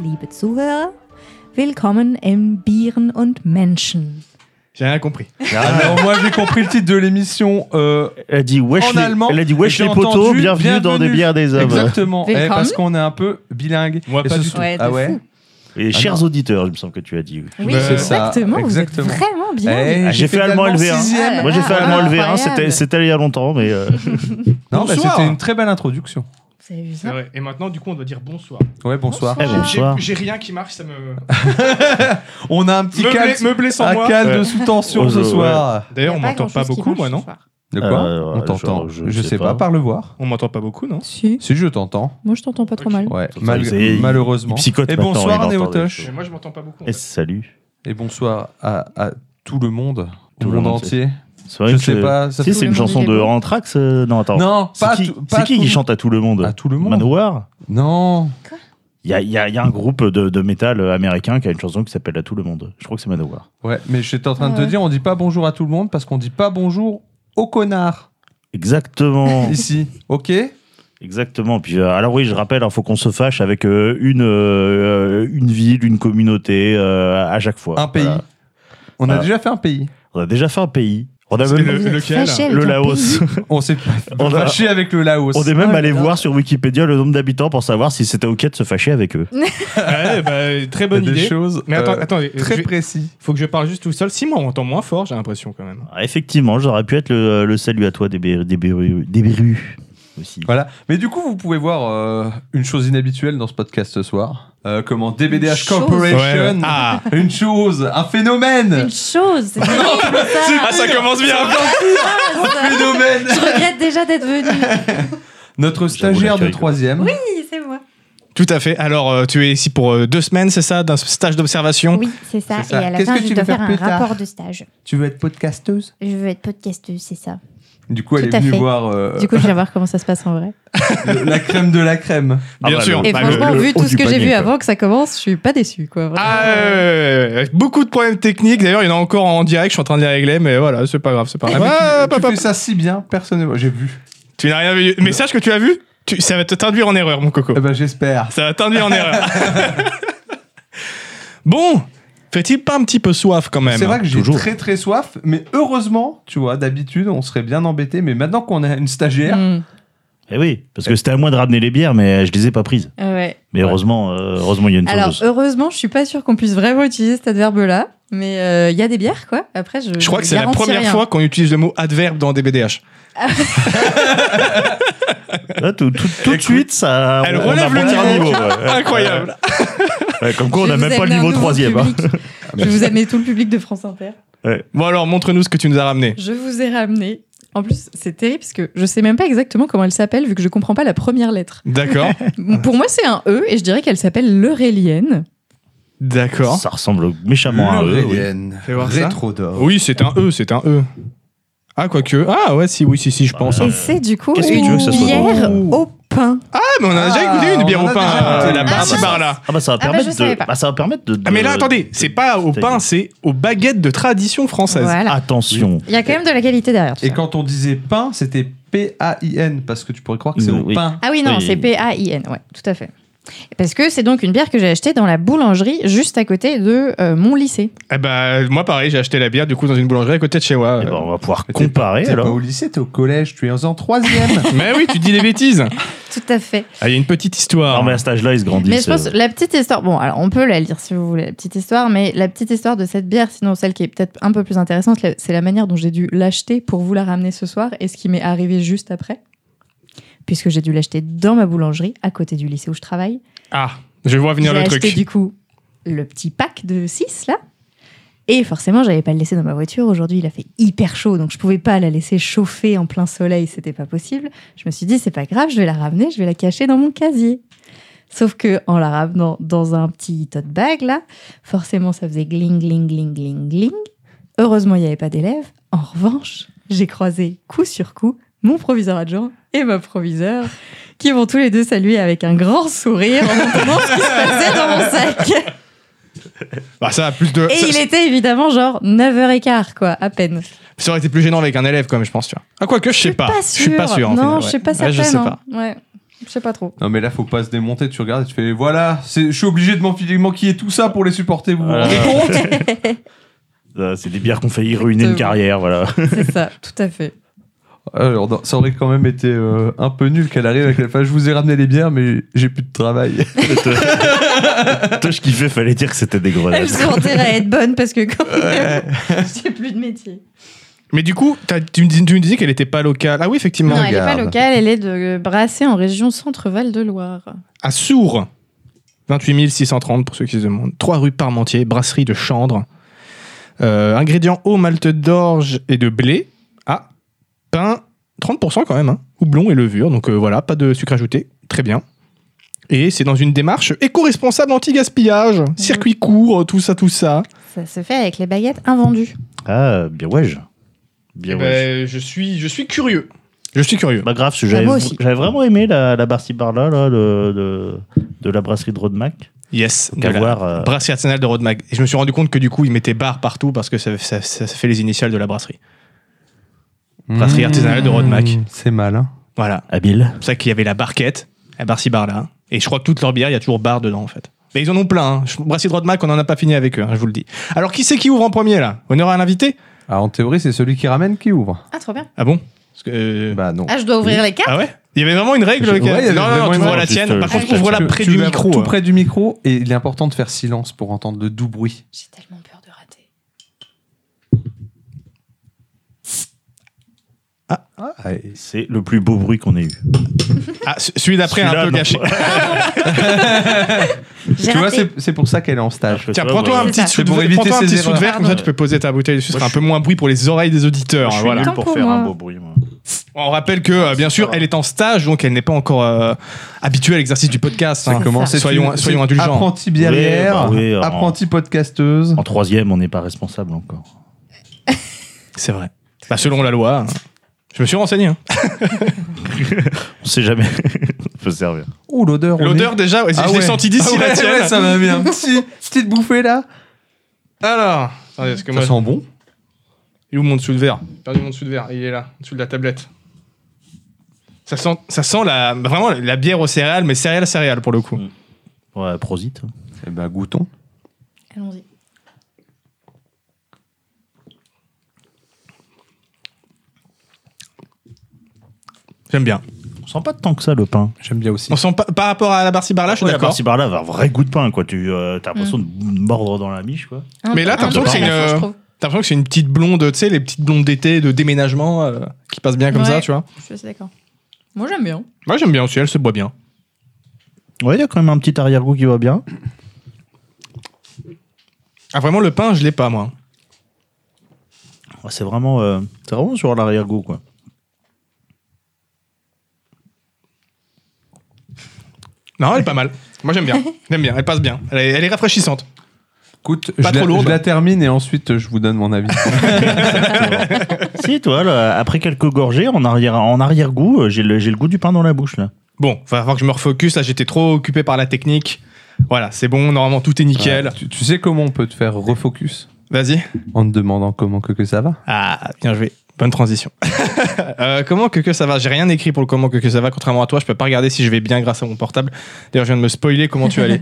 liebe Zuhörer. Willkommen im Bieren und Menschen. J'ai rien compris. Alors moi j'ai compris le titre de l'émission euh, Ah, Elle a dit wesh, En allemand, les, elle a dit, wesh j'ai les potos, entendu, bienvenue, dans des bienvenue. bières des hommes. exactement Eh, Willkommen. parce qu'on est un peu bilingue. Moi, Et pas ce du sont- tout. Ouais, de ah ouais. fou. Et chers auditeurs, il me semble que tu as dit. Oui, Ben, c'est ça, exactement. Vous êtes exactement. vraiment Eh, bien. J'ai fait de allemand LV1. sixième. Ah, Moi j'ai fait ah, allemand LV1, incroyable. c'était- c'était il y a longtemps, mais euh, Non, bah, Bonsoir. c'était une très belle introduction. Vous avez vu C'est ça vrai. Et maintenant, du coup, on doit dire bonsoir. Ouais, bonsoir. eh, J'ai- bonsoir. J'ai rien qui marche, ça me. On a un petit Meublé- calme, meublé sans un moi. calme de Ouais. sous tension Oh, ce ouais. soir. D'ailleurs, on m'entend pas beaucoup, moi, non De quoi Euh, On ouais, t'entend. je- Je, je sais sais pas. pas. par le voir. On m'entend pas beaucoup, non Si, Si je t'entends. moi je t'entends pas trop mal. Ouais, Ça, mal- ça, il- malheureusement. il psychote Et maintenant, il bonsoir entend des Néotoche. choses. Mais moi, je m'entends pas beaucoup. en eh, fait. salut. Et bonsoir à, à tout le monde, Tout au le monde monde, entier. C'est vrai Je que- sais pas. ça- Si Tout c'est le une monde chanson est de beau. Anthrax, euh, non attends. Non, pas C'est qui, tout- pas c'est qui tout- qui chante à tout le monde à tout le monde. Manowar Non. Il y a, il y a- il y a un groupe de, de métal américain qui a une chanson qui s'appelle À tout le monde. Je crois que c'est Manowar. Ouais, mais j'étais en train de Ouais. te dire, on dit pas bonjour à tout le monde parce qu'on dit pas bonjour aux connards Exactement. ici. Ok Exactement. Puis euh, alors oui, je rappelle, il faut qu'on se fâche avec euh, une euh, une ville, une communauté euh, à chaque fois. Un pays. Voilà. On a Voilà. déjà fait un pays. On a déjà fait un pays. On a C'est même le- Vous êtes lequel fâchés avec le un Laos. pays. On s'est On a- fâché avec le Laos. On est même Oh là allé là. voir sur Wikipédia le nombre d'habitants pour savoir si c'était ok de se fâcher avec eux. Ouais, bah, très Il y a bonne des idée. choses Mais attends, euh, attendez, très je- précis. faut que je parle juste tout seul. Si moi, on m'entend moins fort, j'ai l'impression quand même. Ah, Effectivement, j'aurais pu être le, le salut à toi des Béru- des Béru- des Béru aussi. Voilà. Mais du coup, vous pouvez voir euh, une chose inhabituelle dans ce podcast ce soir. Euh, comment DBDH Une chose. Corporation. Ouais, ouais. Ah. Une chose, un phénomène. Une chose. c'est horrible, ça. ça commence bien Un phénomène. Je regrette déjà d'être venu. Notre stagiaire de l'accueil, quoi. troisième. Oui, c'est moi. Tout à fait. Alors, euh, tu es ici pour euh, deux semaines, c'est ça, d'un stage d'observation Oui, c'est ça. C'est ça. Et à la Qu'est-ce fin, que je tu dois veux faire faire un plus tard rapport de stage. Tu veux être podcasteuse Je veux être podcasteuse, c'est ça. Du coup, elle Tout est à venue fait. voir euh, Du coup, je vais voir comment ça se passe en vrai. le- la crème de la crème. Bien Ah bah, sûr. le- Et Bah, franchement, le- le vu haut tout ce du que j'ai panier, vu quoi. avant que ça commence, je suis pas déçue, quoi. Vraiment. Ah, ouais, ouais, ouais, ouais. beaucoup de problèmes techniques. D'ailleurs, il y en a encore en direct. Je suis en train de les régler, mais voilà, c'est pas grave, c'est pas Ah, grave. mais tu- Ah, tu hop, hop, fais hop. ça si bien, personne. J'ai vu. Tu n'as rien vu. Mais sache que tu as vu. Tu- Ça va te traduire en erreur, mon coco. Eh ben, j'espère. Ça va t'induire en erreur. bon, fait-il pas un petit peu soif quand même hein C'est vrai que j'ai toujours. très très soif, mais heureusement, tu vois, d'habitude, on serait bien embêté, mais maintenant qu'on a une stagiaire, Mm. Eh oui, parce que c'était à moi de ramener les bières, mais je les ai pas prises. Ah Ouais. Mais heureusement, euh, heureusement, il y a une Alors, chose. heureusement, je suis pas sûre qu'on puisse vraiment utiliser cet adverbe-là, mais euh, il y a des bières, quoi. Après, je. Je crois que c'est la garantis première rien. fois qu'on utilise le mot adverbe dans des BDH. euh, Là, Ah, tout, tout- tout de suite, ça. Elle Ah on- on relève a le monté un niveau. ouais. Incroyable. Ouais, comme quoi, on Je n'a vais même vous pas le amener un niveau hein. Ah, nouveau 3ème. public. je vais vous amener tout le public de France Inter. Bon alors, montre-nous ce que tu nous as ramené. Je vous ai ramené. En plus, c'est terrible parce que je sais même pas exactement comment elle s'appelle vu que je comprends pas la première lettre. D'accord. Pour moi, c'est un E et je dirais qu'elle s'appelle l'Eurélienne. D'accord. Ça ressemble méchamment à eux. Ah, oui. Fais voir ça. rétro d'or. Oui, c'est un E, c'est un E. Ah, quoique. Ah ouais, si, oui, si, si, je pense. hein. Euh, Et c'est du coup qu'est-ce que tu veux une que ça soit Oh. bière drôle au pain. Ah, mais on a déjà Ah, écouté une bière on au a pain. déjà euh, écouté. la Ah, barre bah, bar là. Ah bah ça va Ah bah, permettre je savais de. pas. bah, ça va permettre de. Ah, mais là, de- attendez, c'est pas au pain, c'est aux baguettes de tradition française. Ah. Voilà. Attention. Il y a quand même de la qualité derrière. tout Et ça. quand on disait pain, c'était P-A-I-N, parce que tu pourrais croire que c'est au Mm, Oui. pain. Ah oui, non, Oui. c'est P-A-I-N, ouais, tout à fait. Parce que c'est donc une bière que j'ai achetée dans la boulangerie juste à côté de euh, mon lycée. Eh ben, moi, pareil, j'ai acheté la bière du coup dans une boulangerie à côté de chez moi. Eh ben, on va pouvoir Mais t'es comparer T'es pas alors. au lycée, t'es au collège, tu es en troisième. Mais oui, tu dis des bêtises. Tout à fait. Ah, Il y a une petite histoire. Non, mais à cet âge-là, ils se grandissent. Mais je pense euh, la petite histoire. Bon, alors on peut la lire si vous voulez la petite histoire, mais la petite histoire de cette bière, sinon celle qui est peut-être un peu plus intéressante, la- c'est la manière dont j'ai dû l'acheter pour vous la ramener ce soir et ce qui m'est arrivé juste après, puisque j'ai dû l'acheter dans ma boulangerie à côté du lycée où je travaille. Ah, je vois J'ai venir le acheté truc. du coup le petit pack de 6 là. Et forcément, j'avais pas le laisser dans ma voiture. Aujourd'hui, il a fait hyper chaud, donc je pouvais pas la laisser chauffer en plein soleil, c'était pas possible. Je me suis dit, c'est pas grave, je vais la ramener, je vais la cacher dans mon casier. Sauf que en la ramenant dans un petit tote bag là, forcément, ça faisait gling gling gling gling gling. Heureusement, il n'y avait pas d'élèves. En revanche, j'ai croisé coup sur coup mon proviseur adjoint et ma proviseure, qui vont tous les deux saluer avec un grand sourire en entendant ce qui se passait dans mon sac. Bah, ça a plus de. Et ça, il était évidemment genre 9h15, quoi, à peine. ça aurait été plus gênant avec un élève, quand même, je pense, tu vois. Ah, quoique, je sais pas. Je suis pas sûr. en Non, fait. je Ouais. sais pas Ouais, certaine. je sais hein. pas. Ouais. Je sais pas trop. Non, mais là, faut pas se démonter. Tu regardes et tu fais voilà, c'est- je suis obligé de m'enfiler, manquiller tout ça pour les supporter. Vous vous Voilà. rendez compte Euh, C'est des bières qu'on failli ruiner une Exactement. carrière, voilà. C'est ça, tout à fait. Euh, on a- Ça aurait quand même été euh, un peu nul qu'elle arrive avec la fin. Je vous ai ramené les bières, mais j'ai plus de travail. Toi, je kiffais, fallait dire que c'était des grenades. Elles sont intérêt à être bonnes parce que quand même, j'ai plus de métier. Mais du coup, t'as- tu me, dis- tu me disais qu'elle était pas locale. Ah oui, effectivement. Non, elle n'est pas Regarde. locale, elle est de Brassé en région Centre-Val-de-Loire. À Sourds, 28 630 pour ceux qui se demandent. 3 rue Parmentier, brasserie de Chandre. Euh, ingrédients eau, malte d'orge et de blé. Ah, pain, 30% quand même. Hein. Houblon et levure, donc euh, voilà, pas de sucre ajouté. Très bien. Et c'est dans une démarche éco-responsable anti-gaspillage. Circuit court, euh, tout ça, tout ça. Ça se fait avec les baguettes invendues. Ah, bien ouais. Eh Bien Eh ouais. Bah, euh, je, suis, je suis curieux. Je suis curieux. Bah grave, parce que j'avais Ah, moi aussi. j'avais vraiment aimé la, la bar-ci bar-là, là, le- de, de la brasserie de Rodemack. Yes. Qu'à de la- voir, euh, Brasserie artisanale de Rodmag. Et je me suis rendu compte que du coup, ils mettaient bar partout parce que ça, ça- ça- ça fait les initiales de la brasserie. Brasserie artisanale de Rodemack. Mmh. C'est hein. malin. Voilà. habile. C'est pour ça qu'il y avait la barquette, la bar-ci bar là. Et je crois que toutes leurs bières, il y a toujours bar dedans en fait. Mais ils en ont plein. Hein. Je- Brasserie de Rodmag, on n'en a pas fini avec eux, hein, je vous le dis. Alors qui c'est qui ouvre en premier là Honneur à l'invité Ah, en théorie, c'est celui qui ramène qui ouvre. Ah, trop bien. Ah bon Parce que, euh, Bah non. Ah, je dois ouvrir les cartes Ah ouais Il y avait vraiment une règle. Ouais, que- il y avait non, non, vraiment non, tu une ouvres règle, la tienne. juste, Par euh, contre, juste ouvre-la Tu- près tu du l'as- micro. Tout hein. près du micro, et il est important de faire silence pour entendre le doux bruit. J'ai tellement peur de rater. Ah, C'est le plus beau bruit qu'on ait eu. Ah, ce- celui d'après est un Celui-là, peu non. gâché. J'ai Tu vois, raté. c'est c'est pour ça qu'elle est en stage. Tiens, prends-toi un C'est petit ça. sou C'est pour de- éviter prends-toi un ces petit sou de erreurs. verre, comme ça tu peux poser ta bouteille dessus, ce Moi, sera un je peu moins bruit pour les oreilles des auditeurs. je hein, suis voilà. nul Tant pour pour faire moi. un beau bruit. Moi. On rappelle que, euh, bien sûr, elle est en stage, donc elle n'est pas encore euh, habituée à l'exercice du podcast. hein. C'est Comment ça. c'est Soyons- une- soyons c'est indulgents. Apprenti bah biérière, oui, en- apprenti podcasteuse. En troisième, on n'est pas responsable encore. C'est vrai. Bah, selon la loi, hein. je me suis renseigné. hein. On sait jamais. on peut servir. Oh l'odeur. au L'odeur nez. déjà, ouais, Ah je ouais. l'ai senti d'ici Ah ouais, la tienne. ouais, ça m'a mis un petit petite bouffée là. Alors, attendez, Ah parce que moi, Ça sent bon. il est où mon dessous de verre J'ai Perdu mon dessous de verre, il est là, en dessous de la tablette. Ça sent, ça sent la, bah, vraiment la bière aux céréales, mais céréales céréales pour le coup. Ouais, prosite. Eh ben goûtons. Allons-y. J'aime bien. On sent pas tant que ça le pain. J'aime bien aussi. On sent pas- par rapport à la barci bar là, je suis Ouais, la d'accord. par là, un vrai goût de pain, quoi. Tu euh, t'as l'impression de mordre dans la miche, quoi. Un- Mais là, t'as un l'impression jour, que c'est à la une, fin, je euh, trouve. T'as l'impression que c'est une petite blonde, tu sais, les petites blondes d'été de déménagement euh, qui passent bien comme Ouais. ça, tu vois. Je suis assez d'accord. Moi, j'aime bien. Moi j'aime bien aussi, elle se boit bien. Ouais, il y a quand même un petit arrière-goût qui va bien. Ah vraiment le pain je l'ai pas moi. Ouais, c'est vraiment, euh, c'est vraiment sur l'arrière-goût, quoi. Non elle est pas mal. Moi j'aime bien. J'aime bien, elle passe bien. Elle est, elle est rafraîchissante. Écoute, Pas je, la, trop lourde. je la termine et ensuite je vous donne mon avis. si, toi, là, après quelques gorgées, en arrière, en arrière-goût, euh, j'ai le, j'ai le goût du pain dans la bouche, là. Bon, va falloir que je me refocus, là j'étais trop occupé par la technique. Voilà, c'est bon, normalement tout est nickel. tu, tu sais comment on peut te faire refocus Vas-y. en te demandant comment que, que ça va Ah, bien joué. Bonne transition. Euh, comment que que ça va J'ai rien écrit pour le comment que que ça va. Contrairement à toi, je peux pas regarder si je vais bien grâce à mon portable. D'ailleurs, je viens de me spoiler comment tu allais.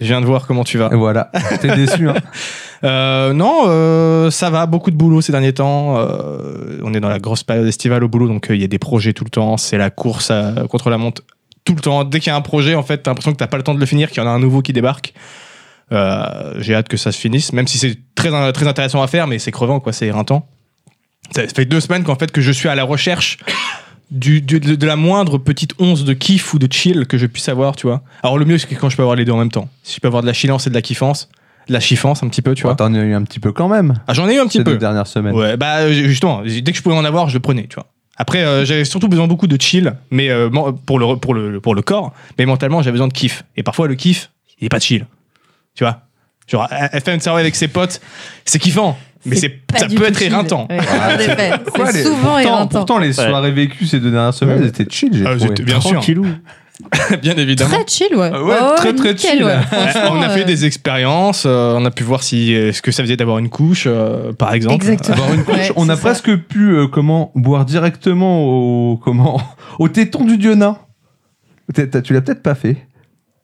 Je viens de voir comment tu vas. Et Voilà, Ah. t'es déçu. Hein. Euh, non, euh, ça va, beaucoup de boulot ces derniers temps. Euh, on est dans la grosse période estivale au boulot, donc euh, il y a des projets tout le temps. C'est la course à- contre la montre tout le temps. Dès qu'il y a un projet, en fait, t'as l'impression que t'as pas le temps de le finir, qu'il y en a un nouveau qui débarque. Euh, J'ai hâte que ça se finisse, même si c'est très, euh, très intéressant à faire, mais c'est crevant, quoi, c'est éreintant. Ça fait deux semaines qu'en fait que je suis à la recherche du, du- de, de la moindre petite once de kiff ou de chill que je puisse avoir, tu vois. Alors le mieux c'est que quand je peux avoir les deux en même temps. Si je peux avoir de la chillance et de la kiffance, de la chiffance un petit peu, tu vois. Bon, T'en as eu un petit peu quand même Ah, j'en ai eu un petit ces deux peu. dernières semaines. Ouais, bah euh, justement, dès que je pouvais en avoir, je le prenais, tu vois. Après, euh, j'avais surtout besoin beaucoup de chill, mais euh, men- pour le pour le pour le corps, mais mentalement, j'avais besoin de kiff. Et parfois, le kiff, il est pas de chill, tu vois. Genre, elle fait une soirée avec ses potes, c'est kiffant, mais c'est pas ça du peut tout être chill. éreintant. Ouais, en effet. Ouais, les- C'est souvent pourtant, éreintant. pourtant, les soirées vécues ces deux dernières semaines, Ouais. elles étaient chill, j'ai Ah, trouvé. c'était- bien sûr, Tranquillou. bien évidemment. Très chill, ouais. Oh, Ah ouais, très, très nickel, chill. ouais. Euh, Franchement, on a fait euh, des expériences, euh, on a pu voir si euh, ce que ça faisait d'avoir une couche, euh, par exemple. Exactement. Boire une couche, Ouais, on c'est a ça. presque pu euh, comment boire directement au comment au téton du Diona. T'as- t'as- tu l'as peut-être pas fait.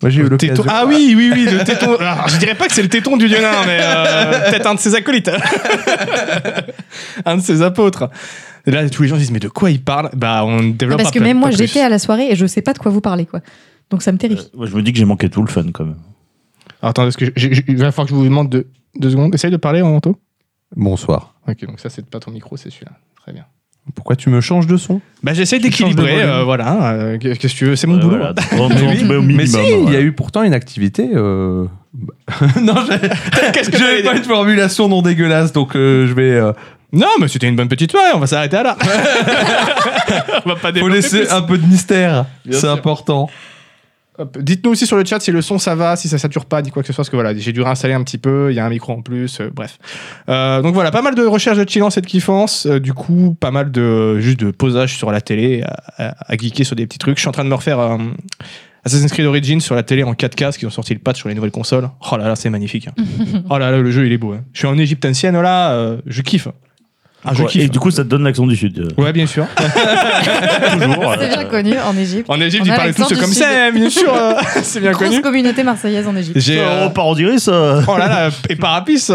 Moi, j'ai eu Le téton. l'occasion. Ah oui, oui, oui, le téton. Alors, je dirais pas que c'est le téton du Lionin, mais euh, peut-être un de ses acolytes. un de ses apôtres. Et là, tous les gens disent, mais de quoi il parle Bah, on développe Parce un que peu- même pas moi, plus. j'étais à la soirée et je sais pas de quoi vous parlez, quoi. Donc ça me Euh, terrifie. ouais, je me dis que j'ai manqué tout le fun quand même. Alors, attendez, parce que j'ai- j'ai- il va falloir que je vous demande deux, deux secondes. Essaye de parler en manteau. Bonsoir. Ok, donc ça, c'est pas ton micro, c'est celui-là. Très bien. Pourquoi tu me changes de son Bah, j'essaie Tu changes de d'équilibrer, volume. euh, voilà. euh, Qu'est-ce que tu veux C'est mon Ouais, boulot. voilà, donc, on Oui, se met bah, au Mais minimum, si, ouais. il y a eu pourtant une activité. euh, bah- non, j'ai- Qu'est-ce que j'avais t'allais pas dire une formulation non dégueulasse, donc euh, je vais. euh, Non, mais c'était une bonne petite soirée, on va s'arrêter à là. on va pas faut développer laisser plus. un peu de mystère. Bien C'est sûr. important. Hop, Dites-nous aussi sur le chat si le son ça va, si ça sature pas, ni quoi que ce soit, parce que voilà, j'ai dû réinstaller un petit peu, il y a un micro en plus, euh, bref. Euh, donc voilà, pas mal de recherches de chillance et de kiffance, euh, du coup, pas mal de juste de posage sur la télé, à, à- à geeker sur des petits trucs. Je suis en train de me refaire euh, Assassin's Creed Origins sur la télé en 4K, parce qu'ils ont sorti le patch sur les nouvelles consoles. Oh là là, c'est magnifique. hein. oh là là, le jeu il est beau. hein. Je suis en Égypte ancienne, là, euh, je kiffe. Ah, je Ouais, kiffe. Et du coup, ça te donne l'accent du sud. euh, Ouais, bien sûr. toujours, C'est bien euh, connu en Égypte. En Égypte, On ils a parlaient tous l'accent du comme Sud. ça, bien sûr, euh, c'est bien Grosse connu. communauté marseillaise en Égypte. J'ai, euh, On part en direct, ça. Oh là là, et parapis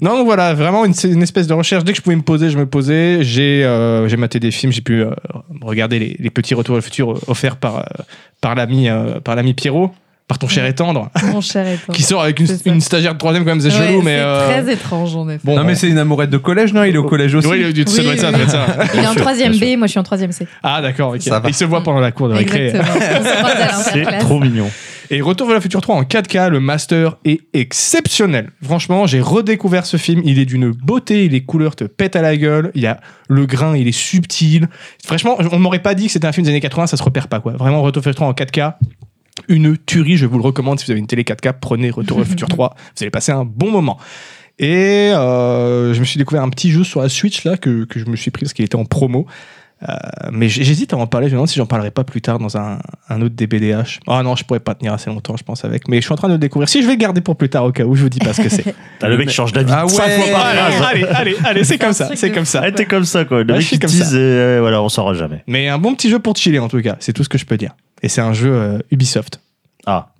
Non, donc voilà, vraiment une, c'est une espèce de recherche. Dès que je pouvais me poser, je me posais. J'ai euh, j'ai maté des films, j'ai pu euh, regarder les, les petits retours au futur euh, offerts par, euh, par l'ami euh, par l'ami Pierrot, par ton cher et tendre, Mon cher étant. qui sort avec une, C'est ça. une stagiaire de troisième quand même, c'est Ouais, chelou, mais... c'est euh, très étrange en effet. bon, non, mais c'est une amourette de collège, non Il est au collège aussi. Oui, oui, ça Oui, doit être ça, ça oui, doit être ça. Il est en sûr, 3ème bien sûr. B, moi je suis en 3ème C. Ah d'accord, ok. Ça va. Ils se voient pendant la cour de récré. Exactement. On se croise à C'est l'interclasse. trop mignon. Et Retour vers le futur 3 en 4K, le master est exceptionnel. Franchement, j'ai redécouvert ce film. Il est d'une beauté, les couleurs te pètent à la gueule. Il y a le grain, il est subtil. Franchement, on m'aurait pas dit que c'était un film des années 80, ça se repère pas quoi. Vraiment, Retour vers le futur 3 en 4K, une tuerie. Je vous le recommande si vous avez une télé 4K, prenez Retour vers le futur 3. Vous allez passer un bon moment. Et euh, je me suis découvert un petit jeu sur la Switch là que, que je me suis pris parce qu'il était en promo. Euh, mais j- j'hésite à en parler. Je me demande si j'en parlerai pas plus tard dans un, un autre DBDH. Ah non, je pourrais pas tenir assez longtemps, je pense, avec. Mais je suis en train de le découvrir. Si je vais le garder pour plus tard, au cas où, je vous dis pas ce que c'est. T'as le mec qui change d'avis. Ah cinq ouais. fois par allez, phrase. allez, allez, allez, c'est comme ça, truc c'est de comme fou. ça. Ah, t'es comme ça, quoi. Le Ah, mec je suis qui comme tease, et euh, voilà, on saura jamais. Mais un bon petit jeu pour chiller, en tout cas. C'est tout ce que je peux dire. Et c'est un jeu euh, Ubisoft. Ah.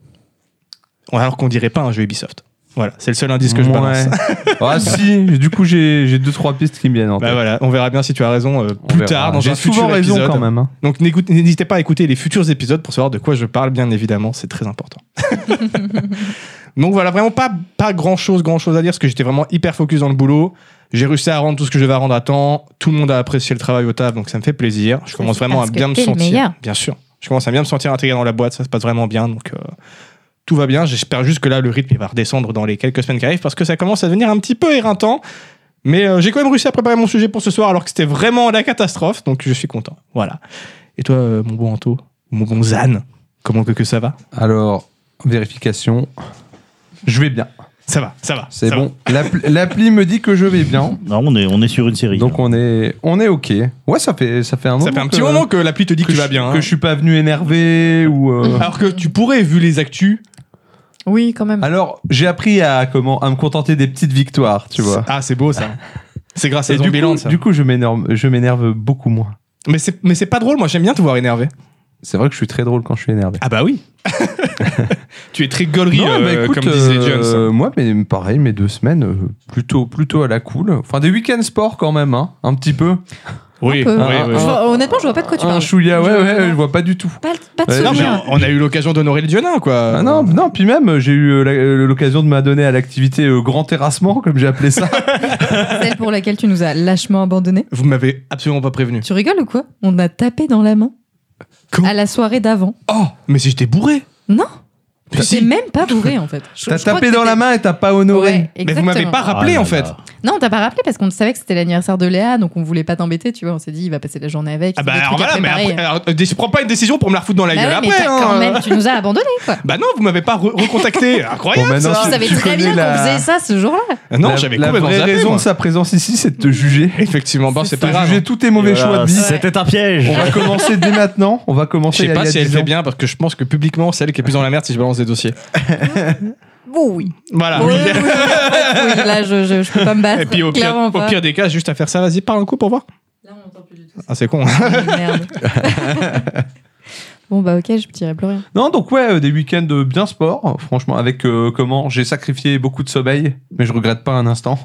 Alors qu'on dirait pas un jeu Ubisoft. Voilà, c'est le seul indice que je Ouais. balance. ah si, du coup j'ai j'ai deux trois pistes qui me viennent en tête. Bah voilà, on verra bien si tu as raison euh, On plus verra. tard dans J'ai un souvent futur raison épisode. quand même. hein. Donc n'écoute- n'hésitez pas à écouter les futurs épisodes pour savoir de quoi je parle, bien évidemment, c'est très important. Donc voilà, vraiment pas, pas grand chose, grand chose à dire, parce que j'étais vraiment hyper focus dans le boulot. J'ai réussi à rendre tout ce que je devais à rendre à temps. Tout le monde a apprécié le travail au taf, donc ça me fait plaisir. Je commence c'est vraiment à parce que bien me t'es le meilleur. sentir. Bien sûr. Je commence à bien me sentir intégré dans la boîte, ça se passe vraiment bien, donc euh, tout va bien. J'espère juste que là, le rythme il va redescendre dans les quelques semaines qui arrivent, parce que ça commence à devenir un petit peu éreintant. Mais euh, j'ai quand même réussi à préparer mon sujet pour ce soir alors que c'était vraiment la catastrophe, donc je suis content. Voilà. Et toi, euh, mon bon Anto, ou mon bon Zan, comment que, que ça va Alors vérification, je vais bien. Ça va, ça va. C'est ça bon. L'appli- L'appli me dit que je vais bien. Non, on est, on est sur une série. hein. Donc là. on est on est ok. Ouais, ça fait ça fait un va. moment. Ça fait un petit que- moment que l'appli te dit que, tu je- vas bien. hein. Que je suis pas venu énervé ou. euh, Alors que tu pourrais, vu les actus. Oui, quand même. Alors j'ai appris à comment à me contenter des petites victoires, tu vois. Ah, c'est beau ça. C'est grâce à Et du, Zombieland coup, ça. du coup, je m'énerve je m'énerve beaucoup moins. Mais c'est mais c'est pas drôle, moi j'aime bien te voir énervé. C'est vrai que je suis très drôle quand je suis énervé. Ah bah oui. tu es très gaulerie, Non, euh, bah écoute, comme disait euh, Jones. moi, mais pareil, mes deux semaines, euh, plutôt, plutôt à la cool. Enfin, des week-ends sport quand même, hein, un petit peu. Oui, oui, peu. Ah, oui. Je vois- honnêtement, je vois pas de quoi Ah, tu un parles. chouïa, ouais, Je- ouais, je vois pas du tout. Pas, pas de Ouais, Non, mais souvenirs. on a eu l'occasion d'honorer le Dionin, quoi. Ah non, non, puis même, j'ai eu euh, la- euh, l'occasion de m'adonner à l'activité euh, grand terrassement, comme j'ai appelé ça. Celle pour laquelle tu nous as lâchement abandonné. Vous m'avez absolument pas prévenu. Tu rigoles ou quoi On a tapé dans la main. Quoi à la soirée d'avant. Oh, mais si j'étais bourré Non Mais si. T'es même pas bourré en fait. Je- T'as je crois tapé que dans la t'étais- main et t'as pas honoré. Ouais, Mais vous m'avez exactement. pas rappelé Ah en là fait. là. Non, on t'a pas rappelé parce qu'on savait que c'était l'anniversaire de Léa, donc on voulait pas t'embêter, tu vois. On s'est dit, il va passer la journée avec. Ah il y bah a des alors trucs à voilà, mais préparer. après, alors, euh, déc- prends pas une décision pour me la refoutre dans la Bah gueule ouais, mais après. t'as hein. quand même, tu nous as abandonné quoi. Bah non, vous m'avez pas re- recontacté. Incroyable Bon, maintenant, ça. Tu savais tu très connais bien la- qu'on faisait ça ce jour-là. Ah Non, La- j'avais La complètement vraie zappé, raison moi. de sa présence ici, c'est de te juger. Effectivement, bah, c'est De pas grave. juger tous tes mauvais Et choix de voilà, vie. C'était un piège. On va commencer dès maintenant. On va Je commencer. sais il y a- pas il y a si elle 10 fait ans. bien parce que je pense que publiquement c'est elle qui est plus dans la merde si je balance des dossiers. Bon, Ah, oui. Voilà. Ouais, ouais, ouais, ouais, ouais, oui, là, je, je, je peux pas me battre. Et puis au pire, clairement au pas. pire des cas, juste à faire ça, vas-y, parle un coup pour voir. hein. Là, on entend plus du tout. Ah c'est con. Merde. Bon, bah ok, je ne dirai plus rien. Non, donc ouais, euh, des week-ends euh, bien sport, franchement, avec euh, comment j'ai sacrifié beaucoup de sommeil, mais je regrette pas un instant.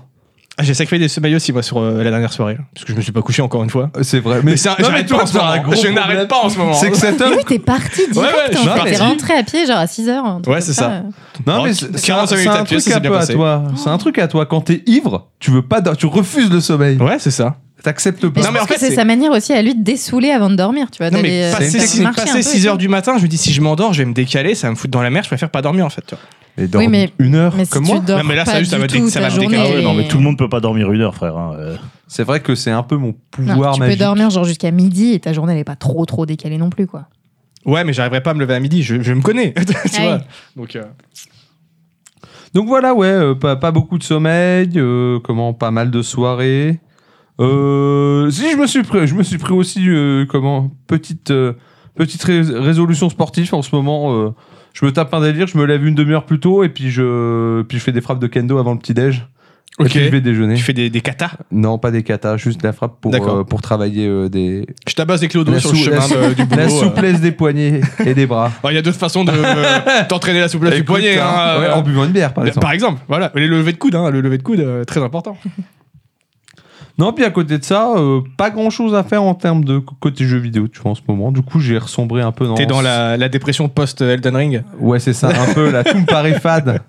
Ah, J'ai sacrifié des sommeils aussi, moi, sur euh, la dernière soirée, là, parce que je me suis pas couché encore une fois. Euh, C'est vrai, Mais, c'est un- Non, j'arrête toi, pas en ce t'as un moment. gros Je problème. n'arrête pas en ce moment. C'est que cet homme. Mais oui, t'es parti direct. ouais, je en suis fait. parti. T'es rentré à pied genre à 6 heures. un truc Ouais, comme c'est ça. Oh, Non, mais c'est c'est un, 45 c'est un minutes à pied, truc ça s'est un bien peu à passé. toi. C'est un truc à toi. Quand t'es ivre, tu veux pas, do- tu refuses le sommeil. Ouais, c'est ça. T'acceptes pas. Mais je Non, mais pense en fait, que c'est c'est- sa manière aussi à lui de dessouler avant de dormir, tu vois. Non, d'aller, mais euh, passer, faire c'est- six- marcher un passer peu et 6 tout. heures du matin, je me dis si je m'endors, je vais me décaler, ça va me foutre dans la mer, je préfère pas dormir en fait. tu vois. Et dors Oui, mais- une heure Mais si comme tu moi. dors Non, mais là, pas ça, juste, ça du va dé- tout ça ta va me journée, euh, décaler. Ah ouais, non, mais et- tout le monde peut pas dormir une heure, frère. hein, euh. C'est vrai que c'est un peu mon Non, pouvoir tu magique. peux dormir genre jusqu'à midi et ta journée elle est pas trop trop décalée non plus quoi. Ouais, mais j'arriverai pas à me lever à midi, je, je me connais. tu Ah vois. oui. Donc, euh, Donc voilà, ouais, euh, pas, pas beaucoup de sommeil, euh, comment, pas mal de soirées. Euh, si je me suis pris, je me suis pris aussi euh, comment petite euh, petite ré- résolution sportive en ce moment. euh, je me tape un délire, je me lève une demi-heure plus tôt et puis je puis je fais des frappes de kendo avant le petit déj. Et Ok. puis je vais déjeuner. tu fais des, des katas. Non, pas des katas, juste la frappe pour D'accord. euh, pour travailler euh, des Je tabasse des clodos La sur le sou- chemin la de- du boulot. la euh. souplesse des poignets et des bras. Ouais, Il y a d'autres façons de, euh, d'entraîner la souplesse du Écoute, poignet. hein, hein, ouais, euh, en buvant une bière par par, exemple. exemple. voilà. Les levées de coude, hein, le lever de coude, euh, très important. Non, puis à côté de ça, euh, pas grand chose à faire en termes de c- côté jeux vidéo, tu vois, en ce moment. Du coup, j'ai ressombré un peu dans. T'es dans la, la dépression post-Elden Ring Ouais, c'est ça, un peu la tout me paraît fade.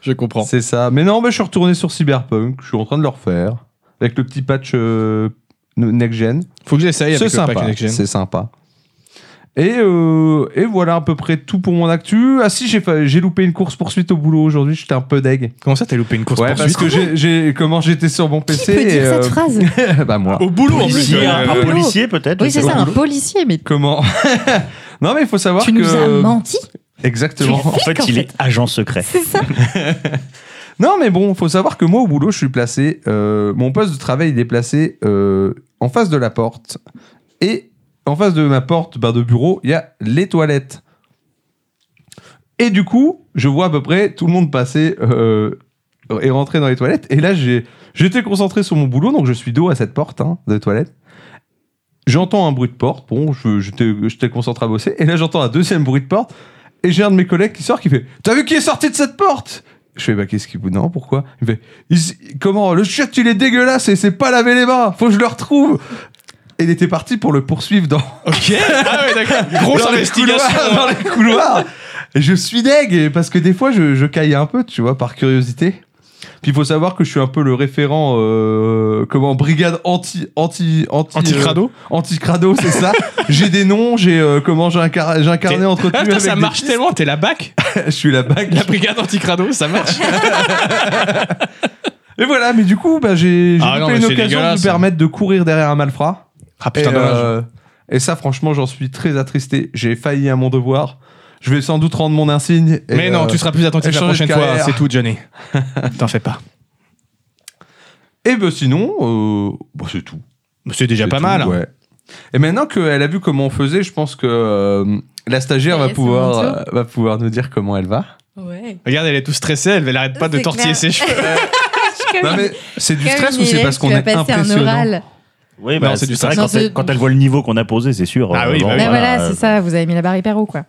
Je comprends. C'est ça. Mais non, mais je suis retourné sur Cyberpunk, je suis en train de le refaire. Avec le petit patch euh, n- Next Gen. Faut que j'essaye C'est avec le pack sympa. Next Gen. C'est sympa. Et, euh, et voilà à peu près tout pour mon actu. Ah si, j'ai fa- j'ai loupé une course poursuite au boulot aujourd'hui, j'étais un peu deg. Comment ça, t'as loupé une course Ouais, parce poursuite que j'ai- j'ai comment j'étais sur mon Qui PC. peut et, dire cette phrase phrase Bah moi. Au boulot en plus. Policier, euh, un euh, policier peut-être. Oui je c'est sais ça, pas. un policier mais Comment Non, mais il faut savoir tu que. nous as menti. Exactement. Tu En fait, en il fait. est agent secret. C'est ça. Non, mais bon, faut savoir que moi, au boulot, je suis placé. euh, mon poste de travail, il est placé euh, en face de la porte. Et en face de ma porte, ben, de bureau, il y a les toilettes. Et du coup, je vois à peu près tout le monde passer euh, et rentrer dans les toilettes. Et là, j'ai- j'étais concentré sur mon boulot, donc je suis dos à cette porte hein, de toilette. J'entends un bruit de porte. Bon, je- j'étais j'étais concentré à bosser. Et là, j'entends un deuxième bruit de porte. Et j'ai un de mes collègues qui sort qui fait T'as vu qui est sorti de cette porte Je fais Bah, qu'est-ce qu'il. Non, pourquoi Il fait Il- Comment Le chiotte, il est dégueulasse et c'est pas lavé les mains. Faut que je le retrouve. Et il était parti pour le poursuivre dans, Ok. Ah ouais, d'accord. Grosse dans les investigation. hein. couloirs, dans les couloirs. Et je suis deg et- parce que des fois je, je caille un peu, tu vois, par curiosité. Puis il faut savoir que je suis un peu le référent, euh, comment, brigade anti, anti, anti, Anti-crado. anti crado, c'est ça. j'ai des noms, j'ai euh, comment, j'ai un, car- j'ai un carnet entretenu Ah, putain, avec ça des marche pistes. tellement, t'es la bac, je suis la bague. la brigade anti-crado, ça marche. Et voilà, mais du coup, bah, j'ai, j'ai Ah non, loupé mais une c'est occasion de me dégueulasse. permettre de courir derrière un malfrat. Ah et, euh, et ça, franchement, j'en suis très attristé. J'ai failli à mon devoir. Je vais sans doute rendre mon insigne. et, Mais non, euh, tu seras plus attentif et la changer de prochaine fois, carrière. c'est tout, Johnny. T'en fais pas. Et ben sinon, euh, bah, c'est tout. C'est déjà C'est pas tout, mal. ouais. Et maintenant qu'elle a vu comment on faisait, je pense que euh, la stagiaire Ça y va est, c'est pouvoir, mon tour. euh, va pouvoir nous dire comment elle va. Ouais. Regarde, elle est tout stressée, elle elle arrête pas de C'est tortiller clair. ses cheveux. Non, mais c'est du stress ou c'est parce qu'on est impressionnant Oui, Non, bah, c'est c'est du vrai, stress. quand, elle, Non, c'est- quand elle voit le niveau qu'on a posé, c'est sûr. Ah oui, bah bon, oui. Ben voilà, euh, c'est ça, vous avez mis la barre hyper haut, quoi.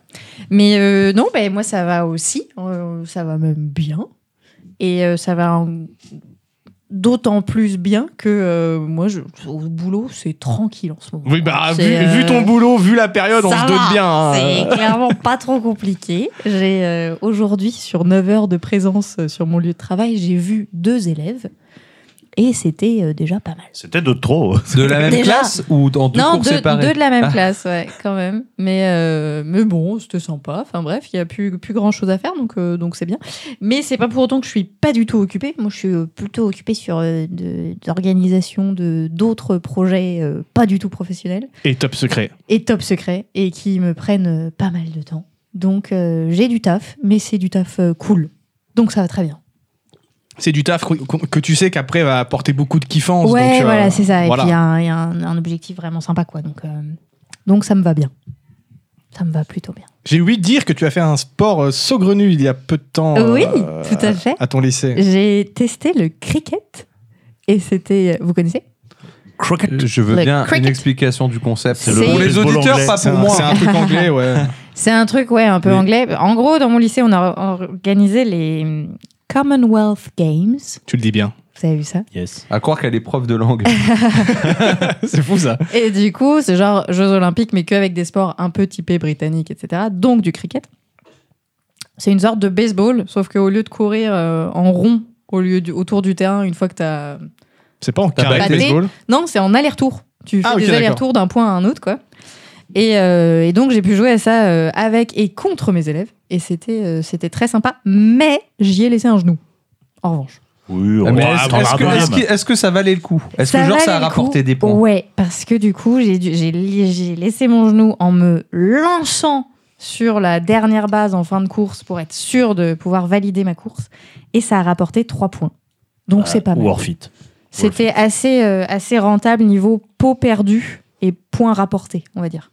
Mais euh, non, ben moi, ça va aussi. euh, ça va même bien. Et euh, ça va en- d'autant plus bien que euh, moi, je, au boulot, c'est tranquille en ce moment. Oui, bah, vu, C'est, euh, vu ton boulot, vu la période, on ça se doute va, bien. Euh. hein. C'est clairement pas trop compliqué. J'ai euh, aujourd'hui, sur 9 heures de présence euh, sur mon lieu de travail, j'ai vu deux élèves. Et c'était euh, déjà pas mal. C'était de trop. De la même Déjà. classe ou en deux non, cours deux, séparés deux de la même Ah. classe, ouais, quand même. Mais, euh, mais bon, c'était sympa. Enfin bref, il n'y a plus, plus grand chose à faire, donc euh, donc c'est bien. Mais c'est pas pour autant que je suis pas du tout occupée. Moi, je suis euh, plutôt occupée sur euh, de- d'organisation de d'autres projets euh, pas du tout professionnels Et top secret. et top secret et qui me prennent euh, pas mal de temps. Donc euh, j'ai du taf, mais c'est du taf euh, cool. Donc ça va très bien. C'est du taf qu'on- qu'on- que tu sais qu'après va apporter beaucoup de kiffance. Ouais, donc, euh, voilà, c'est ça. Et voilà. puis hein. il y a, un, il y a un- un objectif vraiment sympa, quoi. Donc, euh, donc ça me va bien. Ça me va plutôt bien. J'ai oublié de dire que tu as fait un sport euh, saugrenu il y a peu de temps. Oui, euh, tout à fait. À ton lycée. J'ai testé le cricket et c'était. Vous connaissez cricket. Euh, Je veux Le bien une cricket. explication du concept. C'est le pour les baseball auditeurs, anglais, pas C'est pour un- moi. hein. C'est un truc anglais, ouais. C'est un truc, ouais, un peu Oui. anglais. En gros, dans mon lycée, on a or- organisé les hum, Commonwealth Games. tu le dis bien. Vous avez vu ça Yes. À croire qu'elle est prof de langue. C'est fou ça. Et du coup, c'est genre Jeux Olympiques, mais qu'avec des sports un peu typés britanniques, etc. Donc du cricket. C'est une sorte de baseball, sauf qu'au lieu de courir euh, en rond au lieu du- autour du terrain, une fois que t'as. C'est pas en T'as carré batté. baseball. Non, c'est en aller-retour. Tu fais Ah, ok, des d'accord. allers-retours d'un point à un autre, quoi. Et, euh, et donc j'ai pu jouer à ça euh, avec et contre mes élèves. Et c'était euh, c'était très sympa, mais j'y ai laissé un genou. En revanche. Oui, on Mais va- est-ce on va est-ce que, avoir un est-ce deuxième. que- est-ce que ça valait le coup Est-ce que genre ça a valait le rapporté coup. des points Ouais, parce que du coup, j'ai dû- j'ai li- j'ai laissé mon genou en me lançant sur la dernière base en fin de course pour être sûr de pouvoir valider ma course. Et ça a rapporté 3 points. Donc Ah, c'est pas mal. Worth it. C'était assez, euh, assez rentable niveau pot perdu et points rapportés, on va dire.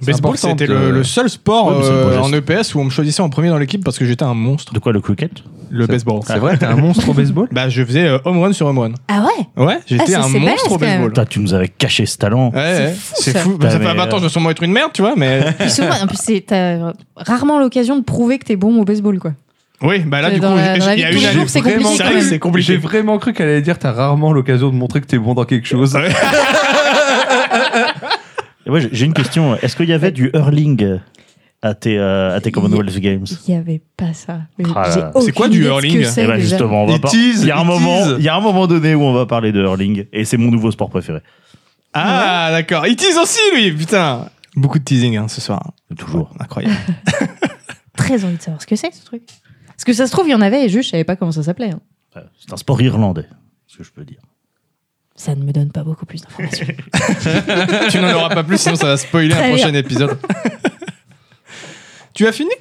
Baseball, important c'était de- le, le seul sport Ouais, mais c'est euh, un beau en EPS où on me choisissait en premier dans l'équipe parce que j'étais un monstre. De quoi le cricket Le C'est- baseball. C'est vrai, t'es un monstre au baseball Bah, je faisais euh, home run sur home run. Ah ouais Ouais, j'étais Ah, ça, un c'est balèze, monstre au quand même. baseball. Putain, tu nous avais caché ce talent. Ah. Ouais, C'est ouais. fou, c'est ça. fou. Bah, ça Putain, fait mais, maintenant, euh, je dois sûrement être une merde, tu vois, mais. Puis souvent, en plus, c'est- t'as rarement l'occasion de prouver que t'es bon au baseball, quoi. oui, bah là, C'est du coup, dans la- j'ai- dans la il y a vie une de tous les année. jours, c'est vraiment- compliqué c'est quand vrai que même. c'est J'ai compliqué. vraiment cru qu'elle allait dire t'as rarement l'occasion de montrer que t'es bon dans quelque chose. Et moi, j'ai- j'ai une question. Est-ce qu'il y avait du hurling à tes, euh, à tes Commonwealth Games Il n'y avait pas ça. Mais Ah là j'ai là. aucune C'est quoi du idée de ce hurling que c'est, Eh ben, déjà. justement, on va Il par- tease, il y a un il moment, tease. il y a un moment donné où on va parler de hurling et c'est mon nouveau sport préféré. Ah, d'accord. Il tease aussi, lui, putain. Beaucoup de teasing hein, ce soir. Toujours. Incroyable. Très envie de savoir ce que c'est, ce truc. Parce que ça se trouve, il y en avait et juste, je savais pas comment ça s'appelait. hein. Euh, C'est un sport irlandais, ce que je peux dire. Ça ne me donne pas beaucoup plus d'informations. tu n'en auras pas plus, sinon ça va spoiler Très un bien. prochain épisode. tu as fini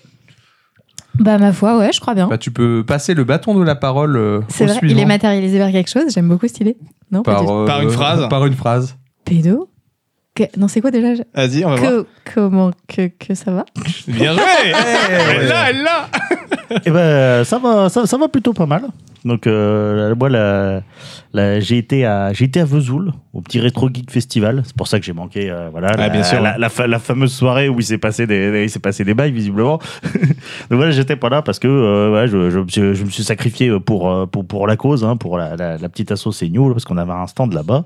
bah, ma foi, ouais, je crois bien. Bah, tu peux passer le bâton de la parole euh, C'est au vrai, suivant. il est matérialisé par quelque chose. J'aime beaucoup cette idée. Non, pas par, du tout. euh, Par une phrase. Par une phrase. Pédo Que- Non, c'est quoi déjà Vas-y, on va voir. que, Comment que, que ça va Bien joué Elle l'a, elle l'a Eh ben, ça va, ça, ça va plutôt pas mal. Donc, euh, moi, la- la- j'ai été à, j'ai été à Vesoul au petit Retro Geek Festival. C'est pour ça que j'ai manqué, euh, voilà, Ah, la, bien sûr. la, la fa- la fameuse soirée où il s'est passé des, des- il s'est passé des bails visiblement. Donc voilà, j'étais pas là parce que euh, ouais, je, je me suis, je me suis sacrifié pour euh, pour pour la cause, hein, pour la, la, la petite asso Seignoul, parce qu'on avait un stand là-bas.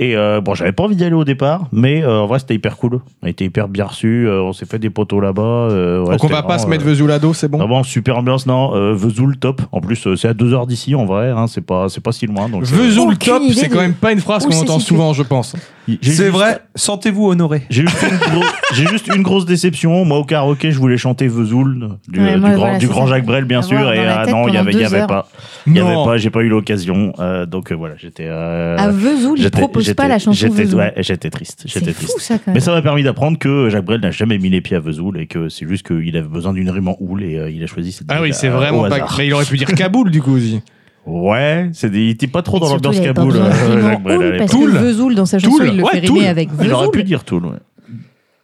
Et euh, bon, j'avais pas envie d'y aller au départ, mais euh, en vrai, c'était hyper cool. On était hyper bien reçus, euh, on s'est fait des poteaux là-bas. euh, ouais, Donc on c'était va pas vraiment, se euh, mettre Vesoul à dos, c'est bon Vraiment super ambiance, non euh, Vesoul top. En plus, euh, c'est à deux heures d'ici en vrai, hein, c'est pas c'est pas si loin. Donc euh, Vesoul Aucune top, idée c'est de- quand même pas une phrase Où qu'on c'est entend situé souvent, je pense. j'ai C'est juste- vrai, sentez-vous honoré. J'ai juste, une gros- j'ai juste une grosse déception. Moi, au karaoké, je voulais chanter Vesoul euh, du, Ouais, du moi, grand, voilà, du c'est grand ça. Jacques Brel, bien Avoir sûr. dans Et la ah, tête non, il y pendant avait, il y deux avait heures. pas, il y avait Non. pas. J'ai pas eu l'occasion. Euh, donc euh, voilà, j'étais. euh, À Vesoul, Ah, il j'étais- propose pas j'étais- la chanson j'étais- Vesoul. ouais, j'étais triste. J'étais c'est fou, triste. ça, quand même. Mais ça m'a permis d'apprendre que Jacques Brel n'a jamais mis les pieds à Vesoul et que c'est juste qu'il avait besoin d'une rime en houle et euh, il a choisi cette Ah oui, musique c'est à- euh, au vraiment pas. hasard. Mais il aurait pu dire Kaboul du coup aussi. Ouais, c'est des- il était pas trop Et dans surtout, l'ambiance il avait pas Kaboul. besoin de euh, rime en Jacques Brel, à houle, l'époque. parce que Toul. Vesoul, dans sa chanson, Toul. il le Ouais, fait rimer Toul. avec Il aurait Vesoul. pu dire Toul. ouais.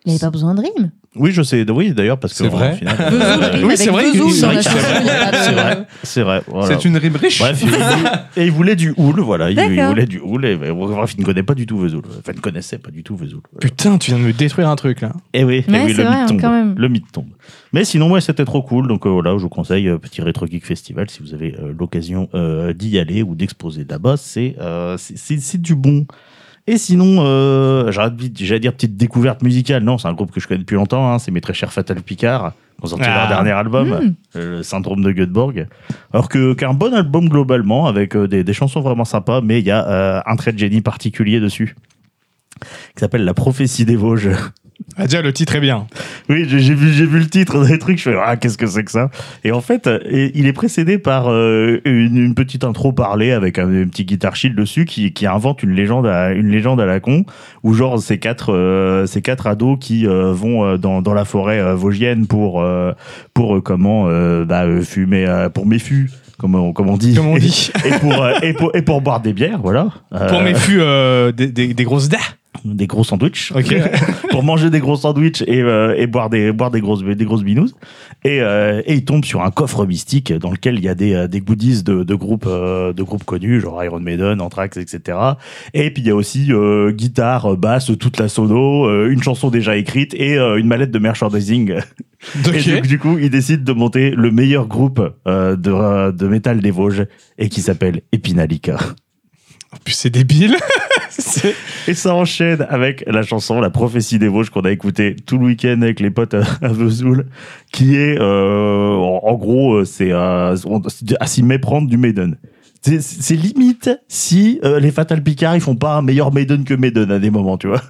Il avait pas besoin de rime. Oui, je sais. Oui, d'ailleurs, parce que C'est bon, vrai. au final, Vesoul euh, rime oui, avec c'est vrai qu'il- Vesoul c'est dans vrai la qu'il- chanson. c'est il y a pas de- C'est vrai, c'est vrai. voilà. C'est une rime riche. Bref, il voulait, et il voulait du houle, voilà. Il, il D'accord. voulait du houle. Et, et bref, il ne connaît pas du tout Vesoul. Enfin, il ne connaissait pas du tout Vesoul. Voilà. Putain, tu viens de me détruire un truc là. Et oui, eh Ouais, oui c'est le vrai, mythe hein, tombe. quand même. Le mythe tombe. Mais sinon, ouais, c'était trop cool. Donc euh, voilà, je vous conseille euh, petit Retro Geek Festival si vous avez euh, l'occasion euh, d'y aller ou d'exposer là-bas. C'est euh, c'est- c'est c'est du bon. Et sinon, euh, j'arrête vite, j'allais dire petite découverte musicale. Non, c'est un groupe que je connais depuis longtemps. hein, c'est mes très chers Fatal Picard. Ils ont sorti Ah. leur dernier album, Hmm. euh, le syndrome de Göteborg. Alors que qu'un bon album globalement, avec euh, des, des chansons vraiment sympas, mais il y a euh, un trait de génie particulier dessus, qui s'appelle La prophétie des Vosges. Ah, déjà, le titre est bien. Oui, j'ai j'ai vu, j'ai vu le titre des trucs, je fais ah qu'est-ce que c'est que ça Et en fait, euh, et- il est précédé par euh, une, une petite intro parlée avec un, petit guitar shield dessus qui, qui invente une légende à une légende à la con où genre ces quatre euh, ces quatre ados qui euh, vont euh, dans, dans la forêt euh, vosgienne pour euh, pour euh, comment euh, bah, euh, fumer euh, pour mes fûts comme on, comme on dit Comme on dit. et, pour, euh, et pour et pour boire des bières voilà Euh, Pour mes fûts euh, des, des, des grosses da. des gros sandwichs. Ok. pour manger des gros sandwichs et, euh, et boire des boire des grosses des grosses binouses et, euh, et il tombe sur un coffre mystique dans lequel il y a des, euh, des goodies de, de groupes euh, de groupes connus genre Iron Maiden, Anthrax etc et puis il y a aussi euh, guitare basse toute la sono euh, une chanson déjà écrite et euh, une mallette de merchandising Ok. et du, du coup il décide de monter le meilleur groupe euh, de euh, de métal des Vosges et qui s'appelle Epinalica En plus, c'est débile. C'est- Et ça enchaîne avec la chanson La prophétie des Vosges qu'on a écoutée tout le week-end avec les potes à, à Vesoul, qui est euh, en, en gros, euh, c'est euh, on- c'est à s'y méprendre du Maiden. C'est- C'est limite si euh, les Fatal Picard ils font pas un meilleur Maiden que Maiden à des moments, tu vois.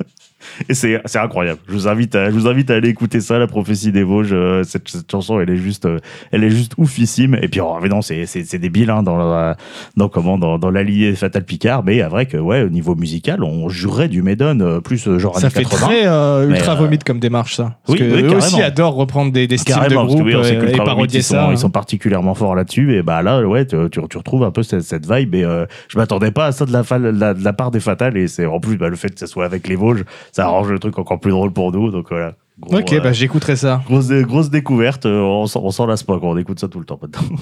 Et c'est c'est incroyable. Je vous invite à je vous invite à aller écouter ça, la prophétie des Vosges. Euh, Cette, cette chanson, elle est juste euh, elle est juste oufissime. Et puis oh, mais non, c'est c'est c'est débile hein, dans la, dans comment dans, dans l'allié Fatal Picard mais c'est vrai que ouais au niveau musical on jurait du Maiden euh, plus euh, genre Ça années fait 80 très euh, mais, ultra euh, vomite comme démarche, ça. Parce oui, que oui, eux carrément. aussi adorent reprendre des, des styles de Carrément, parce que groupe oui, on sait que euh, et Ultra Vomit, parodier ils, sont, ça. ils sont particulièrement forts là-dessus. Et bah là, ouais, tu, tu- tu retrouves un peu cette, cette vibe. Et euh, je m'attendais pas à ça de la, fa- de la- de la part des Fatales. Et c'est en plus bah, le fait que ça soit avec les Vosges, ça arrange le truc encore plus drôle pour nous. Donc voilà. Gros, Ok, euh, bah j'écouterai ça. grosse, dé- grosse découverte. Euh, On, s'en- on s'en lasse pas. Quoi. On écoute ça tout le temps maintenant.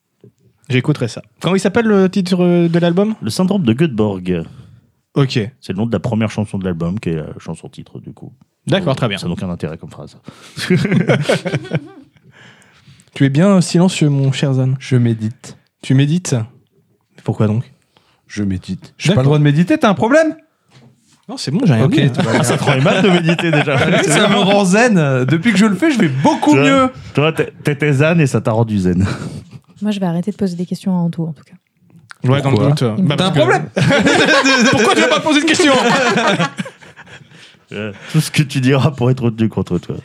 J'écouterai ça. Comment il s'appelle le titre euh, de l'album Le syndrome de Göteborg, Ok, c'est le nom de la première chanson de l'album, qui est la chanson titre du coup. d'accord, très bien. Ça n'a aucun intérêt comme phrase. Tu es bien silencieux, mon cher Zan. Je médite. Tu médites Pourquoi donc Je médite. J'ai D'accord. pas le droit de méditer, t'as un problème Non, c'est bon, j'ai rien Ok, dit. hein. tout va bien. Ça prend mal de méditer déjà. Ça me rend zen. euh, Depuis que je le fais, je vais beaucoup Tu vois, mieux. Toi, t'es- t'étais zen et ça t'a rendu zen. Moi, je vais arrêter de poser des questions à Anto, en tout cas. Ouais, dans le Pourquoi doute. euh, bah, T'as un parce que- problème Pourquoi tu vas pas me poser une question Euh, Tout ce que tu diras pour être retenu contre toi.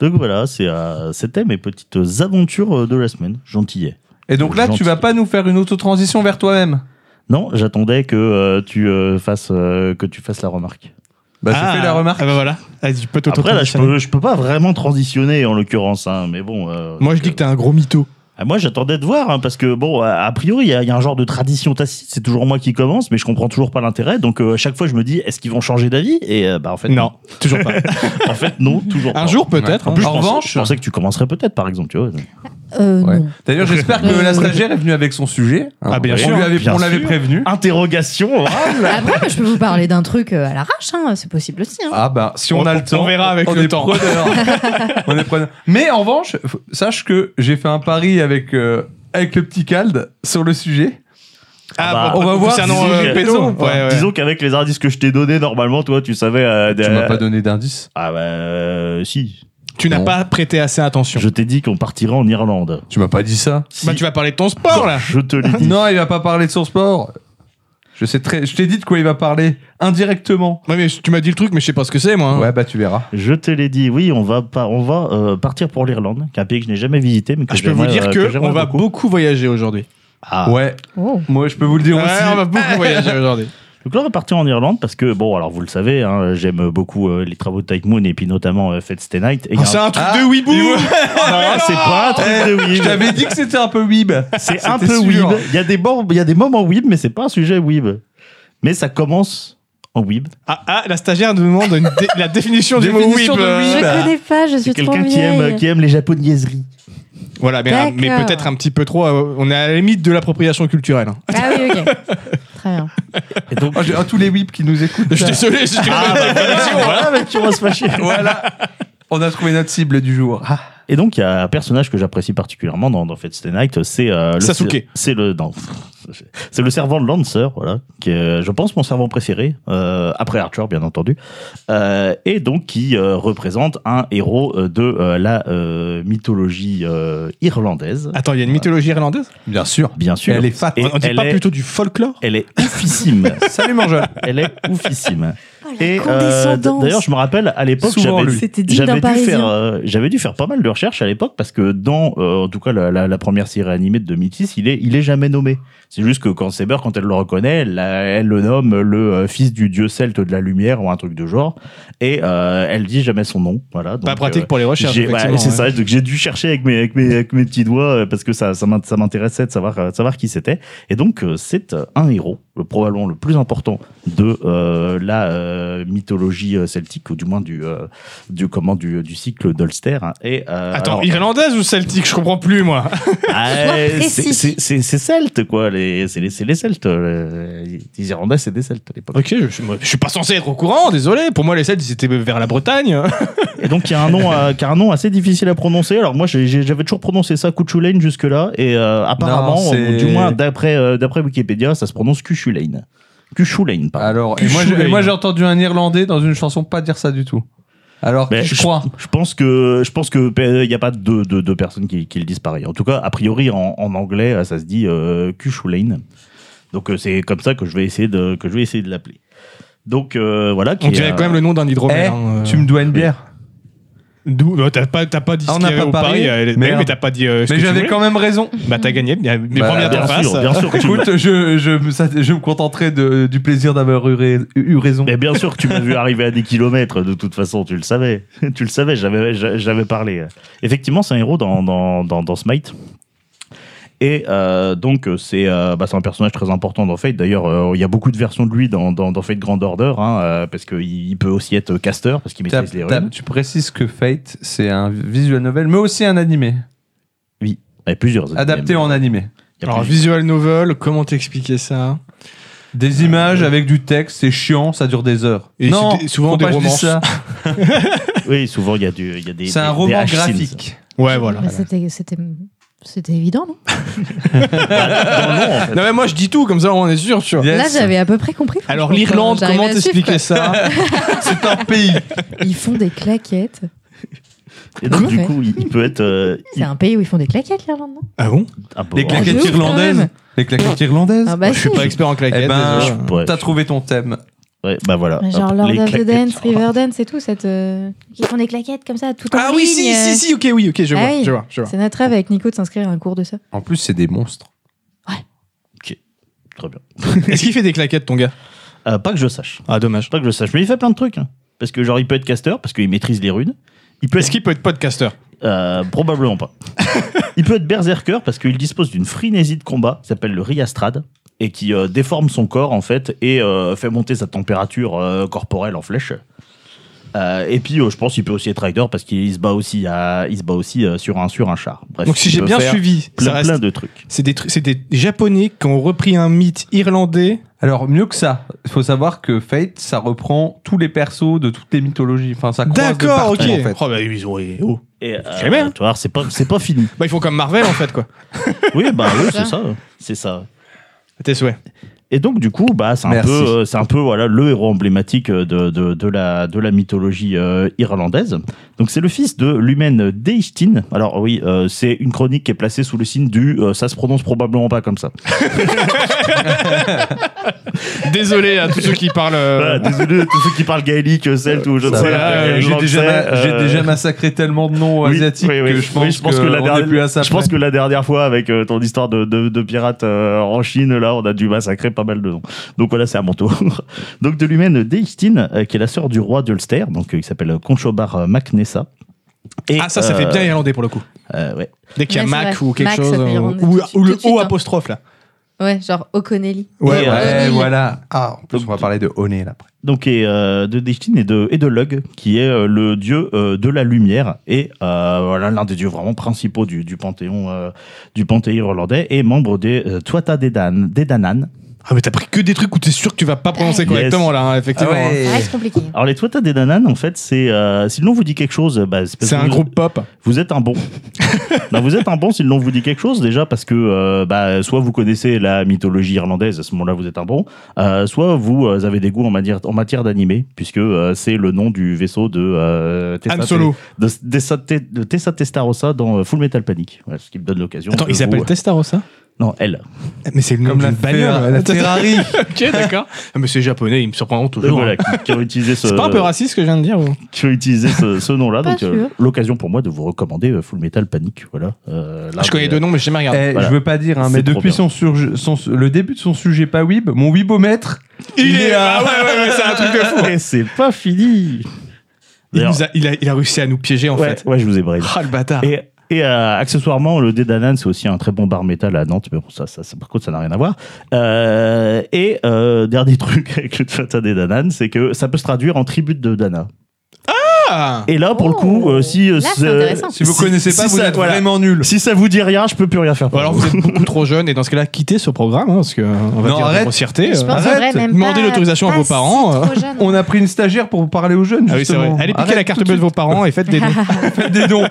Donc voilà, c'est, euh, c'était mes petites aventures euh, de la semaine, gentillet. Et donc là, Gentil. tu vas pas nous faire une auto-transition vers toi-même Non, j'attendais que euh, tu euh, fasses euh, que tu fasses la remarque. Bah, Ah, j'ai fait la remarque. Ah bah voilà. Ah, tu peux Après là, je t'auto-transitionner. peux, je peux pas vraiment transitionner en l'occurrence, hein, mais bon. euh, Moi, je donc, dis que t'es un gros mytho. Ah, Moi, j'attendais de voir, hein, parce que, bon, a a priori, il y, a- il y a un genre de tradition tacite, c'est toujours moi qui commence, mais je comprends toujours pas l'intérêt, donc euh, à chaque fois, je me dis, est-ce qu'ils vont changer d'avis Et euh, bah, en fait, Non, toujours pas. En fait, non, toujours pas. Un jour, peut-être. hein. En plus, je En pensais- revanche- je pensais que tu commencerais peut-être, par exemple, tu vois. Ah. Euh, Ouais. non. D'ailleurs, j'espère que la stagiaire est venue avec son sujet. hein. Ah, bien on sûr, lui avait- bien on l'avait sûr. prévenu. Interrogation. hein. Après, moi, je peux vous parler d'un truc euh, à l'arrache, hein, c'est possible aussi. hein. Ah bah, si on, On- a on le temps, verra avec on le est temps. preneur. on est preneur. Mais en revanche, f- sache que j'ai fait un pari avec euh, avec le petit Cald sur le sujet. Ah bah, bon, on va voir concernant, si euh, j'ai- Pézo. Ouais, Ouais, ouais. Disons qu'avec les indices que je t'ai donnés, normalement, toi, tu savais. euh, Tu euh, m'as pas donné d'indice. Ah bah, euh, si. Tu n'as Non. pas prêté assez attention. Je t'ai dit qu'on partirait en Irlande. Tu m'as pas dit ça. Si. Bah, tu vas parler de ton sport, là. Je te l'ai dit. Non, il va pas parler de son sport. Je sais très. Je t'ai dit de quoi il va parler indirectement. Ouais, mais tu m'as dit le truc, mais je sais pas ce que c'est, moi. hein. Ouais, bah tu verras. Je te l'ai dit, oui, on va, pas, on va euh, partir pour l'Irlande, qui est un pays que je n'ai jamais visité, mais que Ah, je peux vous j'aimerais, dire euh, que, j'aimerais on va beaucoup, voyager aujourd'hui. Ah. Ouais. Oh. Moi, je peux vous le dire Ouais, aussi. on va beaucoup voyager aujourd'hui. Donc là, on va partir en Irlande parce que, bon, alors vous le savez, hein, j'aime beaucoup euh, les travaux de Type Moon et puis notamment euh, Fate Night. Et il y a Oh, c'est un- un truc Ah, de Weeboo Non, c'est pas un truc Eh, de weeb. Je t'avais dit que c'était un peu weeb. C'est un Ah, C'était peu sûr. weeb. Il y, a des bor- il y a des moments weeb, mais c'est pas un sujet weeb. Mais ça commence en weeb. Ah, ah, la stagiaire nous demande une dé- la définition du mot Définition weeb. de euh, Je weeb. bah, connais pas, je suis C'est trop quelqu'un qui vieille. aime, qui aime les japonaiseries. Voilà, mais, D'accord. mais peut-être un petit peu trop. euh, On est à la limite de l'appropriation culturelle. hein. Ah oui, ok. Très bien. Et donc, Oh, j'ai- oh, tous les weebs qui nous écoutent. Je suis désolé, si tu Ah, bah, voilà, voilà, mais tu vas se fâcher. voilà. On a trouvé notre cible du jour. Ah. Et donc, il y a un personnage que j'apprécie particulièrement dans, dans Fate Stay Night, c'est euh, le Sasuke. C'est le non, c'est le servant de Lancer, voilà, qui est, je pense mon servant préféré euh, après Archer, bien entendu, Euh, et donc qui euh, représente un héros euh, de euh, la euh, mythologie euh, irlandaise. Attends, il y a une mythologie irlandaise Bien sûr. Bien sûr. Elle est fat. Et On dit elle pas est- plutôt du folklore Elle est oufissime. Salut Mangel. Elle est oufissime. Et euh, d- Oh, condescendance. d'ailleurs, je me rappelle à l'époque, Souvent, j'avais lui. C'était digne d'un j'avais dû, faire, parisien. euh, j'avais dû faire pas mal de recherches à l'époque parce que dans, euh, en tout cas, la, la- la première série animée de 2006, il est, il est jamais nommé. C'est juste que quand Saber, quand elle le reconnaît, elle, la- elle le nomme le euh, fils du dieu celte de la lumière ou un truc de genre, et euh, elle dit jamais son nom. Voilà. Donc, Pas euh, pratique pour les recherches. j'ai- ouais, effectivement, hein. c'est ça. ouais. Donc j'ai dû chercher avec mes, avec mes, avec mes petits doigts euh, parce que ça, ça m'int- ça m'intéressait de savoir, euh, savoir qui c'était. Et donc euh, c'est euh, un héros le- probablement le plus important de euh, la euh, mythologie euh, celtique, ou du moins du, euh, du, comment, du, du cycle d'Ulster. hein. Et, euh, Attends, alors- irlandaise ou celtique Je comprends plus, moi. Ah, Sois c'est précis. c'est- c'est- c'est celte, quoi. Les- C'est les, c'est les Celtes. euh, Les Irlandais, c'est des Celtes à l'époque. Ok, je, suis- moi, je suis pas censé être au courant, désolé. Pour moi, les Celtes, ils étaient vers la Bretagne. Et donc, il y a un nom, euh, qui a un nom assez difficile à prononcer. Alors, moi, j'ai- j'ai- j'avais toujours prononcé ça Cuchulain jusque-là. Et euh, apparemment, Non, c'est- euh, du moins, d'après euh, d'après Wikipédia, ça se prononce Cuchulain. Cuchulain, pardon. Alors, et moi, j'ai- Cuchulain. et moi, j'ai entendu un Irlandais dans une chanson pas dire ça du tout. Alors, Mais je crois. Je pense que je pense que euh, il n'y a pas deux, deux, deux personnes qui, qui le disent pareil. En tout cas, a priori, en, en anglais, euh, ça se dit euh, Cuchulain. Donc, euh, c'est comme ça que je vais essayer de, que je vais essayer de l'appeler. Donc, euh, voilà. qui On est, dirait euh, quand même le nom d'un Eh, hydromel. hein, euh. tu me dois une bière. D'où Non, T'as pas, t'as pas dit Ah, on ce n'a qu'il y pas avait au parié pari, euh, Mais, Merde. mais t'as pas dit. euh, ce Mais que tu j'avais voulais. quand même raison. Bah t'as gagné. Mes Bah, Euh, premières Bien temps sûr, bien sûr que tu m'as- Écoute, je, je, me sat- je me contenterai de- du plaisir d'avoir eu, rai- eu raison. Mais bien sûr que tu m'as vu arriver à des kilomètres, de toute façon, tu le savais. tu le savais, j'avais, j'a- j'avais parlé. Effectivement, c'est un héros dans, dans, dans, dans Smite. Et euh, donc, c'est euh, bah, c'est un personnage très important dans Fate. D'ailleurs, euh, il y a beaucoup de versions de lui dans, dans, dans Fate Grand Order, hein, euh, parce qu'il il peut aussi être caster, parce qu'il T'as- maîtrise les t'as- runes. tu précises que Fate, c'est un visual novel, mais aussi un animé. Il y a plusieurs. Adapté en animé. Il y a Alors plusieurs. visual novel, comment t'expliquer ça Des images avec du texte, c'est chiant, ça dure des heures. Et non, c'est des- souvent faut des pas que je dise romances. ça. Oui, souvent, il y a, du, il y a des. C'est des- un des roman H-Sims. graphique. Ouais voilà. Mais C'était, c'était, c'était évident, non Ah non, en fait. Non mais moi je dis tout comme ça on est sûr tu vois. Là, Yes. j'avais à peu près compris. Alors Franchement, l'Irlande, j'arrivais comment à suivre, t'expliquer ça C'est un pays. quoi. Ils font des claquettes. Et donc, du Ouais. coup, il il peut être. euh, C'est un pays où ils font des claquettes, l'Irlande, non Ah bon il- un peu- Les de claquettes ouf, quand irlandaises. même. Les claquettes irlandaises. Ah bah Je suis si. pas expert en claquettes. Eh ben, désolé. je pourrais- T'as trouvé ton thème. Ouais, bah voilà. Mais Genre Hop, Lord les of the claquettes. Dance, Riverdance et tout, cette. euh, Ils font des claquettes comme ça, tout en Ah oui si ligne, euh. si si ok oui ok je Ah vois oui. je vois je vois. C'est notre rêve avec Nico de s'inscrire à un cours de ça. En plus, c'est des monstres. Très bien. Est-ce qu'il fait des claquettes ton gars Euh, pas que je sache. Ah dommage. Pas que je sache. Mais il fait plein de trucs. hein. Parce que, genre, il peut être caster, parce qu'il maîtrise les runes. Il peut Est-ce être. qu'il peut être podcasteur euh, probablement pas. il peut être berserker, parce qu'il dispose d'une frénésie de combat, qui s'appelle le Riastrad, et qui euh, déforme son corps, en fait, et euh, fait monter sa température euh, corporelle en flèche. Euh, et puis, euh, je pense qu'il peut aussi être rider, parce qu'il se bat aussi, à, il se bat aussi euh, sur, un, sur un char. Bref, Donc si il j'ai peut bien faire suivi ça Plein, reste plein de trucs. c'est des tru- c'est des japonais qui ont repris un mythe irlandais. Alors, mieux que ça, il faut savoir que Fate, ça reprend tous les persos de toutes les mythologies. Enfin, ça croise de D'accord partout, ok. en fait. Oh bah ils ont oh. Et, euh, Jamais, hein. tu vois, c'est pas, c'est pas fini. Bah ils font comme Marvel en fait quoi. oui, bah oui, c'est Ça. ça. C'est ça. À Tes souhaits. Et donc du coup, bah c'est un Merci. peu, euh, c'est un peu voilà le héros emblématique euh, de, de, de la de la mythologie euh, irlandaise. Donc c'est le fils de l'humaine Deistin. Alors oui, euh, c'est une chronique qui est placée sous le signe du, euh, ça se prononce probablement pas comme ça. Désolé à tous ceux qui parlent. Voilà, euh, Ah, désolé à tous ceux qui parlent gaélique, celtes ou je ne Ça Ah, sais va, pas, euh, quelle J'ai langue déjà, c'est, ma- j'ai euh, déjà massacré tellement de noms oui, asiatiques oui, oui. que je pense, Oui, que, la on dernière- est plus à ça. je pense près. que la dernière fois avec euh, ton histoire de, de, de pirate euh, en Chine, là, on a dû massacrer pas mal de noms. Donc voilà, c'est à mon tour. donc de l'humaine Deistin, euh, qui est la sœur du roi d'Ulster, donc euh, qui s'appelle Conchobar euh, Macnessa. Et, Ah ça ça fait euh, bien irlandais pour le coup. euh, ouais. Dès qu'il y a Ouais, c'est Mac vrai. ou quelque Mac, ça chose. fait euh, irlandais ou, tout de suite, ou le tout de O suite, hein. apostrophe là. Ouais, genre O'Connelly. Ouais, Ouais, ouais. voilà. Ah, en plus, Donc, on va parler de Oné là. après. Donc et euh, de Deistin et de et de Lug, qui est euh, le dieu euh, de la lumière et euh, voilà l'un des dieux vraiment principaux du, du panthéon euh, du panthéon irlandais et membre des euh, Tuatha de Dan- de Danann. Ah mais t'as pris que des trucs où t'es sûr que tu vas pas prononcer Yes. Ah correctement là hein, effectivement. hein. Ça reste compliqué. Alors les Tuatha de Danann, en fait, c'est euh, si le nom vous dit quelque chose, bah, parce que C'est un vous- groupe pop. Vous êtes un bon. non, vous êtes un bon si le nom vous dit quelque chose déjà parce que euh, bah, soit vous connaissez la mythologie irlandaise, à ce moment-là vous êtes un bon, euh, soit vous euh, avez des goûts en matière, en matière d'animé puisque euh, c'est le nom du vaisseau de euh, Tessa- Han Solo. de, Tessa- de Tessa Testarossa dans euh, Full Metal Panic. Voilà, ce qui me donne l'occasion. Attends de il vous- euh, s'appelle Testarossa Non, elle. Eh, Mais c'est le nom Comme d'une la, Fer- bagnole. la Ferrari. ok d'accord. Ah, Mais c'est japonais ils me surprendront toujours. Euh, hein. Voilà, qui, qui ont utilisé ce. C'est pas un peu raciste ce que je viens de dire ou qui ont utilisé ce, ce nom-là. Pas Donc, euh, sûr. l'occasion pour moi de vous recommander euh, Full Metal Panic. Voilà. Euh, là, Ah, Je connais mais, deux noms mais j'ai jamais regardé. Eh, Voilà. Je veux pas dire, hein, C'est mais trop depuis bien. son surge- son- le début de son sujet pas Weeb, mon Weebomètre, Il est ah ouais ouais ouais c'est un truc de fou. euh, Et c'est pas fini. Il, D'ailleurs, nous a, il, a, il a réussi à nous piéger en ouais, fait. ouais, je vous ai brisé. Ah le bâtard. Et, Et euh, accessoirement, le dé d'Anan, c'est aussi un très bon bar métal à Nantes, mais bon, ça, ça, ça- par contre, ça n'a rien à voir. Euh, et euh, dernier truc avec le Tata des Danan, c'est que ça peut se traduire en tribut de Dana. Ah Et là, pour le coup, Oh. euh, si euh, Là, c'est ce- intéressant. Si vous Si- connaissez si pas, vous ça- êtes voilà. vraiment nul. si ça vous dit rien, je peux plus rien faire. Ou Pour alors vous. vous êtes beaucoup trop jeune et dans ce cas-là, quittez ce programme hein, parce que euh, on va Non, dire arrête. des grossièretés. Je euh. pense en arrête, vrai, même demandez pas- l'autorisation à pas vos si parents, trop jeune. On a pris une stagiaire pour parler aux jeunes. Ah oui, c'est vrai. justement. Allez piquer Arrête la carte tout de bleue de vos parents et faites des dons. suite. Faites des dons.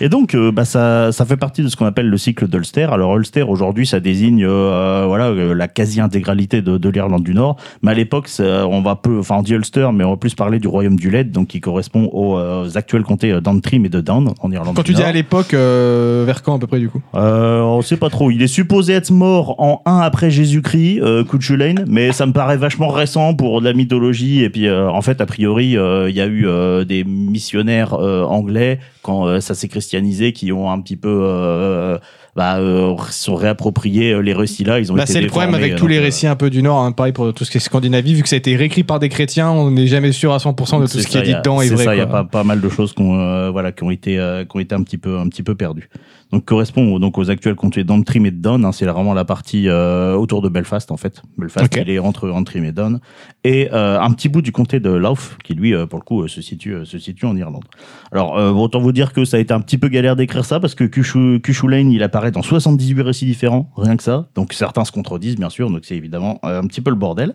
Et donc, euh, bah, ça, ça fait partie de ce qu'on appelle le cycle d'Ulster. Alors, Ulster, aujourd'hui, ça désigne euh, euh, voilà, euh, la quasi-intégralité de, de l'Irlande du Nord. Mais à l'époque, ça- on va peu, enfin, on dit Ulster, mais on va plus parler du royaume du Led, donc qui correspond aux, euh, aux actuels comtés d'Antrim et de Down en Irlande Quand du tu dis Nord. à l'époque, euh, vers quand à peu près du coup Euh, on sait pas trop. Il est supposé être mort en 1 après Jésus-Christ, euh, Cuchulainn, mais ça me paraît vachement récent pour de la mythologie. Et puis, euh, en fait, a priori, euh, il y a eu euh, des missionnaires euh, anglais, quand euh, ça s'est christianisé, qui ont un petit peu... Euh, bah, euh, sont réappropriés euh, les récits là. Ils ont Bah, été c'est le problème déformés, avec tous les donc, euh, récits un peu du Nord, hein, pareil pour tout ce qui est Scandinavie, vu que ça a été réécrit par des chrétiens, on n'est jamais sûr à 100% de tout C'est ce qui ça, est y dit a- dedans est c'est vrai. ça, il y a quoi. pas, pas mal de choses qu'on, euh, voilà, qui ont été, euh, qui ont été un petit peu, un petit peu perdues. Donc correspond au- donc aux actuels comtés d'Antrim et de Down. hein, c'est vraiment la partie euh, autour de Belfast en fait. Belfast, Ok. il est entre Antrim et Down et euh, un petit bout du comté de Louth qui lui, euh, pour le coup, euh, se situe, euh, se situe en Irlande. Alors euh, autant vous dire que ça a été un petit peu galère d'écrire ça parce que Cushu- Cuchulainn il apparaît dans 78 récits différents, rien que ça. Donc certains se contredisent bien sûr, donc c'est évidemment euh, un petit peu le bordel.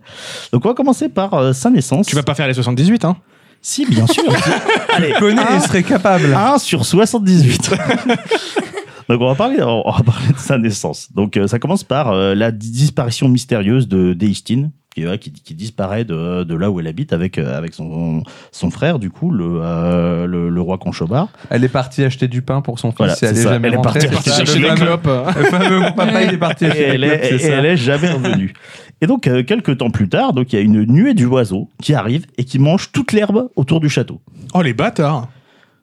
Donc on va commencer par euh, sa naissance. Tu vas pas faire les 78, hein Si, bien sûr. Allez, Je connais et un- serait capable. 1 Ah, sur 78. Donc on va parler, on va parler de sa naissance. Donc euh, ça commence par euh, la di- disparition mystérieuse de Deistine, qui, euh, qui, qui disparaît de, de là où elle habite avec, euh, avec son, son frère, du coup, le, euh, le, le roi Conchobar. Elle est partie acheter du pain pour son fils Voilà, et elle c'est est ça. jamais Elle est rentrée. partie c'est ça, acheter chez le les fameux- le fameux mon papa, il est parti Et acheter elle des est, clopes, et c'est elle ça. est jamais revenue. Et donc, euh, quelques temps plus tard, donc il y a une nuée d'oiseaux qui arrive et qui mange toute l'herbe autour du château. Oh les bâtards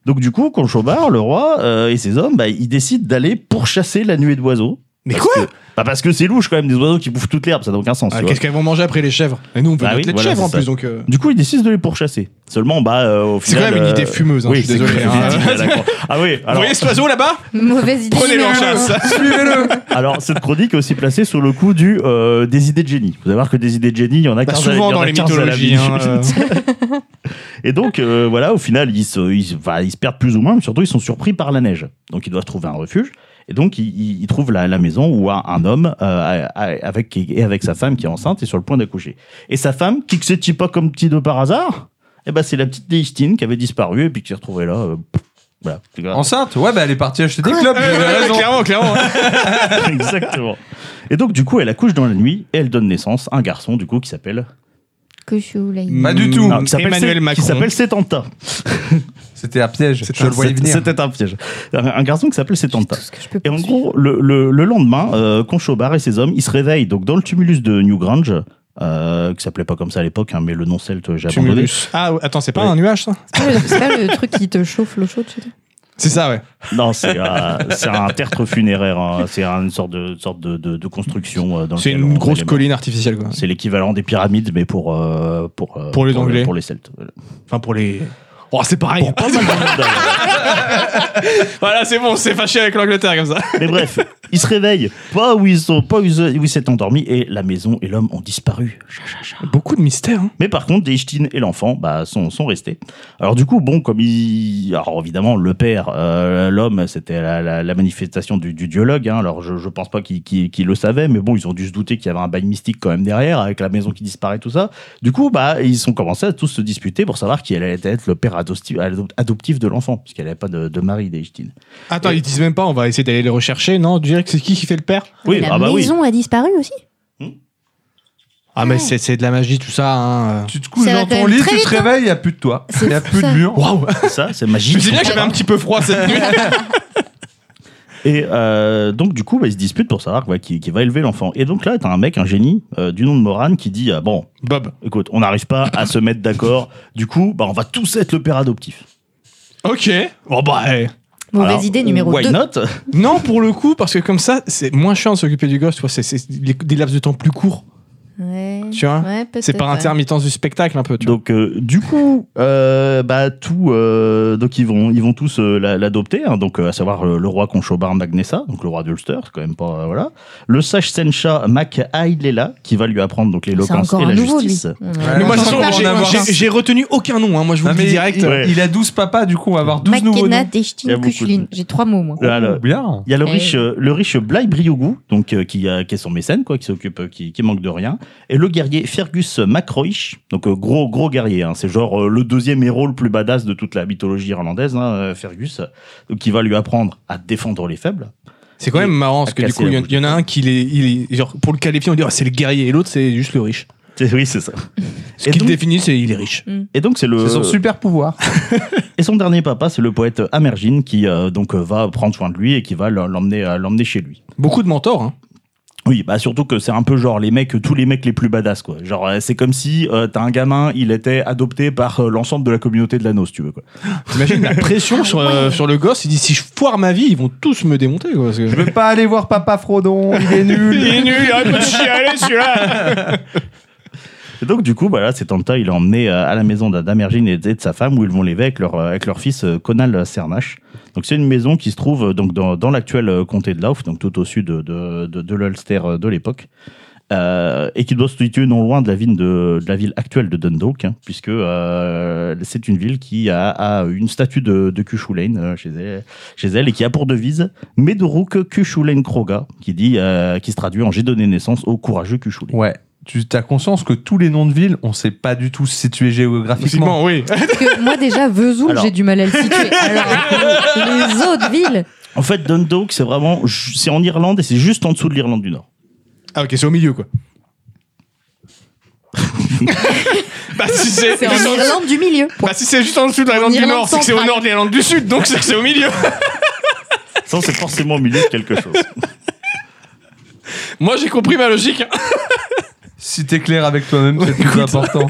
Donc du coup, Conchobar, le roi euh, et ses hommes, bah, ils décident d'aller pourchasser la nuée d'oiseaux. Mais Parce quoi que- bah, Parce que c'est louche quand même, des oiseaux qui bouffent toute l'herbe, ça n'a aucun sens. Ah, tu vois. Qu'est-ce qu'elles vont manger après les chèvres Et nous on peut Bah être oui, les voilà, chèvres en c'est plus ça. donc. euh, Du coup, ils décident de les pourchasser. Seulement, bah, euh, au C'est final... quand même une euh, idée fumeuse, hein, oui, je suis désolé. c'est quand hein. même une idée, d'accord. ah oui, Vous alors, voyez cet oiseau là-bas Mauvaise idée. Prenez-le en mais- chasse Suivez-le. alors, cette chronique est aussi placée sous le coup du, euh, des idées de génie. Vous allez voir que des idées de génie, il y en a Bah, 15 à- il Souvent y en dans a les 15 à la mythologies. minute. hein, euh. Et donc, euh, voilà, au final, ils se, ils, se- enfin, ils se perdent plus ou moins, mais surtout, ils sont surpris par la neige. Donc, ils doivent trouver un refuge. Et donc, ils- ils, ils trouvent la, la maison où un, un homme euh, a- a- avec, et avec sa femme qui est enceinte est sur le point d'accoucher. Et sa femme, qui que c'est pas comme petit de par hasard, eh ben, c'est la petite Déistine qui avait disparu et puis qui s'est retrouvée là. euh, pff, voilà. C'est grave. Enceinte Ouais, bah elle est partie acheter des clubs. Ouais, ouais, clairement, clairement. hein. Exactement. Et donc, du coup, elle accouche dans la nuit et elle donne naissance à un garçon, du coup, qui s'appelle. Que je suis où, là Mm. il- Pas du tout. Non, qui s'appelle Emmanuel Sé- Macron. Qui s'appelle Setanta. C'était un piège. C'était Je le voyais C'était- venir. C'était un piège. Un, un garçon qui s'appelle Setanta. Tout ce que je peux Et en poursuivre. gros, le, le- le lendemain, euh, Conchobar et ses hommes, ils se réveillent donc dans le tumulus de Newgrange, euh, qui s'appelait pas comme ça à l'époque, hein, mais le nom celte, euh, j'ai abandonné. Tumulus. Ah ouais, attends, c'est pas Ouais. un nuage ça C'est pas le- C'est pas le truc qui te chauffe l'eau chaude, tu sais. C'est ça ouais. Non, c'est euh, c'est un tertre funéraire, hein, c'est une sorte de, sorte de, de- de construction. euh, dans C'est lequel on une grosse met les morts. colline artificielle quoi. C'est l'équivalent des pyramides, mais pour, euh, pour, euh, Pour les Anglais. Pour les Celtes. voilà. Enfin pour les. Oh c'est pareil. Pour pas mal de monde, d'ailleurs. Voilà c'est bon, on s'est fâché avec l'Angleterre comme ça. Mais bref, ils se réveillent, pas où ils sont, pas où ils où ils s'étaient endormis, et la maison et l'homme ont disparu. Cha, cha, cha. Beaucoup de mystères. hein. Mais par contre, Deichtin et l'enfant bah, sont, sont restés. Alors du coup, bon, comme il... Alors évidemment, le père, euh, l'homme, c'était la, la- la manifestation du, du dialogue. hein. Alors je, je pense pas qu'il qu'il- qu'il le savait, mais bon, ils ont dû se douter qu'il y avait un bail mystique quand même derrière, avec la maison qui disparaît, tout ça. Du coup, bah, ils ont commencé à tous se disputer pour savoir qui allait être le père adosti- adop- adoptif de l'enfant, puisqu'elle n'avait pas de, de mari, Deichtin. Attends, Et- ils disent même pas, on va essayer d'aller les rechercher. Non, tu dirais que c'est qui qui fait le père Oui, Mais la ah bah oui. maison a disparu aussi. Ah, mais c'est c'est de la magie, tout ça. hein. Tu te couches Ça va dans quand ton même lit, très tu vite, te réveilles, il n'y a plus de toi. C'est Il n'y a fou, plus de ça. mur. Waouh C'est ça, c'est Je magique. me dis bien que j'avais un petit peu froid cette nuit. Et euh, donc, du coup, bah, ils se disputent pour savoir quoi, qui, qui va élever l'enfant. Et donc là, t'as un mec, un génie, euh, du nom de Moran, qui dit euh, Bon, Bob. écoute, on n'arrive pas à se mettre d'accord. Du coup, bah, on va tous être le père adoptif. Ok. Bon, bah. eh. Mauvaise Alors, idée numéro why 2. not Non, pour le coup, parce que comme ça, c'est moins chiant de s'occuper du gosse. Tu vois, c'est- c'est des des laps de temps plus courts. Ouais. Tu vois Ouais, peut-être, C'est par ouais. intermittence du spectacle un peu, tu vois. Donc euh, du coup, euh, bah tout, euh, donc ils vont, ils vont tous euh, la- l'adopter. hein. donc euh, à savoir euh, le roi Conchobar Magnessa, donc le roi d'Ulster, c'est quand même pas euh, voilà. Le sage Sencha Mac Ailela qui va lui apprendre donc C'est l'éloquence encore et un la nouveau, justice. lui. Mais Mais moi, de toute Encore façon, en j'ai- avoir un. j'ai- j'ai retenu aucun nom, hein. moi je vous Non, le mais dis direct. il, Ouais. il a 12 papas, du coup, on va avoir 12 nouveaux Makenna, noms. Il y a Destin, beaucoup de- Kuchulin. J'ai trois mots, moi. Là, là, Bien. Il y a le Eh riche, oui. euh, le riche Bly Briougou, donc euh, qui, a, qui est son mécène, quoi, qui s'occupe, euh, qui, qui manque de rien, et le guerrier Fergus Macroich, donc euh, gros gros guerrier, hein, c'est genre euh, le deuxième héros le plus badass de toute la mythologie irlandaise, hein, euh, Fergus, donc qui va lui apprendre à défendre les faibles. C'est quand même marrant parce que À du casser coup, il la y, en- bouche. il y en a un qui les, il est- genre, pour le qualifier, on dit Ah, c'est le guerrier et l'autre c'est juste le riche. C'est- Oui, c'est ça. Ce Et qu'il donc- définit, c'est il est riche. Et donc c'est le C'est son super pouvoir. et son dernier papa, c'est le poète Amergine qui euh, donc euh, va prendre soin de lui et qui va le- l'emmener euh, l'emmener chez lui. Beaucoup de mentors. hein. Oui, bah surtout que c'est un peu genre les mecs, tous les mecs les plus badass quoi. Genre euh, c'est comme si euh, t'as un gamin, il était adopté par euh, l'ensemble de la communauté de l'anneau, si tu veux quoi. T'imagines la pression sur, euh, sur le gosse, il dit si je foire ma vie, ils vont tous me démonter. Quoi, parce que- Je veux pas aller voir papa Frodon, il est nul. nul, il arrête pas de chialer celui-là Et donc du coup, bah là, c'est Tanta, il est emmené euh, à la maison d'A- d'Amergine et de et de sa femme où ils vont l'élever avec leur euh, avec leur fils euh, Conal Cernache. Donc c'est une maison qui se trouve euh, donc dans, dans l'actuel euh, comté de Lauf, donc tout au sud de de, de, de l'Ulster euh, de l'époque. Euh, et qui doit se situer non loin de la ville, de, de la ville actuelle de Dundalk, hein, puisque euh, c'est une ville qui a, a une statue de, de Cuchulainn euh, chez, elle, chez elle et qui a pour devise Medoruk Cuchulainn Kroga, qui, dit, euh, qui se traduit en J'ai donné naissance au courageux Cuchulainn. Ouais. Tu as conscience que tous les noms de villes, on sait pas du tout se situer géographiquement. oui. Parce que moi, déjà, Vesoul, Alors. j'ai du mal à le situer. Alors, les autres villes, En fait, Dundalk, c'est vraiment, c'est en Irlande et c'est juste en dessous de l'Irlande du Nord. Ah ok, c'est au milieu quoi. bah si c'est c'est en juste en- Irlande du milieu. bah, si c'est juste en dessous de la Irlande du Irlande Nord, c'est que c'est au centrale. nord de l'Irlande du Sud, donc c'est que c'est au milieu. Ça, c'est forcément au milieu de quelque chose. Moi j'ai compris ma logique. Si t'es clair avec toi-même, c'est le plus important.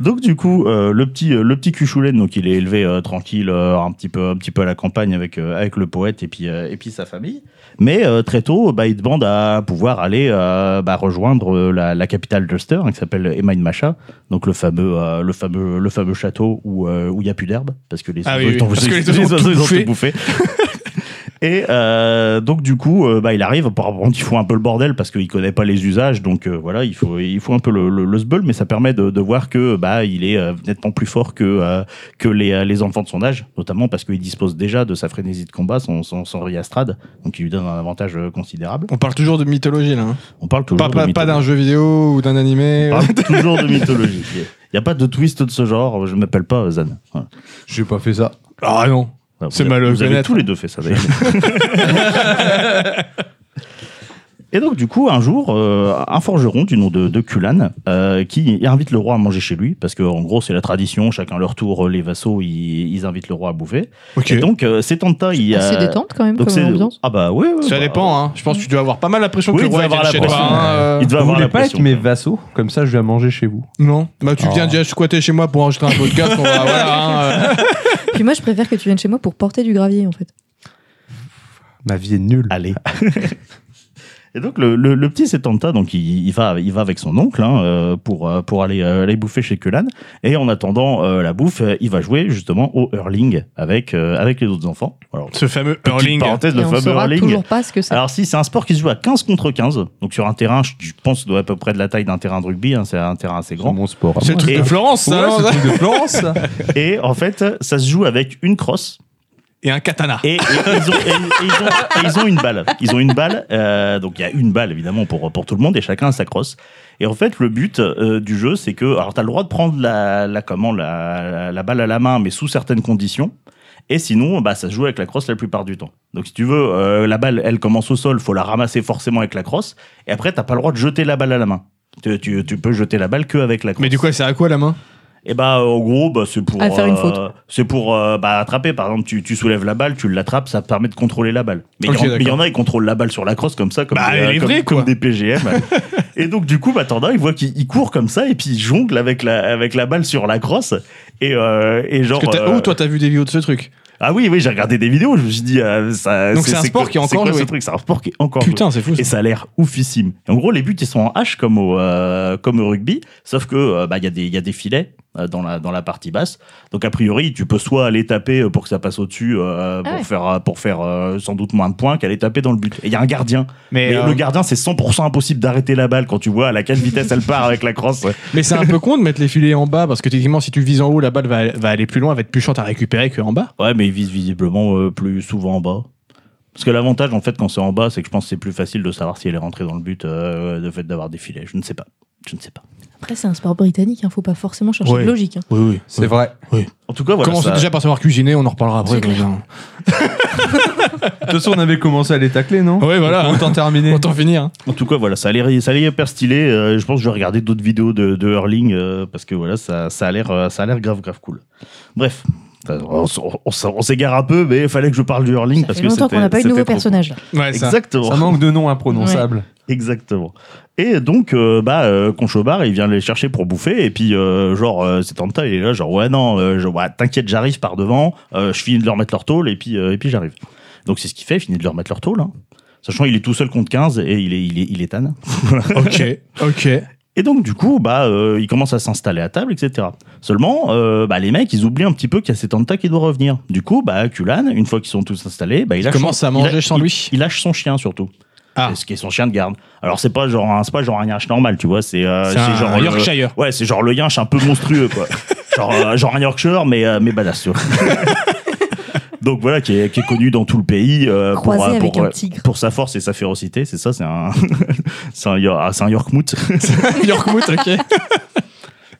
Donc du coup, euh, le petit euh, le petit Cuchulaine, donc il est élevé euh, tranquille, euh, un petit peu un petit peu à la campagne avec euh, avec le poète et puis euh, et puis sa famille. Mais euh, très tôt, bah, il demande à pouvoir aller euh, bah, rejoindre euh, la, la capitale d'Ulster, hein, qui s'appelle Emain Macha, donc le fameux euh, le fameux le fameux château où euh, où il y a plus d'herbe parce que les Ah oiseaux, oui, ils ont- oui, parce que les oiseaux ont oiseaux, tout ils ont bouffé. tout bouffé. Et euh, donc du coup, euh, bah, il arrive. Par contre, il faut un peu le bordel parce qu'il connaît pas les usages. Donc euh, voilà, il faut il faut un peu le, le, le sbeul, mais ça permet de, de voir que bah il est euh, nettement plus fort que euh, que les, euh, les enfants de son âge, notamment parce qu'il dispose déjà de sa frénésie de combat, son son, son riastrade, donc il lui donne un avantage euh, considérable. On parle toujours de mythologie là. hein. On parle toujours Pas, de pas- pas mythologie. d'un jeu vidéo ou d'un animé. On parle toujours de mythologie. Il y a pas de twist de ce genre. Je m'appelle pas euh, Zan. Voilà. J'ai pas fait ça. Ah non. Ah, C'est vous- mal à Vous avez connaître. tous les deux fait ça d'ailleurs. Et donc du coup, un jour, euh, un forgeron du nom de, de Kulan, euh, qui invite le roi à manger chez lui, parce que en gros c'est la tradition, chacun leur tour, euh, les vassaux, ils, ils invitent le roi à bouffer. Ok. Et donc euh, c'est Tanta, il y a... C'est détente quand même, donc, comme c'est- ambiance. Ah bah oui, Ça dépend, hein. je pense que tu dois avoir pas mal la pression Oui, que le tu roi dois avoir vienne la chez toi. pression. hein, euh. Il doit Vous avoir voulez la pas pression. être mes vassaux Comme ça, je vais à manger chez vous. Non, bah tu Oh. viens déjà squatter chez moi pour enregistrer un podcast. on va- voilà, hein, euh. Puis moi, je préfère que tu viennes chez moi pour porter du gravier, en fait. Ma vie est nulle. Allez. Et donc le, le, le petit Setanta, donc il, il va il va avec son oncle hein, euh, pour euh, pour aller euh, aller bouffer chez Kulan et en attendant euh, la bouffe, euh, il va jouer justement au hurling avec euh, avec les autres enfants. Alors Ce fameux petite hurling. parenthèse, Et le on fameux saura hurling. toujours pas ce que c'est. Alors si c'est un sport qui se joue à 15 contre 15, donc sur un terrain, je je pense doit à peu près de la taille d'un terrain de rugby, hein, c'est un terrain assez C'est grand. mon sport. C'est le truc Et- de Florence, ça, hein, non Ouais, c'est le truc de Florence. ça. Et en fait, ça se joue avec une crosse Et un katana. et, et ils, ont, et- et ils ont- et ils ont une balle. Ils ont une balle. euh, donc il y a une balle évidemment pour pour tout le monde et chacun a sa crosse. Et en fait, le but euh, du jeu, c'est que alors t'as le droit de prendre la la comment la, la- la balle à la main, mais sous certaines conditions. Et sinon, bah, ça se joue avec la crosse la plupart du temps. Donc, si tu veux, euh, la balle, elle commence au sol, faut la ramasser forcément avec la crosse. Et après, t'as pas le droit de jeter la balle à la main. Tu, tu- tu peux jeter la balle que avec la crosse. Mais du coup, elle sert à quoi la main Et bah, en gros, bah, c'est pour. À faire une faute. euh, C'est pour euh, bah, attraper. Par exemple, tu, tu soulèves la balle, tu l'attrapes, ça te permet de contrôler la balle. Mais il Ok, y en- mais il y, d'accord. en a, ils contrôlent la balle sur la crosse comme ça, comme, Bah, des, euh, elle est comme- vraie, comme quoi. des PGM. et donc, du coup, bah, t'en as, il voit qu'il il court comme ça et puis il jongle avec la, avec la balle sur la crosse. Et, euh, et genre. Parce que t'as- euh, Oh, toi, t'as vu des vidéos de ce truc Ah oui, oui, j'ai regardé des vidéos, je me suis dit, euh, ça, Donc c'est un sport quoi- qui est c'est encore quoi joué. ce truc, c'est un sport qui est encore joué. Putain, c'est fou. ça. Et ça a l'air oufissime. Et en gros, les buts, ils sont en H comme au, euh, comme au rugby, sauf que euh, bah, il y, a des- il y a des filets euh, dans la, dans la partie basse. Donc, a priori, tu peux soit aller taper euh, pour que ça passe au-dessus, euh, Ah pour ouais. faire, euh, pour faire euh, sans doute moins de points, qu'aller taper dans le but. Et il y a un gardien. Mais, Mais euh, le gardien, c'est 100% impossible d'arrêter la balle quand tu vois à laquelle vitesse elle part avec la crosse. mais c'est un peu con de mettre les filets en bas parce que techniquement, si tu vises en haut, la balle va, va aller plus loin, va être plus chante à récupérer qu'en bas. Ouais, mais il vise visiblement euh, plus souvent en bas. Parce que l'avantage, en fait, quand c'est en bas, c'est que je pense que c'est plus facile de savoir si elle est rentrée dans le but, euh, le fait d'avoir des filets. Je ne sais pas. Je ne sais pas. Après, c'est un sport britannique, il ne faut pas forcément chercher Ouais. de logique. hein. Oui, oui. C'est vrai. En tout cas, voilà. Commence bah, ça- déjà par savoir cuisiner, on en reparlera après. C'est quoi, clair. genre. De toute façon, on avait commencé à les tacler, non Ouais, voilà. Autant terminer. Autant finir. hein. En tout cas, voilà, ça a l'air, ça a l'air hyper stylé. Euh, je pense que je vais regarder d'autres vidéos de, de Hurling euh, parce que voilà, ça, ça a l'air, euh, ça a l'air grave, grave cool. Bref, euh, on, s- on s- on s'égare un peu, mais il fallait que je parle du Hurling Ça parce fait que longtemps c'était- qu'on n'a pas eu de c'était nouveau trop cool. personnage. là. Ouais, ça. Exactement. Ça manque de noms imprononçables. Exactement. Et donc, euh, bah, euh, Conchobar, il vient les chercher pour bouffer. Et puis, euh, genre, euh, c'est Tanta, il est là, genre, ouais, non, euh, je- ouais, t'inquiète, j'arrive par devant. euh, je finis de leur mettre leur tôle et puis, euh, et puis j'arrive. Donc, c'est ce qu'il fait, il finit de leur mettre leur tôle. hein. Sachant il est tout seul contre 15 et il est, il est, il est tan. Ok, ok. Et donc, du coup, bah, euh, ils commencent à s'installer à table, etc. Seulement, euh, bah, les mecs, ils oublient un petit peu qu'il y a cet Tanta qui doit revenir. Du coup, bah, Kulan, une fois qu'ils sont tous installés, bah, il lâche Commence son- à il manger lâche- sans lui. il lâche son chien surtout. Ah. C'est Ce qui est son chien de garde. Alors c'est pas genre un, c'est pas genre un yinche normal, tu vois, c'est euh, C'est c'est un genre le- Yorkshire. ouais, c'est genre le yinche un peu monstrueux quoi. genre euh, genre un Yorkshire mais euh, mais badass. tu vois. Donc voilà qui est, qui est connu dans tout le pays euh, pour, Croisé euh, avec pour, un euh, tigre. pour sa force et sa férocité, c'est ça, c'est un c'est un, Yor- ah, c'est un Yorkmout. Yorkmout, ok.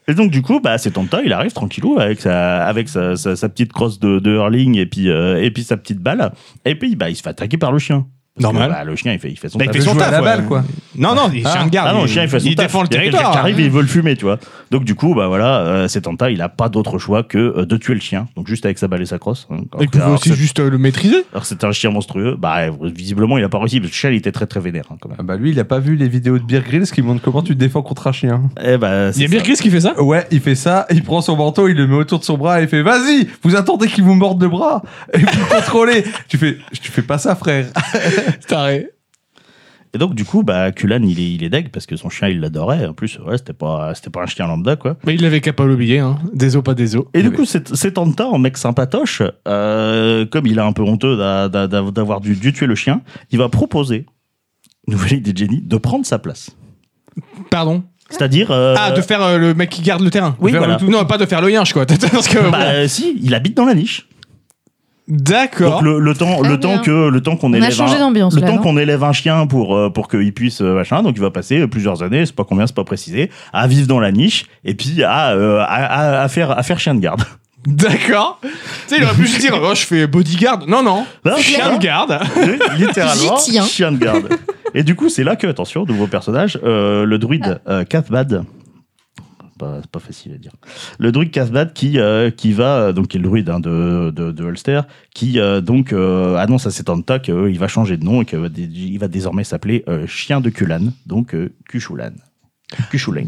Et donc, du coup, bah, c'est Tonta, il arrive tranquillou avec sa, avec sa, sa- sa petite crosse de, de hurling et puis, euh, et puis sa petite balle. Et puis, bah, il se fait attaquer par le chien. Parce que, Normal. bah, le chien, il fait, il fait son Bah, il taf. fait Jouer son à taf. la ouais. balle, quoi. Non, non, il Ah. chien de garde. Ah non, le il- chien, il fait son Il taf. défend le Il y a quelqu'un territoire. qui arrive et il veut le fumer, tu vois. Donc, du coup, bah, voilà, euh, c'est Tonta, il a pas d'autre choix que euh, de tuer le chien. Donc, juste avec sa balle et sa crosse. Donc, alors Il que- pouvait alors aussi c'est- juste euh, le maîtriser. alors que c'est un chien monstrueux. Bah, visiblement, il a pas réussi. Parce que le chien, il était très, très vénère, hein, quand même. Ah bah lui, il a pas vu les vidéos de Beer Grylls qui montrent comment tu te défends contre un chien. Eh bah, Il y c'est a ça. Birkis qui fait ça Ouais, il fait ça, il prend son manteau, il le met autour de son bras et il fait Vas-y, vous attendez qu'il vous morde le bras et vous contrôlez. tu fais Tu fais pas ça, frère. Taré. Et donc, du coup, bah, Kulan, il est, il est deg parce que son chien, il l'adorait. En plus, ouais, c'était pas, c'était pas un chien lambda, quoi. Mais il l'avait qu'à pas l'oublier. Hein. Des os, pas des os. Et du coup, c'est c'est Tanta, en mec sympatoche, euh, comme il est un peu honteux d'a- d'a- d'a- d'avoir dû, dû tuer le chien, il va proposer, nouvelle idée de génie, de prendre sa place. Pardon. C'est-à-dire. euh, Ah, de faire euh, le mec qui garde le terrain. Oui, De faire voilà. le tout- Non, pas de faire le yinche, quoi. Parce que, Bah, bon. euh, si, il habite dans la niche. Donc D'accord. le, le temps, Très le Ah, bien. temps que le temps qu'on On a élève, changé un- d'ambiance, le là, temps non qu'on élève un chien pour euh, pour qu'il puisse euh, machin. Donc il va passer plusieurs années, c'est pas combien, c'est pas précisé, à vivre dans la niche et puis à euh, à, à- à faire à faire chien de garde. D'accord. Tu sais, il aurait pu juste dire oh, je fais bodyguard. Non, non. Là, Chien de garde. Oui, littéralement J'y tiens. chien de garde. Et du coup, c'est là que, attention, nouveau personnage, euh, le druide Ah. euh, Cathbad. Pas, c'est pas facile à dire. Le druide Cathbad qui, euh, qui va, euh, donc qui est le druide hein, de, de, de Ulster, qui euh, donc euh, annonce à Setanta qu'il euh, va changer de nom et qu'il va désormais s'appeler euh, Chien de Kulan, donc euh, Kushulan. Kushulan.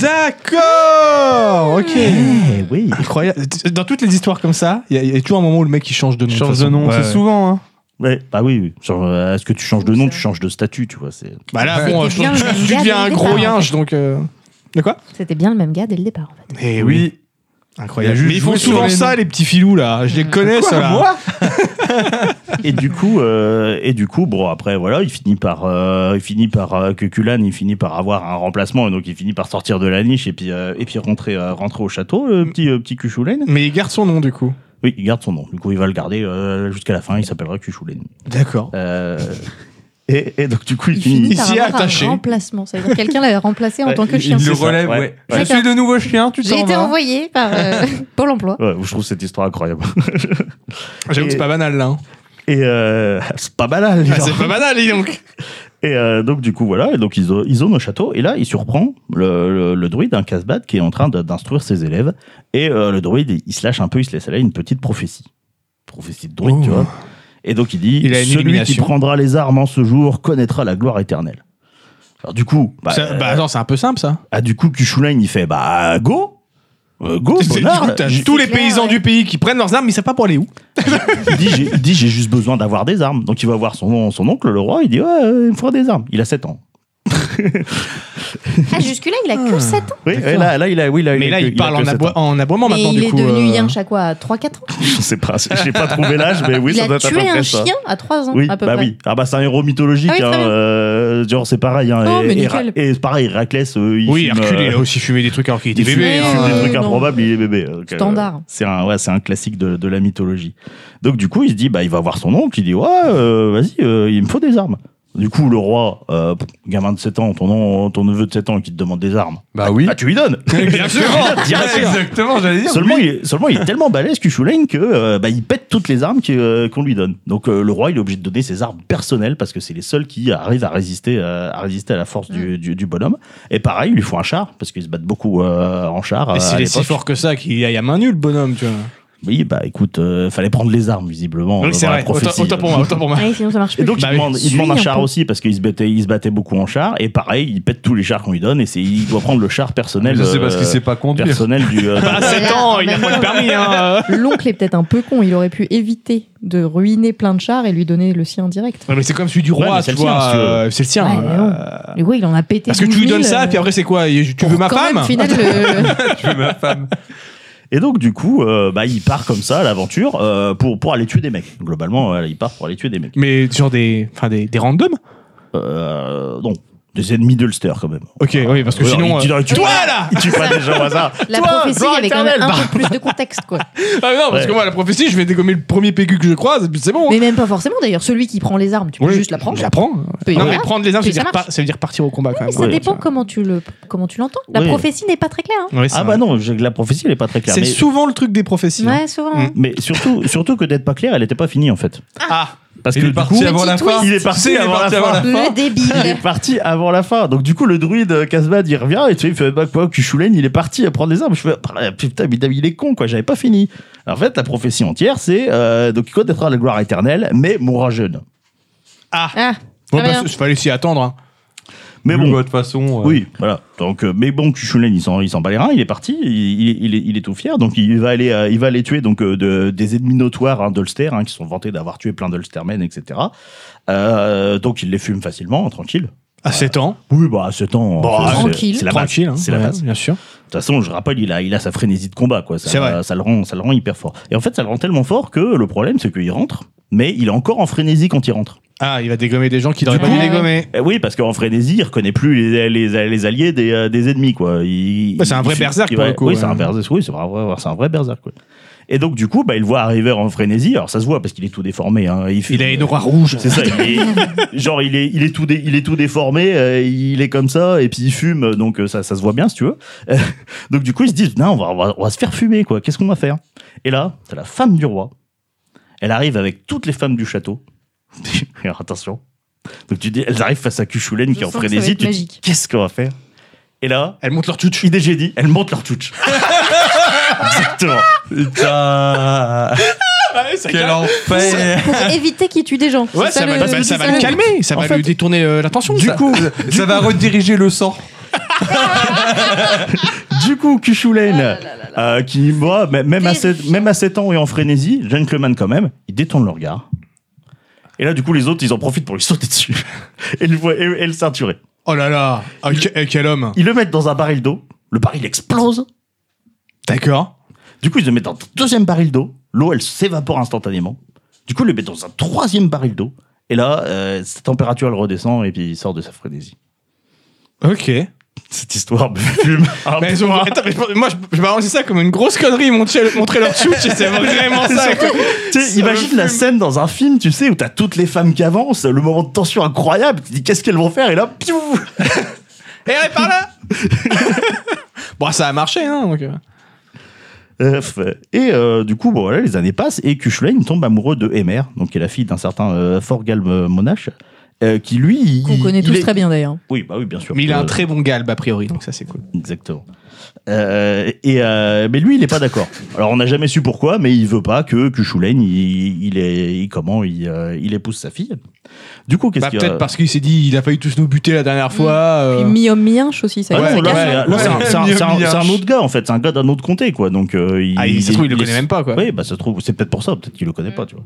D'accord. Ok. Eh oui. Incroyable. Dans toutes les histoires comme ça, il y a- il y, a toujours un moment où le mec il change de nom. de Change toute de nom, façon. c'est Ouais. souvent. Hein. Ouais, bah oui, oui. Genre, euh, Est-ce que tu changes de nom, tu changes de statut, tu vois. c'est- Bah là, Ouais. bon, euh, je C'était pense bien que le tu gars deviens dès un le gros départ, en yinche, donc. euh, De quoi C'était bien le même gars dès le départ, en fait. Eh Oui. Il y Incroyable. a juste Mais ils font joué sur souvent les ça, noms. les petits filous, là. Je les connais, Quoi, ça. là. moi et du coup euh, et du coup bon après voilà il finit par euh, il finit par euh, que Kulan il finit par avoir un remplacement et donc il finit par sortir de la niche et puis euh, et puis rentrer euh, rentrer au château le petit euh, petit Kuchulen Mais il garde son nom, du coup. oui il garde son nom du coup il va le garder euh, jusqu'à la fin il s'appellera Kuchulen D'accord. Euh, et, et donc du coup il, Il finit, finit par s'y est avoir attaché. un remplacement. Ça veut dire que quelqu'un l'a remplacé en Ouais, tant que il- chien. Il le C'est ça, relève, ouais. ouais. Je D'accord. suis de nouveau chien, tu J'ai t'en été vas. envoyé par euh, Pôle emploi. Ouais, je trouve cette histoire incroyable J'avoue que c'est pas banal, là. hein. et euh, c'est pas banal les Ah, gens. c'est pas banal, dis donc. Et euh, donc, du coup, voilà. Et donc, ils, zo- ils zonent au château. Et là, il surprend le, le, le druide, un Casbat, qui est en train de- d'instruire ses élèves. Et euh, le druide, il- il se lâche un peu, il se laisse aller à une petite prophétie. Prophétie de druide, Oh. tu vois. Et donc, il dit Il a une Celui qui illumination. prendra les armes en ce jour connaîtra la gloire éternelle. Alors, du coup, bah, Ça- Bah, euh, attends, c'est un peu simple, ça. ah, du coup, Kuchulain, il fait Bah, go Euh, go, C'est- bonnard. du coup, t'as J'ai- tous les clair, paysans ouais. du pays qui prennent leurs armes, mais ils savent pas pour aller où. Il dit, j'ai- il dit, j'ai juste besoin d'avoir des armes. Donc il va voir son, son oncle, le roi, il dit, ouais, euh, il me faudra des armes. Il a 7 ans. Ah, jusque-là, il a que 7 ans. Oui, ouais, là, là, il a, oui, Mais là, que- il parle que en, sept aboi- ans. en aboiement Mais maintenant, il du est coup. devenu euh, yin chaque quoi à 3-4 ans. Je sais pas, j'ai pas trouvé l'âge, mais oui, il ça doit a être à peu tué un près ça. chien à 3 ans, Oui, à peu bah près. oui. Ah bah c'est un héros mythologique. Ah oui, hein, très bien. euh, genre c'est pareil. Hein, Oh, et, mais et nickel. Ra- et pareil, Héraclès, euh, il Oui, fume, Hercule, euh, il a aussi fumé des trucs alors qu'il était il fume- bébé. il hein. fume euh, des trucs non. improbables, il est bébé. Donc, euh, Standard. C'est un, ouais, c'est un classique de, de la mythologie. Donc du coup, il se dit, bah, il va voir son oncle, il dit, ouais, euh, vas-y, euh, il me faut des armes. Du coup, le roi, euh, gamin de 7 ans, ton, on- ton neveu de 7 ans qui te demande des armes, Bah oui. bah tu lui donnes Bien sûr Direct. Exactement, j'allais dire. Seulement, il est, seulement, il est tellement balèze, Cuchulain, que euh, bah, il pète toutes les armes qui, euh, qu'on lui donne. Donc, euh, le roi, il est obligé de donner ses armes personnelles parce que c'est les seuls qui arrivent à résister, euh, à résister à la force Mm. du, du, du bonhomme. Et pareil, il lui faut un char parce qu'ils se battent beaucoup euh, en char. euh, Mais à s'il est si l'époque. fort que ça qu'il y a, il y a main nue, le bonhomme, tu vois. Oui, bah écoute, euh, fallait prendre les armes visiblement. euh, Oui, c'est dans la vrai. Autant, prophétie. autant pour moi, autant pour moi. Ouais, sinon, ça Euh, marche Et plus. donc, Bah il, oui. demande, il demande un Suis un char peu. aussi parce qu'il se battait, il se battait beaucoup en char. Et pareil, il pète tous les chars qu'on lui donne et c'est, il doit prendre le char personnel. Ça, c'est parce qu'il euh, sait pas conduire. personnel du. euh, À 7 ans, il a pas le permis. Hein. L'oncle est peut-être un peu con, il aurait pu éviter de ruiner plein de chars et lui donner le sien direct. Ouais, mais c'est comme celui du Ouais, roi, mais c'est le tu sien, parce vois. que- euh, C'est le sien. Ouais, Ah, euh, mais Du coup, il en a pété. Parce que tu 12 lui 000, donnes ça, euh, puis après, c'est quoi Tu veux ma quand même, femme au final, le- Je veux ma femme. Et donc du coup, euh, bah, il part comme ça à l'aventure euh, pour, pour aller tuer des mecs. Globalement, euh, il part pour aller tuer des mecs. Mais genre des, enfin des, des randoms Euh, non, des ennemis d'Ulster quand même. Ok, oui, parce que Ouais, sinon. il tue- euh, il tue- Toi là Il tue pas des gens au hasard. la Toi, bah. prophétie gloire avait quand même éternelle. un peu plus de contexte, quoi. Ah non, parce Ouais. que moi, la prophétie, je vais dégommer le premier PQ que je croise, et puis c'est bon. hein. Mais même pas forcément d'ailleurs, celui qui prend les armes, tu peux Oui, juste la prendre. Je la prends. Peut y Non, avoir. mais prendre les armes, ça Puis veut, ça dire marche. pas- ça veut dire partir au combat quand Mais même. ça Ouais, dépend ça- comment tu le comment tu l'entends. La Oui. prophétie n'est pas très claire. hein. Ouais, c'est Ah bah vrai. non, je- la prophétie elle est pas très claire. C'est mais- souvent le truc des prophéties. hein. Ouais, souvent. hein. Mais surtout, surtout que d'être pas claire, elle n'était pas finie en fait. Ah Parce Il que est du parti coup, avant la Petit fin. twist. il est parti Si, il est avant la parti fin. Le il est débile. parti avant la fin. Donc du coup, le druide euh, Casbad, il revient et tu sais, il fait bah quoi, Cuchulain, il est parti à prendre les armes. Je fais Ah, putain, mais il est con quoi, j'avais pas fini. Alors, en fait, la prophétie entière, c'est euh, donc il connaîtra la gloire éternelle, mais mourra jeune. Ah, Bon, Très bah, bien. Il fallait s'y attendre. hein. Mais bon, de toute façon. euh, oui, voilà. Donc, euh, mais bon, Cuchulain, il s'en, il s'en bat les reins, il est parti, il, il- il est, il est tout fier. Donc, il va aller, euh, il va aller tuer donc euh, de- des ennemis notoires hein, d'Ulster, hein, qui sont vantés d'avoir tué plein d'Ulstermen, etc. Euh, donc, il les fume facilement, tranquille. À 7 ans. Oui, bah, à 7 ans, Bon, c'est- c'est- tranquille. c'est la base. Ah, Tranquille. hein. C'est la Ouais, base. Bien sûr. De toute façon, je rappelle, il a, il a sa frénésie de combat, quoi. Ça, C'est vrai. ça le rend, ça le rend hyper fort. Et en fait, ça le rend tellement fort que le problème, c'est qu'il rentre, mais il est encore en frénésie quand il rentre. Ah, il va dégommer des gens qu'il n'aurait pas dû coup- dégommer. Eh oui, parce qu'en frénésie, il reconnaît plus les, les, les alliés des, euh, des ennemis, quoi. Il- Ouais, Bah, c'est un il- vrai il- berserk, il pour va- le coup, Oui, ouais. c'est un berserk. Oui, c'est un vrai, c'est un vrai berserk, quoi. Et donc, du coup, bah, il le voit arriver en frénésie. Alors, ça se voit parce qu'il est tout déformé. hein. Il, fait- Il a une aura rouge. C'est ça. il est- genre, il est, il est tout, dé- il est tout déformé. euh, il est comme ça et puis il fume. Donc euh, ça, ça se voit bien, si tu veux. Euh, donc du coup, ils se disent, non, on va, on va, on va se faire fumer, quoi. Qu'est-ce qu'on va faire Et là, t'as la femme du roi. Elle arrive avec toutes les femmes du château. Alors, attention. Donc tu dis, elles arrivent face à Cuchulaine qui est en sens que ça va frénésie. être Tu dis, magique. qu'est-ce qu'on va faire Et là, Elle monte leur tutch. IDG dit, elles montent leur touche. Exactement. Putain. Quel enfer. pour éviter qu'il tue des gens. Ouais, C'est ça, va, le- bah, c'est ça va ça le calmer, ça En va fait- lui détourner euh, l'attention. Du ça. coup, ça va rediriger le sang. Du coup, Cuchulaine, euh, qui, moi, m- même, à sept- même à 7 ans et en frénésie, gentleman quand même, il détourne le regard. Et là, du coup, les autres, ils en profitent pour lui sauter dessus et le, voient- et- et le ceinturer. Oh là là, Ah, que- eh, quel homme. Ils le mettent dans un baril d'eau, le baril explose. D'accord. Du coup, ils le mettent dans un deuxième baril d'eau, l'eau, elle s'évapore instantanément. Du coup, ils le mettent dans un troisième baril d'eau. Et là, euh, sa température, elle redescend et puis il sort de sa frénésie. Ok. Cette histoire me fume. un Mais ils point. ont- Attends, mais je- moi, je, je balançais ça comme une grosse connerie. Ils montraient montraient leur tutch et c'est vraiment ça. Tu sais, Ça imagine me la fume. scène dans un film, tu sais, où t'as toutes les femmes qui avancent, le moment de tension incroyable, tu te dis qu'est-ce qu'elles vont faire, et là, piou Et elle est par là Bon, ça a marché, hein. Donc... euh. Euh, Et euh, du coup, bon, voilà, les années passent, et Cuchulain tombe amoureux de Emer, donc qui est la fille d'un certain euh, Forgal euh, Monash, euh, qui lui. il- Qu'on connaît il tous est- très bien d'ailleurs. Oui, bah oui, bien sûr. Mais il a un Euh, très bon galbe, a priori, donc ça, c'est cool. Exactement. Euh, et euh, mais lui, il est pas d'accord. Alors, on n'a jamais su pourquoi, mais il veut pas que Kuchulain, il, il est, il- comment, il, euh, il épouse sa fille. Du coup, qu'est-ce Bah, qu'il y a peut-être parce qu'il s'est dit, il a failli tous nous buter la dernière fois. Mm. euh, Puis mi-homme, mi-inche aussi, ça Ah y est, non, ça là, casse. c'est- là, c'est un- Ouais. c'est un- c'est un- Mieux c'est un milliard. autre gars en fait, c'est un gars d'un autre comté quoi. Donc euh, il, Ah, il, ça se trouve, il le connaît même pas, quoi. Oui, bah ça se trouve, c'est peut-être pour ça, peut-être qu'il le connaît pas, tu vois.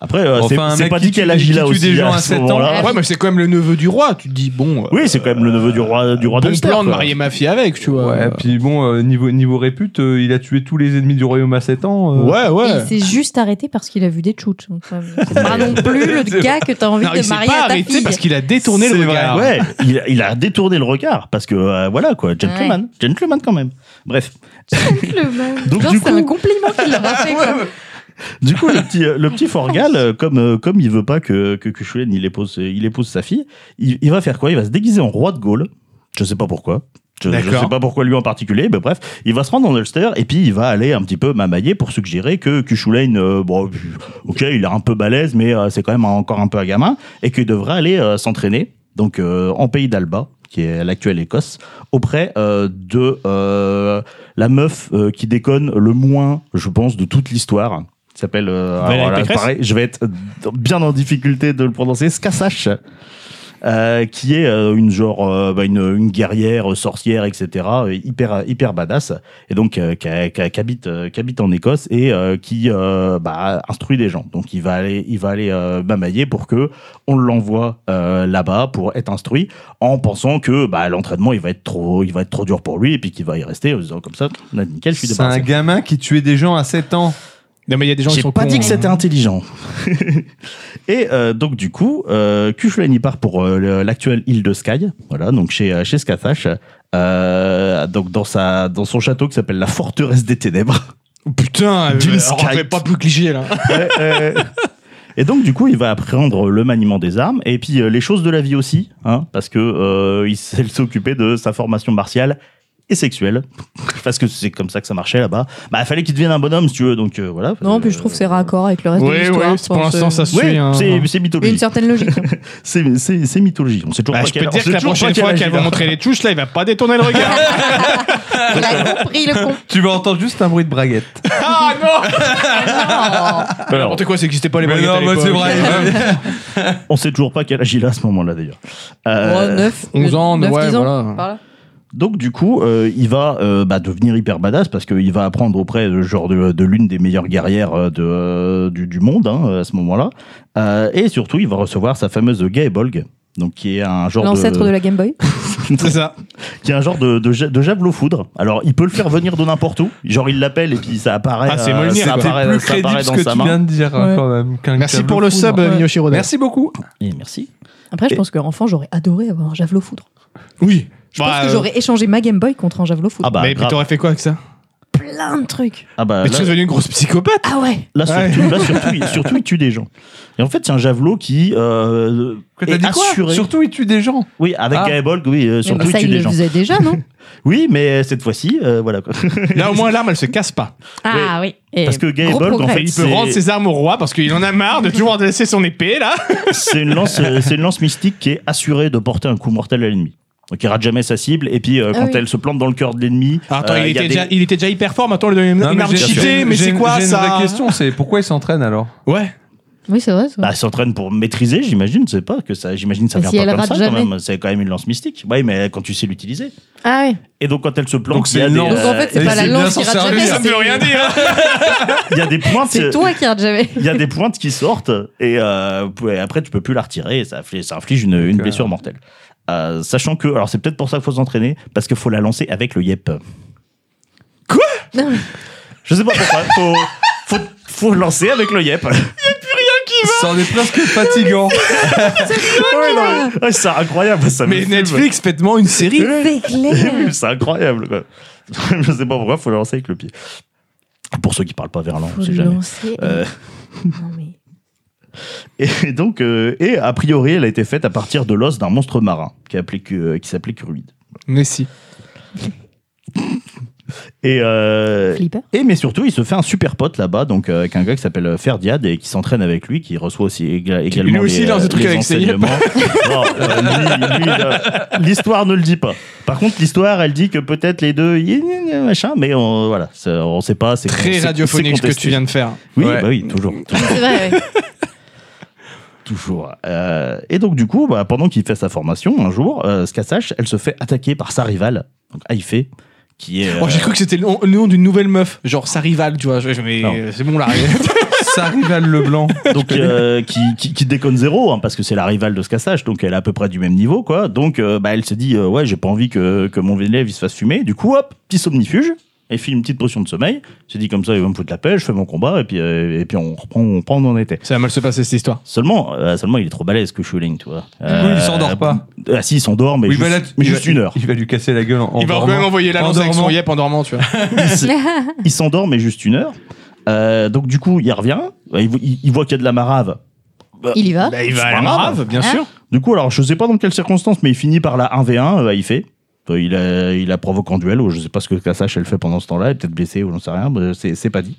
Après, euh, c'est- Enfin, un c'est mec pas qui dit qu'elle tue- agit qui là tue aussi. des gens à à ce 7 ans. moment-là. Ouais, mais c'est quand même le neveu du roi, tu te dis, bon. euh, Oui, c'est quand même le neveu du roi, du roi bon d'Ulster, plan de quoi. marier ma fille avec, tu vois. Ouais, puis bon, euh, niveau, niveau répute, euh, il a tué tous les ennemis du royaume à 7 ans. euh. ouais. Et ouais. il s'est juste arrêté parce qu'il a vu des tchouches. donc ça- C'est pas non plus le gars que t'as envie Non, de il s'est marier pas à ta arrêté fille. parce qu'il a détourné le C'est vrai, regard. Ouais, il, il a détourné le regard parce que euh, voilà quoi, gentleman, gentleman quand même. Bref, Le mec. Donc, Genre, du c'est coup- un compliment qu'il leur a fait. quoi. du coup le petit euh, le petit Forgal euh, comme euh, comme il veut pas que que Cuchulain il épouse euh, il épouse sa fille, il, il va faire quoi Il va se déguiser en roi de Gaule. Je sais pas pourquoi. Je, je D'accord. sais pas pourquoi lui en particulier, mais bref, il va se rendre en Ulster et puis il va aller un petit peu mamailler pour suggérer que Cuchulain, euh, bon, ok, il est un peu balèze, mais euh, c'est quand même encore un peu un gamin et qu'il devrait aller euh, s'entraîner donc euh, en pays d'Alba, qui est l'actuelle Écosse, auprès euh, de euh, la meuf euh, qui déconne le moins, je pense, de toute l'histoire. qui s'appelle. euh, Valérie alors là, Pécresse pareil, je vais être bien en difficulté de le prononcer, Skassache. euh, qui est euh, une genre euh, bah, une, une guerrière euh, sorcière etc euh, hyper hyper badass et donc euh, qui a- qui a- qui habite euh, qui habite en Écosse et euh, qui euh, bah, instruit des gens donc il va aller il va aller euh, mamailler pour que on l'envoie euh, là-bas pour être instruit en pensant que bah, l'entraînement il va être trop il va être trop dur pour lui et puis qu'il va y rester en disant comme ça là, nickel je suis C'est un débarrassé gamin qui tuait des gens à 7 ans. Non, mais il y a des gens qui j'ai sont pas cons, dit que hein. c'était intelligent. et euh, donc du coup, euh, Cuchulain y part pour euh, le- l'actuelle île de Skye, voilà, donc chez euh, chez Skathash, euh, donc dans sa dans son château qui s'appelle la forteresse des ténèbres. Oh, Putain, D'une euh, skite. on fait pas plus cliché là. Et donc du coup, il va apprendre le maniement des armes et puis euh, les choses de la vie aussi, hein, parce que euh, il s'est occupé de sa formation martiale et sexuelle, parce que c'est comme ça que ça marchait là-bas. Bah, il fallait qu'il devienne un bonhomme si tu veux, donc euh, voilà. Non, puis je trouve que c'est raccord avec le reste de Ouais, l'histoire. ouais, je pour pense, l'instant, euh, ça se Oui, suit. hein. c'est Il y c'est a mythologique. une certaine logique. hein. C'est- C'est c'est mythologie. On sait toujours Bah, pas je peux quelle- te on dire sait que la toujours prochaine pas fois quelle qu'elle âge il va a. montrer les touches, là, il va pas détourner le regard. Il a compris le con. Tu vas entendre juste un bruit de braguette. ah non Alors, N'importe quoi, c'est existait pas les Mais baguettes non, à mais c'est l'époque. vrai. on sait toujours pas quel âge il a à ce moment-là d'ailleurs. Euh, Ouais, 9, 11 ans, 9, ouais, 10 ans, voilà. par là. donc du coup, euh, il va euh, bah, devenir hyper badass parce qu'il va apprendre auprès de genre de, de l'une des meilleures guerrières euh, de, euh, du, du monde hein, à ce moment-là. Euh, et surtout, il va recevoir sa fameuse Gaebolg, donc qui est un genre L'ancêtre de... de, la Game Boy. C'est ça. qui est un genre de, de, ja- de javelot foudre. Alors, il peut le faire venir de n'importe où. Genre, il l'appelle et puis ça apparaît. Ah, c'est euh, Mjolnir, ça quoi. C'est apparaît- plus ça apparaît crédible ce dans que sa tu main. viens de dire hein, Ouais. quand même. qu'un Merci câble pour le foudre. sub, Ouais. Miyoshi Roda. hein. Merci beaucoup. Et merci. Après, je Et- pense qu'en enfant, j'aurais adoré avoir un javelot foudre. Oui. Je Bah, pense que euh, j'aurais échangé ma Game Boy contre un javelot foudre. Ah bah, Mais puis grave. t'aurais fait quoi avec ça Plein de trucs. Ah bah, Mais tu là- serais devenu une grosse psychopathe Ah ouais. Là, Ouais. surtout, là, surtout, il, surtout, il tue des gens. Et en fait, c'est un javelot qui euh, Quoi, T'as est dit quoi assuré. Surtout, il tue des gens. Oui, avec Ah. Gaebolg, oui, euh, surtout, Mais ça, il tue il des le gens. faisait déjà, non Oui, mais cette fois-ci, euh, voilà. quoi. Là, au moins, l'arme, elle se casse pas. Ah oui. Et Parce que gros Gaebolg, en progrès. fait, Il peut c'est- rendre ses armes au roi parce qu'il en a marre de toujours laisser son épée, là. c'est une lance, euh, c'est une lance mystique qui est assurée de porter un coup mortel à l'ennemi. Donc, il rate jamais sa cible. Et puis, euh, Ah quand oui. elle se plante dans le cœur de l'ennemi, Ah, Attends, euh, y il, a était des- déjà, il était déjà hyper fort. Maintenant, on lui donne une, Non, une mais arme j'ai- cheatée, j'ai- mais j'ai- c'est quoi J'ai une ça vraie question, c'est pourquoi il s'entraîne alors Ouais. Oui, c'est vrai. c'est vrai. Bah, elle s'entraîne pour maîtriser, j'imagine. C'est pas que ça, j'imagine que ça Mais vient si pas elle comme rate ça jamais. quand même. C'est quand même une lance mystique. Oui, mais quand tu sais l'utiliser. Ah oui. Et donc, quand elle se plante, Donc, il y a c'est une des, euh, lance. Donc en fait, c'est Et pas la c'est bien lance sans qui rate servir. jamais. Ça ne veut c'est- rien dire. il y a des pointes. C'est toi qui rate jamais. il y a des pointes qui sortent et euh, pou- et après tu peux plus la retirer et ça inflige, ça inflige une, une D'accord. blessure mortelle. Euh, sachant que, alors c'est peut-être pour ça qu'il faut s'entraîner, parce qu'il faut la lancer avec le yep. Quoi Non, mais- Je sais pas pourquoi, faut, faut, faut lancer avec le yep. Ça en est presque fatigant. Ouais, non, mais- ouais, c'est incroyable, ça me Mais fume. Netflix, faites-moi une série. C'est clair. C'est incroyable, quoi. Je sais pas pourquoi, faut la lancer avec le pied. Pour ceux qui parlent pas verlan, Faut on sait le jamais. lancer. Euh, Non, mais- Et donc, euh, et a priori, elle a été faite à partir de l'os d'un monstre marin qui, appelait Cu- qui s'appelait Curuide. Mais si. Et, euh, Flipper. et mais surtout, il se fait un super pote là-bas, donc euh, avec un gars qui s'appelle euh, Ferdiad et qui s'entraîne avec lui, qui reçoit aussi éga- également Lui aussi, les, il lance des euh, trucs les avec ses yeux. enseignements. Non, euh, lui- lui, euh, L'histoire ne le dit pas. Par contre, l'histoire, elle dit que peut-être les deux, y- y- y- machin, mais on, voilà, ça, on sait pas. C'est Très c'est- c'est radiophonique ce que contesté. tu viens de faire. Oui, Ouais. bah oui, toujours. C'est vrai, ouais. Toujours. Euh, et donc, du coup, bah, pendant qu'il fait sa formation, un jour, euh, Skassash, elle se fait attaquer par sa rivale, donc Aïfé, qui est. euh, Oh, j'ai cru que c'était le nom- le nom d'une nouvelle meuf, genre sa rivale, tu vois. je- je- Mais Non. euh, c'est bon là. Ça rivale Leblanc. euh, donc, euh, qui, qui, qui déconne zéro, hein, parce que c'est la rivale de Skassash, donc elle est à peu près du même niveau, quoi. Donc, euh, bah, elle se dit, euh, ouais, j'ai pas envie que, que mon élève il se fasse fumer. Du coup, hop, petit somnifuge. Elle fait une petite potion de sommeil. Se dit comme ça, il va me foutre la paix, je fais mon combat, et puis, euh, et puis on reprend, on reprend où on en était. Ça va mal se passer cette histoire. Seulement, euh, seulement il est trop balèze que Shuling, tu vois. coup, il s'endort pas. Ah si, il s'endort, mais Oui, juste, bah là, mais il va- juste une heure. Il va lui casser la gueule en, en Il va quand dormant. même envoyer l'annonce avec son dormant. yep en dormant, tu vois. il s- il s'endort, mais juste une heure. Euh, donc, du coup, il revient. Euh, Il, vo- il- il voit qu'il y a de la marave. Bah, Il y va. bah, il va Ah, C'est à pas la marave. grave, Ah. bien Hein sûr. Du coup, alors, je sais pas dans quelles circonstances, mais il finit par la 1v1, euh, il fait. Euh, Il a, il a provoqué en duel, ou je sais pas ce que Kassash elle fait pendant ce temps-là, elle est peut-être blessée ou j'en sais rien, mais c'est c'est pas dit.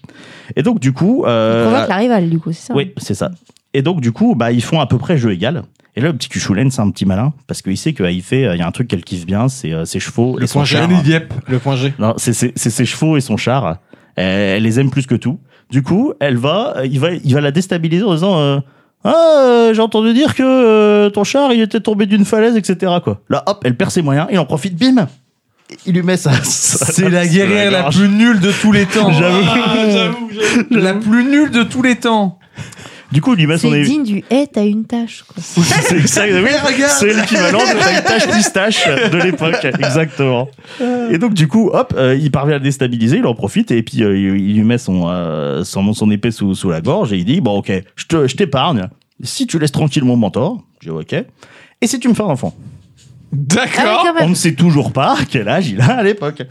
Et donc du coup. On euh, provoque la rivale, du coup, c'est ça hein. Oui, c'est ça. Et donc, du coup, bah, ils font à peu près jeu égal. Et là, le petit Cuchulaine, c'est un petit malin, parce qu'il sait qu'il fait, euh, il y a un truc qu'elle kiffe bien, c'est euh, ses chevaux Le et son point G. char. Yep. Le point G. Non, c'est c'est- c'est ses chevaux et son char. Elle, elle les aime plus que tout. Du coup, elle va, il va, il va la déstabiliser en disant, euh, ah, euh, j'ai entendu dire que euh, ton char, il était tombé d'une falaise, etc. Quoi. Là, hop, elle perd ses moyens, il en profite, bim, il lui met ça. C'est la guerrière la plus nulle de tous les temps. j'avoue, La plus nulle de tous les temps. Du coup, il lui met son C'est digne du hé, t'as une tâche. Quoi. C'est exact- oui, regarde. c'est l'équivalent de la tâche pistache de l'époque, exactement. Et donc du coup, hop, euh, il parvient à le déstabiliser, il en profite et puis euh, il, il lui met son, euh, son son épée sous, sous la gorge et il dit bon ok, je te- je t'épargne si tu laisses tranquille mon mentor. Je dis ok. Et si tu me fais un enfant Ah D'accord. oui, quand On même. ne sait toujours pas quel âge il a à l'époque.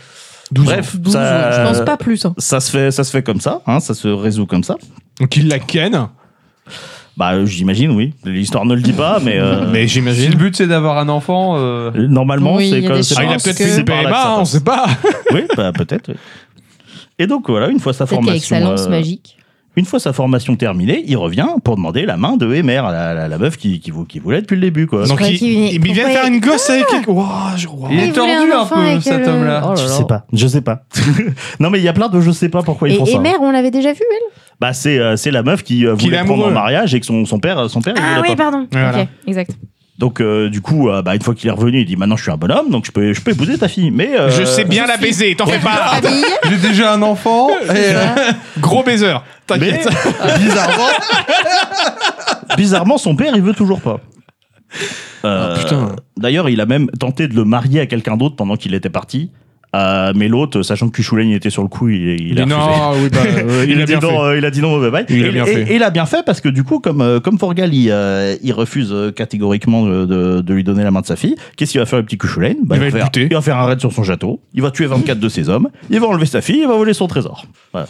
Bref, ça- Je pense pas plus. hein. Ça se fait, ça se fait comme ça, hein, ça se résout comme ça. Donc il la ken. Bah, euh, j'imagine, oui. L'histoire ne le dit pas, mais, euh, Mais Si le j'imagine. but c'est d'avoir un enfant, euh, normalement, Oui, c'est il y a comme des c'est chances Ah, il a par- peut-être que- Bah, fait c'est des par là que PMA, ça hein, on passe. sait pas. Oui, bah, peut-être. oui. Et donc voilà, une fois sa Peut-être qu'avec formation, sa lance euh, magique. une fois sa formation terminée, il revient pour demander la main de Emer, la, la, la meuf qui, qui, vou- qui voulait depuis le début quoi. Donc crois il, qu'il venait- il vient de pourquoi faire il- une gosse avec. Wouah, je- wouah. il est il voulait tordu un un enfant peu avec euh, Oh cet le- homme-là. je sais pas, je sais pas. non mais il y a plein de je sais pas pourquoi ils font Et, et ça. hein. mère, on l'avait déjà vu, elle Bah c'est euh, c'est la meuf qui euh, Qu'il est voulait prendre en amoureux. mariage et que son, son père euh, son Ah père il voulait pas. pardon. Voilà. Ok, exact. Donc euh, du coup euh, bah une fois qu'il est revenu, il dit maintenant je suis un bonhomme donc je peux je peux épouser ta fille. Mais euh, Je sais bien la baiser, t'en fais pas. Famille, J'ai déjà un enfant. Et, euh, Gros baiser. mais T'inquiète. bizarrement bizarrement son père il veut toujours pas. Euh, Ah, putain. D'ailleurs, il a même tenté de le marier à quelqu'un d'autre pendant qu'il était parti. Euh, mais l'autre, sachant que Kuchulain était sur le coup, il, il a Mais refusé. non, oui, bah, euh, Il, a dit non, euh, il a dit non, bye bye. Il et, a bien et- fait. et il a bien fait parce que du coup, comme, euh, comme Forgal, il, euh, il refuse euh, catégoriquement de, de- de lui donner la main de sa fille, qu'est-ce qu'il va faire le petit Kuchulain Il va le faire, buter. il va faire un raid sur son château, il va tuer 24 de ses hommes, il va enlever sa fille, il va voler son trésor. Voilà.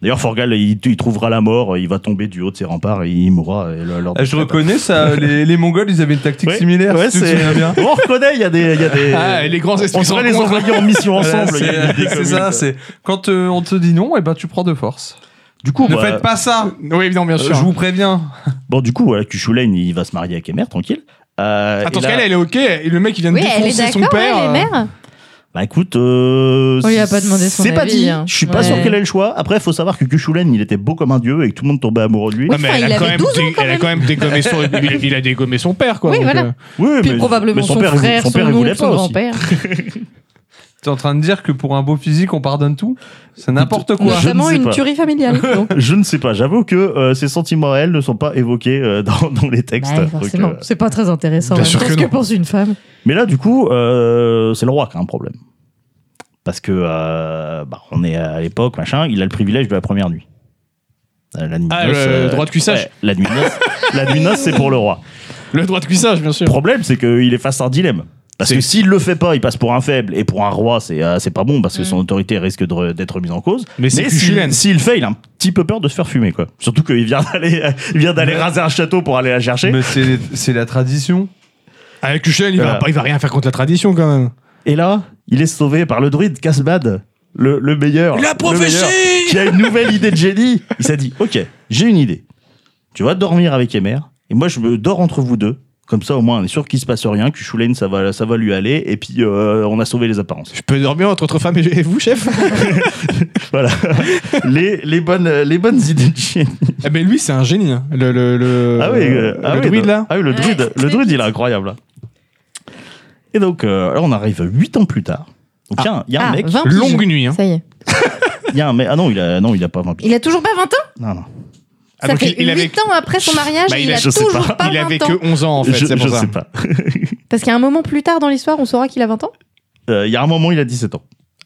D'ailleurs, Forgal, il, il trouvera la mort, il va tomber du haut de ses remparts et il mourra. Et le- lors du euh, Ah, je traité. reconnais ça. Les, les Mongols, ils avaient une tactique Ouais. similaire. Ouais, si tu te c'est- souviens bien. On reconnaît, il y a des. il y a des- Ah, et les grands esprits on se devrait les rencontrent. envoyer en mission Voilà, ensemble. il y a une c'est idée c'est commune. ça. C'est quand euh, on te dit non, et ben tu prends de force. Du coup, ne voilà. faites pas ça. Oui, non, bien Euh, sûr. je vous préviens. Bon, du coup, voilà, Kuchulain, il va se marier avec Emer, tranquille. Euh, Attends, et là- elle, elle est ok. Et le mec, il vient de Oui, elle est défoncer son d'accord, père. elle est euh, mère. Bah écoute, euh, On lui a pas demandé son C'est pas avis, dit. hein. Je suis pas Ouais. sûr quel est le choix. Après, il faut savoir que Kuchulain, il était beau comme un dieu et que tout le monde tombait amoureux de lui. Ouais. Non, mais Enfin, elle il a quand avait même 12 ans, dé- quand elle a même. quand même dégommé son, il, il a dégommé son père, quoi. Oui, donc, voilà. euh, Oui, Puis mais- probablement mais son, frère, son père, il oncle, voulait son pas aussi. grand-père. T'es en train de dire que pour un beau physique, on pardonne tout C'est n'importe quoi. Je ne Notamment sais une pas. tuerie familiale. donc. Je ne sais pas. J'avoue que euh, ses sentiments à elle ne sont pas évoqués euh, dans, dans les textes. Bah, Donc, forcément, euh, c'est pas très intéressant. Bien en même sûr temps, que ce que non. pense une femme. Mais là, du coup, euh, c'est le roi qui a un problème. Parce que, euh, bah, on est à l'époque, machin, il a le privilège de la première nuit. Euh, La nuit Ah, de le droit de cuissage. ouais, la nuit de noces, la nuit de noces, c'est pour le roi. Le droit de cuissage, bien Le sûr. problème, c'est qu'il est face à un dilemme. Parce C'est- que s'il le fait pas, il passe pour un faible. Et pour un roi, c'est euh, c'est pas bon parce que Mm. son autorité risque de re- d'être mise en cause. Mais c'est s'il- Cuchulaine. s'il le fait, il a un petit peu peur de se faire fumer, quoi. Surtout qu'il vient d'aller il vient d'aller raser un château pour aller la chercher. Mais c'est c'est la tradition. Avec Kuchen, il, va Voilà. pas- il va rien faire contre la tradition, quand même. Et là, il est sauvé par le druide Casbad, le, le meilleur. La le prophétie meilleur, Qui a une nouvelle idée de génie. Il s'est dit Ok, j'ai une idée. Tu vas dormir avec Emer, et moi je me dors entre vous deux. Comme ça, au moins, on est sûr qu'il se passe rien, que Shulaine, ça va, ça va lui aller, et puis euh, on a sauvé les apparences. Je peux dormir entre votre femme et vous, chef Voilà. les, les, bonnes, les bonnes idées de génie. Eh ben lui, c'est un génie. hein. Le, le, le, Ah oui, euh, le ah oui, druide, donc- là. Ah oui, le druide, le druide, il est incroyable. là. Et donc, euh, là, on arrive 8 ans plus tard. Donc, il y a un- il y, a un Ah, mec. 20 piges. Longue nuit. Hein. Ça y est. il y a un mec- Ah non, il a, non, il a pas 20 piges. Il a toujours pas 20 Non, ans non. Ah, Ça donc, fait 8 ans après son mariage, Bah, il il, a- a je sais toujours pas. pas, il 20 avait ans. que 11 ans, en fait. je C'est pour je ça. sais pas. Parce qu'à un moment plus tard dans l'histoire, on saura qu'il a 20 ans. Euh, Il y a un moment, il a 17 ans.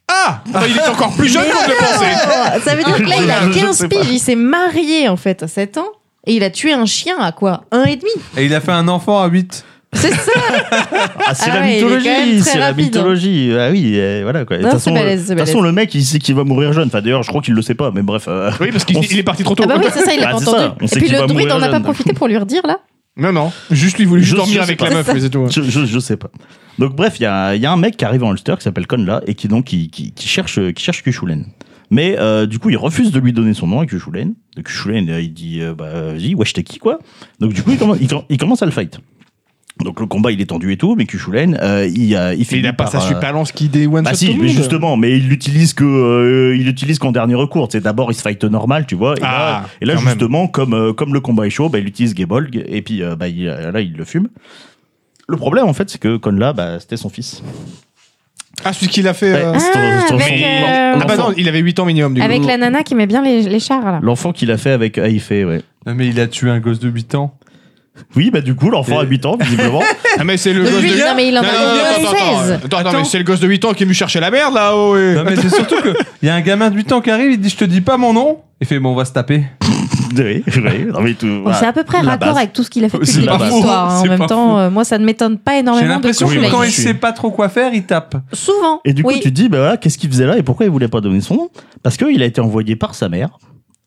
Ah Bah, Il est encore plus jeune qu'on ne le pensait. Oh, ça veut dire que là, il a Ah, Je sais 15 pas. piges. Il s'est marié, en fait, à 7 ans. Et il a tué un chien à quoi Un et demi Et il a fait un enfant à 8. C'est ça Ah, c'est Ah la ouais, il est quand même mythologie, très c'est la rapide, hein. mythologie. Ah oui, euh, voilà quoi. Et De Non, toute c'est façon, balèze, euh, c'est de toute façon, le mec, il sait qu'il va mourir jeune. Enfin, d'ailleurs, je crois qu'il le sait pas, mais bref. euh, Oui, parce qu'il On il est parti trop tôt. Ah bah oui, c'est ça, il l'a Bah, pas c'est entendu. ça, on Et sait puis qu'il le va druide, mourir on n'a pas jeune. profité pour lui redire, là Non, non. Juste, lui, il voulait juste Je- je dormir sais avec pas. la meuf, C'est mais c'est tout. hein. Je, je, je sais pas. Donc bref, il y, a un- il y a un mec qui arrive en Ulster qui s'appelle Conla et qui donc qui, qui, qui cherche qui cherche Kushulen. Mais euh, du coup, il refuse de lui donner son nom à Kushulen. Donc Kushulen, euh, il dit euh, bah vas-y, wesh t'es qui quoi Donc du coup, il commence, il, com- il commence à le fight. Donc le combat il est tendu et tout, mais Kushulen, euh, il, euh, il Il finit n'a pas par, sa euh, super lance qui dé one bah shot si, tout le mais monde. justement, mais il l'utilise que euh, il l'utilise qu'en dernier recours. C'est d'abord il se fight normal, tu vois. Et Ah, là, et là, quand même. justement, comme euh, comme le combat est chaud, bah, il utilise Gebolg et puis euh, bah, il- euh, là il le fume. Le problème en fait, c'est que Conla, bah, c'était son fils. Ah, celui qui l'a fait. euh, Ouais, c'est ton- Ah, c'est ton avec, fils. euh, Ah bah non, il avait 8 ans minimum du coup. Avec la nana qui met bien les, les chars, là. L'enfant qu'il a fait avec Aïfé, ouais. Non, mais il a tué un gosse de 8 ans. Oui, bah du coup, l'enfant Et- a 8 ans, visiblement. Ah mais c'est le Mais gosse lui, de non, mais il en a attends, attends, 16. attends, attends, mais c'est le gosse de 8 ans qui est venu chercher la merde là-haut. ouais. Non, mais c'est surtout que il y a un gamin de 8 ans qui arrive, il dit Je te dis pas mon nom. Il fait Bon, on va se taper. oui, oui, non, mais tout. Bon, voilà. c'est à peu près La raccord base. avec tout ce qu'il a fait depuis C'est le début pas de faux, l'histoire. hein. En c'est même pas temps, euh, moi, ça ne m'étonne pas J'ai énormément de l'impression Oui, que moi, quand je il conflits. suis. sait pas trop quoi faire, il tape. Souvent. Et du coup, oui. tu te dis, bah voilà, qu'est-ce qu'il faisait là et pourquoi il voulait pas donner son nom Parce qu'il a été envoyé par sa mère,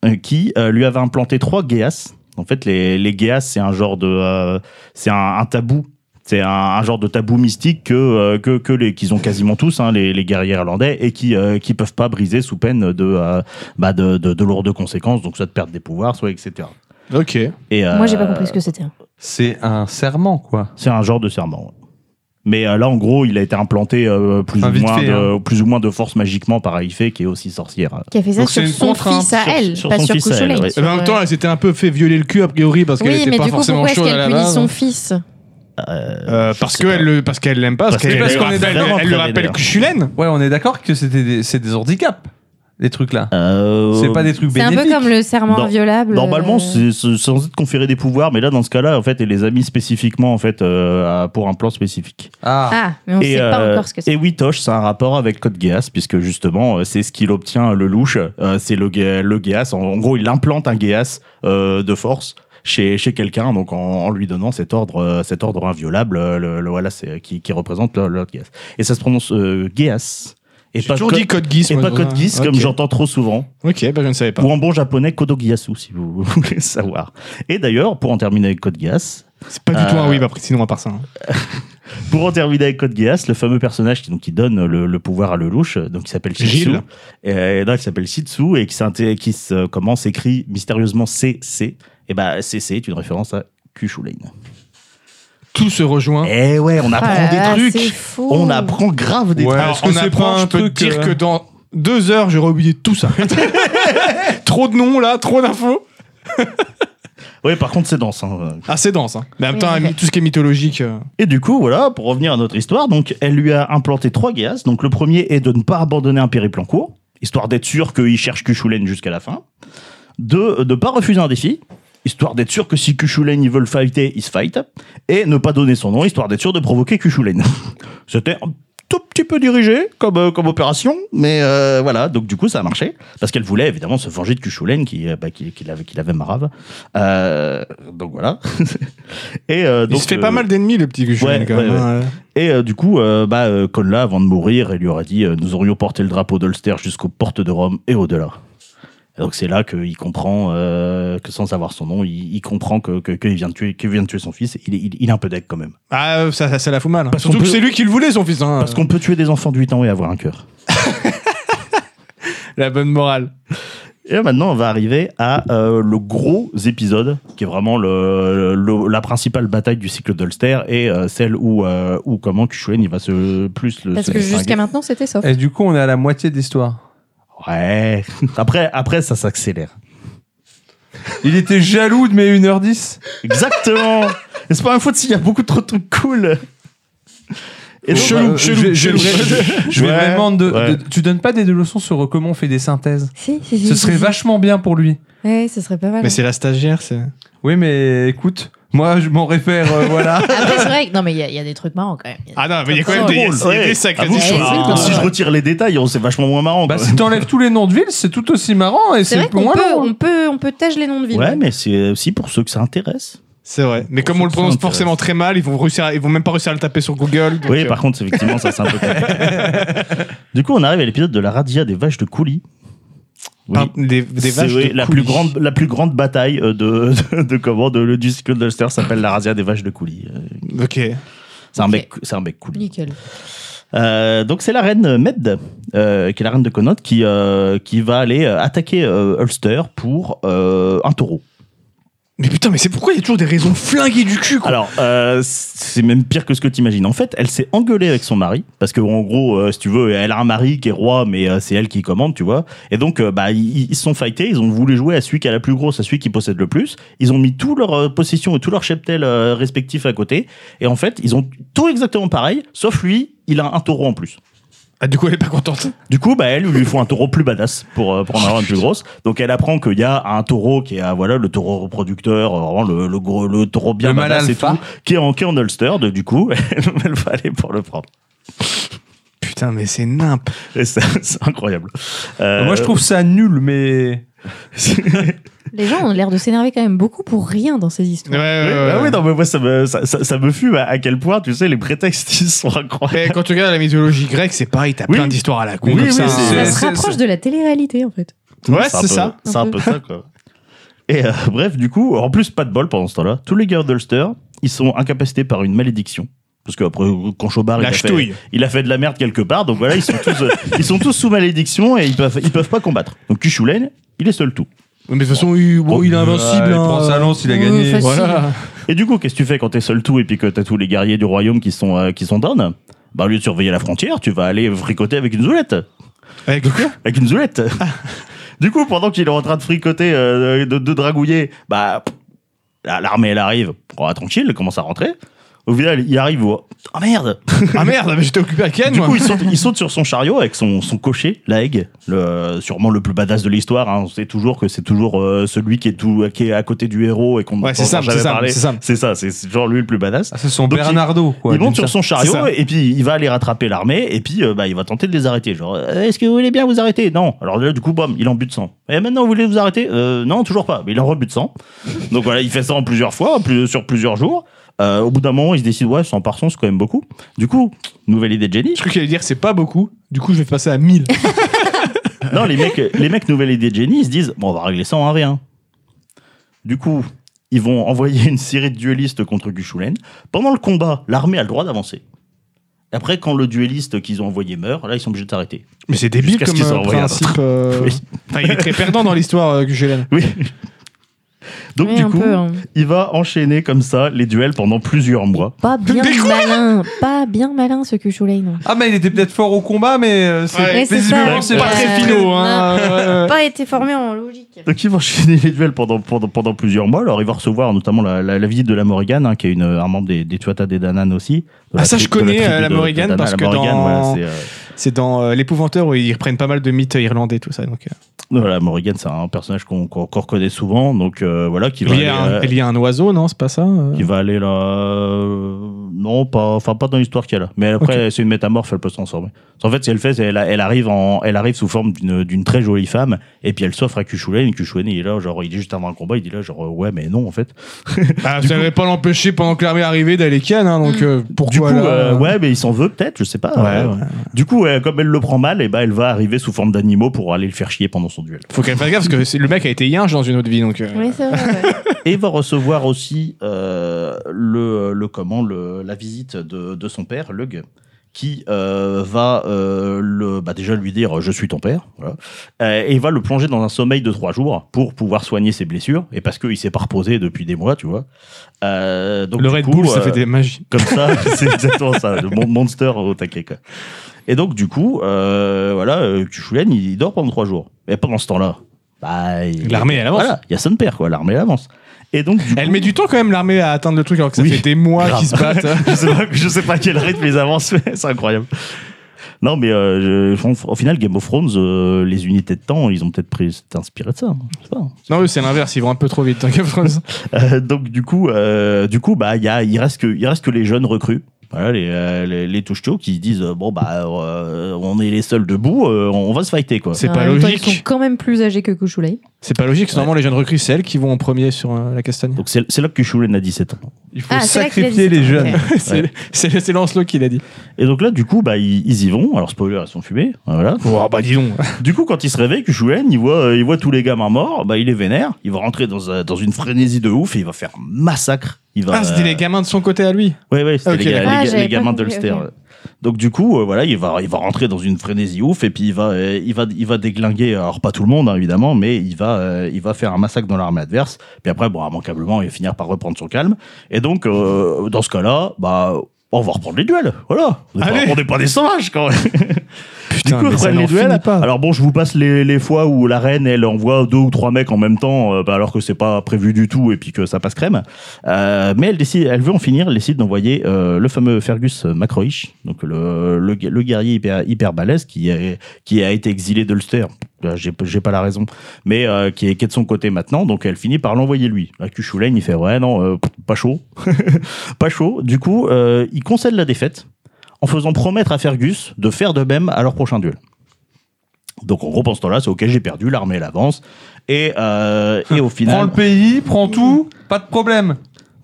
euh, qui euh, lui avait implanté trois guéas. En fait, les, les guéas, c'est un genre de. euh, c'est un, un tabou. C'est un, un genre de tabou mystique que, euh, que, que les qu'ils ont quasiment tous hein, les, les guerriers irlandais et qui euh, qui peuvent pas briser sous peine de euh, bah de, de, de lourdes conséquences donc soit de perdre des pouvoirs soit etc. Ok. Et euh, Moi, j'ai pas compris ce que c'était. hein. C'est un serment, quoi. c'est un genre de serment. ouais. Mais euh, là, en gros, il a été implanté euh, plus, Enfin, ou vite moins fait, hein. de, plus ou moins de force magiquement par Aïfé, qui est aussi sorcière. hein. Qui a fait ça Donc, c'est sur une son contrainte fils à sur- elle, sur pas son sur fils à elle, Coucholet. ouais. En même temps, elle s'était un peu fait violer le cul a priori parce qu'elle Oui, était mais pas du coup, forcément pourquoi est-ce chaude à qu'elle la punit base. son fils Euh, parce qu'elle le- parce qu'elle l'aime pas, parce Parce que- qu'elle parce elle qu'on est rappelle- vraiment elle le très rappelle vénère. que je suis laine. Ouais, on est d'accord que c'était des- c'est des handicaps, les trucs là. Euh, C'est pas des trucs C'est un bénéfiques. peu comme le serment Non. inviolable. Normalement, c'est euh, c'est censé te conférer des pouvoirs, mais là, dans ce cas-là, en fait, elle les a mis spécifiquement en fait, euh, à- pour un plan spécifique. Ah, Ah, mais on sait pas euh, encore ce que c'est. et oui, Tosh, c'est un rapport avec Code Geass, puisque justement, euh, c'est ce qu'il obtient, euh, le louche. euh, c'est le, Ge- le Geass. En, en gros, il implante un Geass euh, de force chez, chez quelqu'un, donc en, en lui donnant cet ordre, euh, cet ordre inviolable, euh, le, le- voilà, c'est- qui, qui représente le, le Geass. Et ça se prononce euh, Geass. Et J'ai toujours Co- dit code Geass. et moi, pas je- Code Geass, Ok. comme j'entends trop souvent. Ok, bah je ne savais pas. Ou en bon japonais, Kodogiyasu, si vous voulez savoir. Et d'ailleurs, pour en terminer avec Code Geass, C'est pas du tout un Euh, oui, après sinon à part ça. hein. pour en terminer avec Code Geass, le fameux personnage qui, donc, qui donne le, le pouvoir à Lelouch, euh, donc qui s'appelle Shitsu. Gilles. Et, euh, là, il s'appelle Shitsu et qui, s'inté- qui se, comment s'écrit mystérieusement CC. Et bah, CC est une référence à Kushulein. Ah. Tout se rejoint. Eh ouais, on apprend Ah là là, des c'est trucs. fou. On apprend grave des Ouais. trucs. Alors, est-ce que on c'est apprend, pas un je peux te truc, dire euh, que dans deux heures, j'aurais oublié tout ça. trop de noms là, trop d'infos. Ouais, par contre, c'est dense. hein. Assez dense. Hein. Mais en même temps, Oui. tout ce qui est mythologique. euh, Et du coup, voilà, pour revenir à notre histoire, donc elle lui a implanté trois guéas. Donc le premier est de ne pas abandonner un périple en cours, histoire d'être sûr qu'il cherche Kushulen jusqu'à la fin. Deux, de ne pas refuser un défi, histoire d'être sûr que si Kushulen ils veulent fighter, ils se fight. Et ne pas donner son nom, histoire d'être sûr de provoquer Kushulen. C'était un tout petit peu dirigé comme, euh, comme opération, mais euh, voilà, donc du coup ça a marché, parce qu'elle voulait évidemment se venger de Kushulen qui, euh, bah, qui, qui l'avait, qui l'avait marave. Euh, donc voilà. Et, euh, Il donc, se fait euh, pas mal d'ennemis, le petit Gushulen, ouais, quand ouais, même. ouais. hein, ouais. et euh, du coup, euh, bah, euh, Conla, avant de mourir, il lui aurait dit euh, Nous aurions porté le drapeau d'Ulster jusqu'aux portes de Rome et au-delà. Et Donc c'est là qu'il comprend euh, que sans savoir son nom, il, il comprend que que- qu'il vient de tuer, qu'il vient de tuer son fils. Il est, il, il est un peu deck quand même. Ah, euh, ça, ça, ça la fout mal. hein. Parce Surtout qu'on que peut- c'est lui qui le voulait, son fils. hein. Parce qu'on peut tuer des enfants de 8 ans et avoir un cœur. La bonne morale. Et là, maintenant, on va arriver à euh, le gros épisode, qui est vraiment le, le- la principale bataille du cycle d'Ulster et euh, celle où, euh, où comment Kuchuen il va se plus le. Parce se que jusqu'à distinguer. maintenant, c'était Ah. soft. Et du coup, on est à la moitié de l'histoire. Ouais. Après, après, ça s'accélère. Il était jaloux de mes 1h10. Exactement. et c'est pas un faute s'il y a beaucoup trop de trucs cool. Et donc, Chelou, euh, chelou, je- je- chelou. je- Je vais ouais, vraiment de, ouais. de- Tu donnes pas des leçons sur euh, comment on fait des synthèses. Si, si, si, Ce si, serait si. vachement bien pour lui. Ouais, ce serait pas mal. Mais c'est la stagiaire, c'est. Oui, mais écoute, moi, je m'en réfère, euh, voilà. Après, c'est vrai que- Non, mais il y, a- il y a des trucs marrants quand même. Il y a- Ah non, mais il y a quand C'est même des, il y a- drôle, il y a ouais. des sacrées Ah bon, histoires. je- Ouais, c'est ah, vrai. Si je retire les détails, on- c'est vachement moins marrant. Bah, quoi. si t'enlèves tous les noms de villes, c'est tout aussi marrant et C'est c'est vrai qu'on moins peut, long. on peut, on peut tâcher les noms de villes. ouais, mais c'est aussi pour ceux que ça intéresse. C'est vrai. Mais comme on le Ça prononce m'intéresse. forcément très mal, ils vont, réussir à- ils vont même pas réussir à le taper sur Google. donc, Oui, euh, par contre, effectivement, ça c'est un peu. con. du coup, on arrive à l'épisode de la radia des vaches de coulis. Oui. par- des, Ah, des C'est, vaches. oui, de la coulis. plus grande, la plus grande bataille euh, de, de, de comment de, le- du cycle d'Ulster s'appelle la radia des vaches de coulis. Euh, Ok. C'est un Ok. mec, c'est un mec cool. Nickel. Euh, donc c'est la reine Med, euh, qui est la reine de Connaught, qui euh, qui va aller euh, attaquer euh, Ulster pour euh, un taureau. Mais putain, mais c'est pourquoi il y a toujours des raisons flinguées du cul, quoi. Alors, euh, c'est même pire que ce que tu imagines. En fait, elle s'est engueulée avec son mari, parce que en gros, euh, si tu veux, elle a un mari qui est roi, mais euh, c'est elle qui commande, tu vois. Et donc, euh, bah, ils ils se sont fightés, ils ont voulu jouer à celui qui a la plus grosse, à celui qui possède le plus. Ils ont mis tout leur euh, possession et tout leur cheptel euh, respectif à côté. Et en fait, ils ont tout exactement pareil, sauf lui, il a un taureau en plus. Ah, du coup, elle est pas contente. Du coup, bah, elle, il lui faut un taureau plus badass pour, euh, pour en avoir une plus grosse. Donc, elle apprend qu'il y a un taureau qui est, ah, voilà, le taureau reproducteur, euh, vraiment le, le gros, le taureau bien Le mâle badass et alpha. tout, qui est en, qui est en Ulster. de- du coup, elle va aller pour le prendre. Putain, mais c'est nimp. Et c'est c'est incroyable. Euh, Moi, je trouve ça nul, mais. Les gens ont l'air de s'énerver quand même beaucoup pour rien dans ces Ouais, histoires. Oui, ouais, ouais. euh, bah oui, non, mais moi, ça me, ça, ça- ça me fume à, à quel point, tu sais, les prétextes, ils sont incroyables. Mais quand tu regardes la mythologie grecque, c'est pareil, t'as Oui. plein d'histoires à la con. Oui, comme oui, ça, c'est- hein. Ça c'est- se rapproche de la télé-réalité en fait. Ouais, un c'est peu- ça. C'est un peu ça, quoi. Et euh, bref, du coup, en plus, pas de bol pendant ce temps-là. Tous les gars d'Ulster, ils sont incapacités par une malédiction. Parce que après, quand Chobard, il La a, fait, ch'touille. il a fait de la merde quelque part, donc voilà, ils sont tous, euh, ils sont tous sous malédiction et ils peuvent, ils peuvent pas combattre. Donc Kushulen, il est seul tout. Mais de toute façon, il, bon, il est Ah, invincible. il hein. prend sa lance, il a gagné. facile. Voilà. Et du coup, qu'est-ce que tu fais quand t'es seul tout et puis que t'as tous les guerriers du royaume qui sont, euh, qui sont down Bah, au lieu de surveiller la frontière, tu vas aller fricoter avec une zoulette. Avec le cul avec une zoulette. du coup, pendant qu'il est en train de fricoter, euh, de, de dragouiller, bah, pff, la- l'armée, elle arrive. Oh, tranquille, elle commence à rentrer. Au final, il arrive. Oh, ah, merde Ah merde, mais j'étais occupé à Ken, Du moi. coup, il saute, il saute sur son chariot avec son, son cocher, la Hague, le, sûrement le plus badass de l'histoire. hein. On sait toujours que c'est toujours euh, celui qui est, tout, qui est à côté du héros et qu'on Ouais, c'est dont on Sam, jamais c'est Sam, parlé. c'est Sam. C'est ça, c'est c'est toujours lui le plus badass. Ah, c'est son Donc, il- Bernardo, quoi. il monte d'une sur son c'est chariot ça. et puis il va aller rattraper l'armée et puis euh, bah, il va tenter de les arrêter. Genre, Euh, est-ce que vous voulez bien vous arrêter Non. Alors là, du coup, bam, il en bute 100. Et maintenant, vous voulez vous arrêter Euh, Non, toujours pas. Mais il en rebute 100. Donc voilà, il fait ça en plusieurs fois, plus- sur plusieurs jours. Euh, au bout d'un moment, il se décide, ouais, 100 par 100, c'est quand même beaucoup. Du coup, nouvelle idée de génie. Je crois qu'il allait dire c'est pas beaucoup, du coup je vais passer à 1000. Non, les mecs, les mecs, nouvelle idée de génie, ils se disent, bon, on va régler ça en rien. Du coup, ils vont envoyer une série de duellistes contre Guchulen. Pendant le combat, l'armée a le droit d'avancer. Après, quand le duelliste qu'ils ont envoyé meurt, là, ils sont obligés de s'arrêter. Mais c'est débile Jusqu'à ce comme qu'ils euh, en regardent. principe. euh, Oui. enfin, il est très perdant dans l'histoire, euh, Gugelen. Oui. Donc, Ouais, du un coup, peu, hein. il va enchaîner comme ça les duels pendant plusieurs mois. Pas bien Mais malin, pas bien malin ce Cuchulain. non. Ah, mais il était peut-être fort au combat, mais euh, c'est Ouais, Ouais, c'est visiblement, ça. c'est Ouais. Pas pas très finaux, hein. ouais, ouais. Pas été formé en logique. Donc, il va enchaîner les duels pendant, pendant, pendant plusieurs mois. Alors, il va recevoir notamment la, la- la visite de la Morrigan, hein, qui est une, un membre des, des Tuatha des Danan aussi. De la Ah, ça, tri- je de la connais, tribu euh, la de- de Morrigan, Danan. parce La que Morrigan, dans- voilà, c'est, euh, C'est dans euh, l'épouvanteur où ils reprennent pas mal de mythes irlandais, tout ça. Donc, euh, Voilà, Morrigan, c'est un personnage qu'on qu'on- qu'on reconnaît souvent, donc euh, voilà, qui va lié, aller, à un, euh, lié à un oiseau, non C'est pas ça euh qui va aller là, euh, non, pas, enfin pas dans l'histoire qu'il y a là, mais après c'est une métamorphe, elle peut se transformer. En fait, si elle fait, c'est elle, elle arrive en, elle arrive sous forme d'une d'une très jolie femme, et puis elle s'offre à Kuchulain, Kuchulain il est là, genre il est juste avant un combat, il dit là genre euh, ouais mais non en fait. Ah, Du ça coup- n'allait pas l'empêcher pendant que l'armée arrivait d'aller Ken, hein, donc Mm. euh, pourquoi Du coup, là, euh, euh, ouais mais il s'en veut peut-être, je sais pas. ouais, Euh, ouais. Du coup, euh, comme elle le prend mal, et ben elle va arriver sous forme d'animaux pour aller le faire chier pendant son duel. Faut qu'elle fasse gaffe parce que c'est- le mec a été yinge dans une autre vie, donc. euh, Oui, c'est vrai. ouais. Et va recevoir aussi euh, le, le comment le, la visite de, de son père, Lug, qui euh, va euh, le, bah, déjà lui dire je suis ton père voilà. Euh, et va le plonger dans un sommeil de trois jours pour pouvoir soigner ses blessures et parce qu'il s'est pas reposé depuis des mois tu vois Euh, donc le du Red coup, Bull, ça euh, fait des magies. comme ça, c'est exactement ça, le mon- monster au taquet. quoi. Et donc, du coup, euh, voilà, euh, Chuchulen, il dort pendant trois jours. Et pendant ce temps-là, bah, il- L'armée, elle avance. Voilà, il y a son père, quoi, l'armée elle avance. Et donc, du Elle coup, met du temps quand même l'armée à atteindre le truc alors que ça Oui. fait des mois qu'ils se Grave. battent. hein. je, sais pas, je sais pas à quel rythme ils avancent, mais c'est incroyable. Non, mais euh, je- au final, Game of Thrones, euh, les unités de temps, ils ont peut-être pris, c'est inspiré de ça. hein, je sais pas. non, eux, c'est l'inverse, ils vont un peu trop vite. hein, Game of Thrones. Euh, donc du coup, euh, du coup, bah, il y a, il reste que, il reste que les jeunes recrues. Voilà, les, euh, les, les touche-tôt qui disent euh, bon bah euh, on est les seuls debout, euh, on va se fighter quoi. C'est En pas même temps, Ils sont logique. quand même plus âgés que Kushulei. C'est pas logique, c'est normalement les jeunes recrues, c'est elles qui vont en premier sur euh, la castagne. Donc c'est c'est là que Shulen a 17 ans. Il faut Ah, c'est là qu'il a dit sacrifier les ça. jeunes. Ok. c'est c'est- c'est Lancelot qui l'a dit. Et donc là du coup bah ils, ils y vont. Alors spoiler, ils sont fumés. hein, Voilà. Oh, bah dis donc. Du coup quand il se réveille, que Shulen il voit euh, il voit tous les gamins morts, bah il les vénère. Il va rentrer dans, un- dans une frénésie de ouf et il va faire un massacre. Il va. euh, Ah, c'était les gamins de son côté à lui. Ouais, ouais, c'était Ok, les, ga- d'accord. Ah, les ga- j'avais les pas gamins compris, d'Ulster. ok. Donc du coup, euh, voilà, il va, il va rentrer dans une frénésie ouf et puis il va, euh, il va, il va déglinguer. Alors pas tout le monde hein, évidemment, mais il va, euh, il va faire un massacre dans l'armée adverse. Puis après, bon, immanquablement, il va finir par reprendre son calme. Et donc, euh, dans ce cas-là, bah. On va reprendre les duels, voilà. On n'est pas- Allez. on n'est pas, des sauvages quand même. Putain, du coup, mais ils ça reprennent n'en les duels. finit pas. Alors bon, je vous passe les, les fois où la reine elle envoie deux ou trois mecs en même temps, euh, bah, alors que c'est pas prévu du tout et puis que ça passe crème. Euh, mais elle décide, elle veut en finir, elle décide d'envoyer euh, le fameux Fergus Macroish, donc le, le, le guerrier hyper, hyper balèze qui, est, qui a été exilé d'Ulster. Là, J'ai j'ai pas la raison, mais euh, qui, est, qui est de son côté maintenant, donc elle finit par l'envoyer lui. Là, Cuchulain, il fait ouais, non, euh, pas chaud, pas chaud. Du coup, euh, il concède la défaite en faisant promettre à Fergus de faire de même à leur prochain duel. Donc en gros, pendant ce temps-là, c'est ok, j'ai perdu, l'armée elle avance, et, euh, et au Prends le final, pays, prends tout, pas de problème.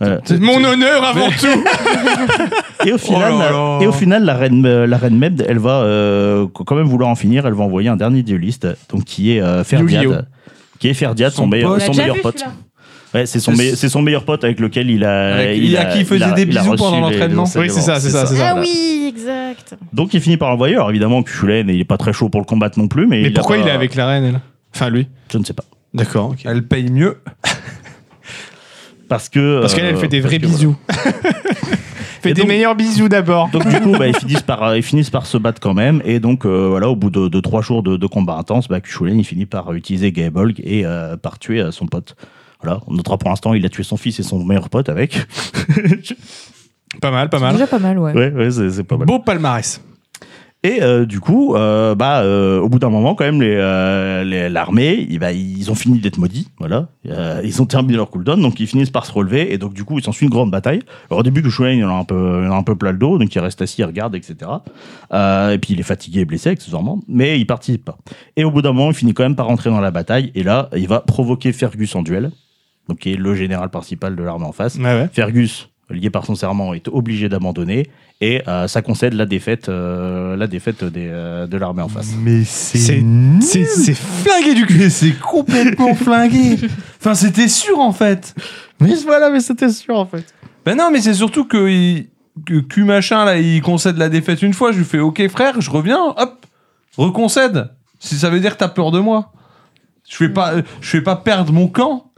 euh, C'est Mon honneur avant tout. Et au final, Oh là la- là. et au final, la reine, euh, la reine Meb, elle va euh, quand même vouloir en finir. Elle va envoyer un dernier dueliste, donc qui est euh, Ferdiad, Yu-Gi-Oh. qui est Ferdiad, son, Son meilleur, pote. son On l'a déjà meilleur vu, pote. celui-là. Ouais, c'est son, C'est- meille- c'est son meilleur pote avec lequel il a, Avec- il à a qui il faisait a- des il a bisous reçu pendant les- l'entraînement. les Oui, c'est ça, c'est ça, c'est ça. Ah oui, exact. Donc il finit par envoyer. Alors évidemment, Kuchulen, il est pas très chaud pour le combattre non plus, mais, Mais il a pourquoi pas- il est avec la reine, elle Enfin, lui. Je ne sais pas. D'accord, ok. Elle paye mieux. Parce que Parce qu'elle, elle euh, fait des parce vrais que voilà. bisous. Fait Et des donc- meilleurs bisous d'abord. Donc du coup, bah, ils finissent par euh, ils finissent par se battre quand même. Et donc euh, voilà, au bout de, de trois jours de, de combat intense, bah, Kuchulain, il finit par utiliser Gaebolg et euh, par tuer euh, son pote. Voilà, on notera pour l'instant, il a tué son fils et son meilleur pote avec. Pas mal, pas C'est mal. déjà pas mal, ouais. ouais, ouais, c'est c'est pas mal. Beau palmarès. Et euh, du coup, euh, bah, euh, au bout d'un moment, quand même, les, euh, les- l'armée, eh ben, ils ont fini d'être maudits. Voilà. Euh, ils ont terminé leur cooldown, donc ils finissent par se relever. Et donc, du coup, il s'ensuit une grande bataille. Alors, au début, Kushulain, il en a un peu, il en a un peu plein le dos, donc il reste assis, il regarde, etc. Euh, et puis, il est fatigué et blessé, accessoirement, mais il participe pas. Et au bout d'un moment, il finit quand même par rentrer dans la bataille. Et là, il va provoquer Fergus en duel, donc qui est le général principal de l'armée en face. Ouais, ouais. Fergus, lié par son serment, est obligé d'abandonner et euh, ça concède la défaite, euh, la défaite des, euh, de l'armée en face. Mais C'est- c'est nul. C'est c'est flingué du cul. Mais c'est complètement flingué. Enfin, c'était sûr en fait. Mais voilà, mais c'était sûr en fait. Ben non, mais c'est surtout que, il- que Q machin là, il concède la défaite une fois. Je lui fais OK frère, je reviens, hop, reconcède. Si ça veut dire que t'as peur de moi, je vais pas, euh, je vais pas perdre mon camp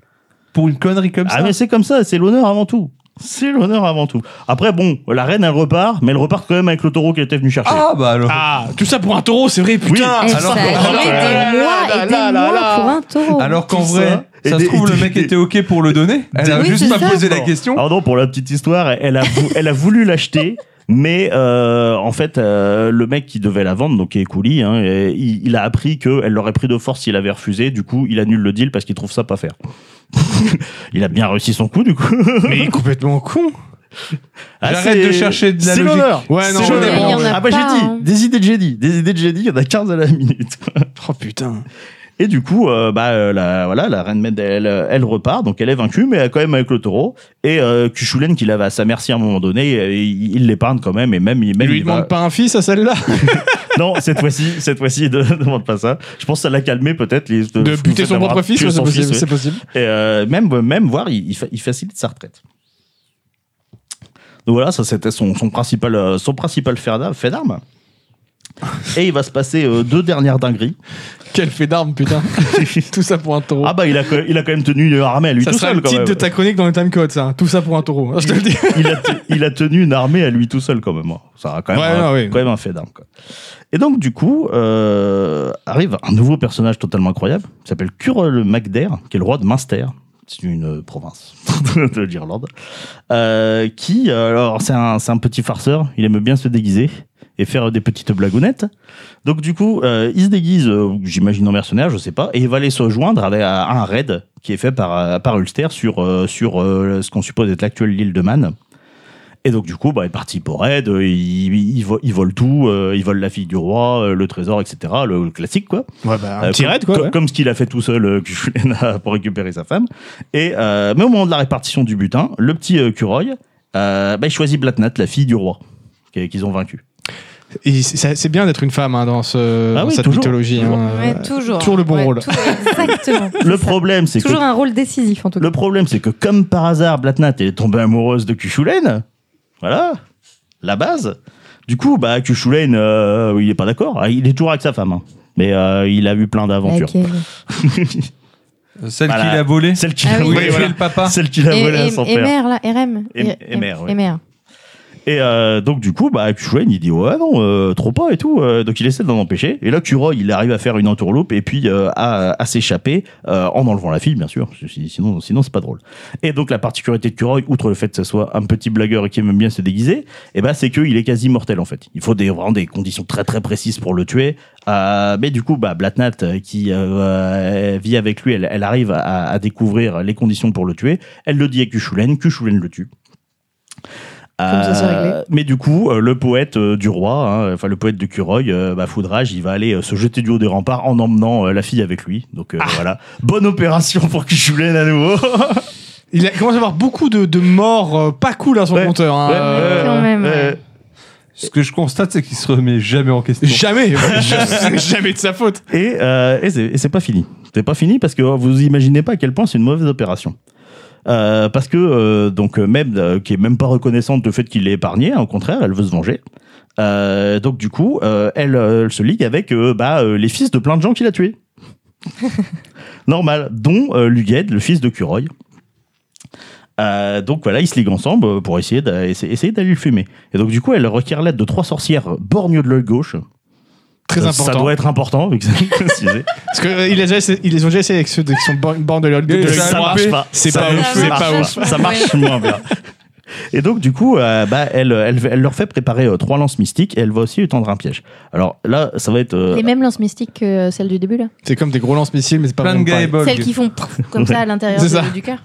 pour une connerie comme Ah ça. mais c'est comme ça, c'est l'honneur avant tout. C'est l'honneur avant tout. Après bon, la reine elle repart, mais elle repart quand même avec le taureau qu'elle était venue chercher. Ah bah alors. Ah, tout ça pour un taureau, c'est vrai, putain. Eh, alors ça que- a duré Ah, des mois là, et là, des là, là. mois pour un taureau. Alors qu'en tout vrai, ça, ça, et se des- trouve, le des- mec des- était OK pour le donner. Elle a Oui, juste c'est pas ça. posé la question. Alors non, pour la petite histoire, elle a, vou- elle a voulu l'acheter. Mais euh, en fait, euh, le mec qui devait la vendre, donc qui est Couli, hein, et il, il a appris qu'elle l'aurait pris de force s'il avait refusé. Du coup, il annule le deal parce qu'il trouve ça pas faire. il a bien réussi son coup, du coup. Mais il est complètement con. Ah, J'arrête c'est- de chercher de la C'est logique. l'honneur. Ouais, C'est non, l'honneur. mais il y en a Ah bah j'ai pas, dit, hein. des idées de génie. Des idées de génie, il y en a 15 à la minute. Oh putain. Et du coup, euh, bah, euh, la, voilà, la reine Med, elle, euh, elle repart, donc elle est vaincue, mais euh, quand même avec le taureau. Et euh, Kuchulen, qui l'avait à sa merci à un moment donné, euh, il il l'épargne quand même, et même, il- Il même lui il va- demande pas un fils à celle-là Non, cette fois-ci, cette fois-ci, il ne demande pas ça. Je pense que ça l'a calmé peut-être. les- De le fait buter son d'avoir propre fils, tué ouais, c'est son possible. fils, C'est possible. ouais. Et, euh, même, même voir, il, il fa- il facilite sa retraite. Donc voilà, ça c'était son, son principal, euh, son principal fer d'ar- fait d'arme. Et il va se passer euh, deux dernières dingueries. Quel fait d'armes, putain. Tout ça pour un taureau. Ah bah il a, quand- il a quand même tenu une armée à lui Oh. ça tout sera seul. le quand titre même. de ta chronique dans le timecode, ça. Tout ça pour un taureau. hein, Je te le dis. il, a te- il a tenu une armée à lui tout seul quand même. hein. Ça a quand même, Ouais, un, non, oui. quand même un fait d'armes. quoi. Et donc du coup euh, arrive un nouveau personnage totalement incroyable. qui s'appelle Curll MacDair, qui est le roi de Munster. C'est une euh, province de l'Irlande. Euh, qui euh, alors c'est un, c'est un petit farceur. Il aime bien se déguiser et faire des petites blagounettes. Donc du coup, euh, il se déguise, euh, j'imagine en mercenaire, je sais pas, et il va aller se joindre avec- à, un raid qui est fait par, euh, par Ulster sur, euh, sur euh, ce qu'on suppose être l'actuelle île de Man. Et donc du coup, bah, il est parti pour raid, euh, il, il, vo- il vole tout, euh, il vole la fille du roi, euh, le trésor, etc. Le, le classique quoi. Ouais, bah, Euh, un petit comme- raid, quoi. comme, ouais. comme ce qu'il a fait tout seul euh, Cuchulaina, pour récupérer sa femme. Et euh, mais au moment de la répartition du butin, le petit euh, Curoy, euh, bah, il choisit Blatnat, la fille du roi, qui- qu'ils ont vaincue. Et c'est c'est bien d'être une femme hein, dans, ce, Ah dans oui, cette toujours. mythologie. Toujours. hein. Ouais, toujours. Toujours le bon Ouais, rôle. tout- exactement. Le problème, c'est que toujours un rôle décisif en tout cas. Le problème, c'est que comme par hasard, Blatnat est tombée amoureuse de Cuchulaine. Voilà, la base. Du coup, bah, Cuchulaine, euh, il est pas d'accord. Ah, Il est toujours avec sa femme. hein. Mais euh, il a eu plein d'aventures. Laquelle Celle Voilà. qui l'a volé. Celle qui Ah l'a oui. volé, Tuer voilà. le papa. Celle qui l'a Et, volé à et, son et père. mère, là, RM. Et- et mère, ouais. Et mère. Et euh, donc du coup, bah, Cuchulaine, il dit ouais non, euh, trop pas et tout. Euh, donc il essaie d'en empêcher. Et là, Curoy, il arrive à faire une entourloupe et puis euh, à, à s'échapper euh, en enlevant la fille, bien sûr. Parce que si- Sinon, sinon c'est pas drôle. Et donc la particularité de Curoy, outre le fait que ce soit un petit blagueur et qui aime bien se déguiser, eh ben c'est qu'il est quasi mortel en fait. Il faut des, vraiment des conditions très très précises pour le tuer. Euh, mais du coup, bah, Blatnat euh, qui euh, vit avec lui, elle, elle arrive à, à découvrir les conditions pour le tuer. Elle le dit à Cuchulaine, Cuchulaine le tue. Comme ça, c'est réglé. mais du coup, euh, le poète euh, du roi, hein, enfin le poète de Curoy, euh, bah, Foudrage, il va aller euh, se jeter du haut des remparts en emmenant euh, la fille avec lui. Donc Ah. euh, voilà, bonne opération pour Cuchulaine à nouveau. Il a- commence à avoir beaucoup de, de morts euh, pas cool à son Ouais. compteur. hein. Ouais, Euh, ouais, Quand même, ouais. ouais. Ce que je constate, c'est qu'il se remet jamais en question. Jamais, C'est jamais de sa faute. Et, euh, et c'est- et c'est pas fini. C'est pas fini parce que vous imaginez pas à quel point c'est une mauvaise opération. Euh, parce que euh, donc euh, Meb, euh, qui est même pas reconnaissante du fait qu'il l'ait épargné, hein, au contraire, elle veut se venger. Euh, donc du coup, euh, elle, euh, elle se ligue avec euh, bah, euh, les fils de plein de gens qu'il a tués. Normal, dont euh, Luged, le fils de Curoy. Euh, donc voilà, ils se liguent ensemble euh, pour essayer d'a- essa- essayer d'aller le fumer. Et donc du coup, elle requiert l'aide de trois sorcières borgnes de l'œil gauche. Très Ça- Euh, Ça important. doit être important, vu que c'est précisé. Parce qu'ils les ont déjà essayé avec ceux de- qui sont born born de l'œil de Et l'œil ça ça droit. marche pas. C'est Ça pas ouf, marche c'est pas pas. ouf. Ça marche moins bien. Et donc, du coup, euh, bah, elle, elle, elle leur fait préparer euh, trois lances mystiques et elle va aussi lui tendre un piège. Alors là, ça va être. euh, Les mêmes lances mystiques que celles euh, du début là. C'est comme des gros lance-missiles, mais c'est pas Plein de vraiment gars et pareil. bolg. Celles qui font comme ça à l'intérieur C'est ça. du- du cœur.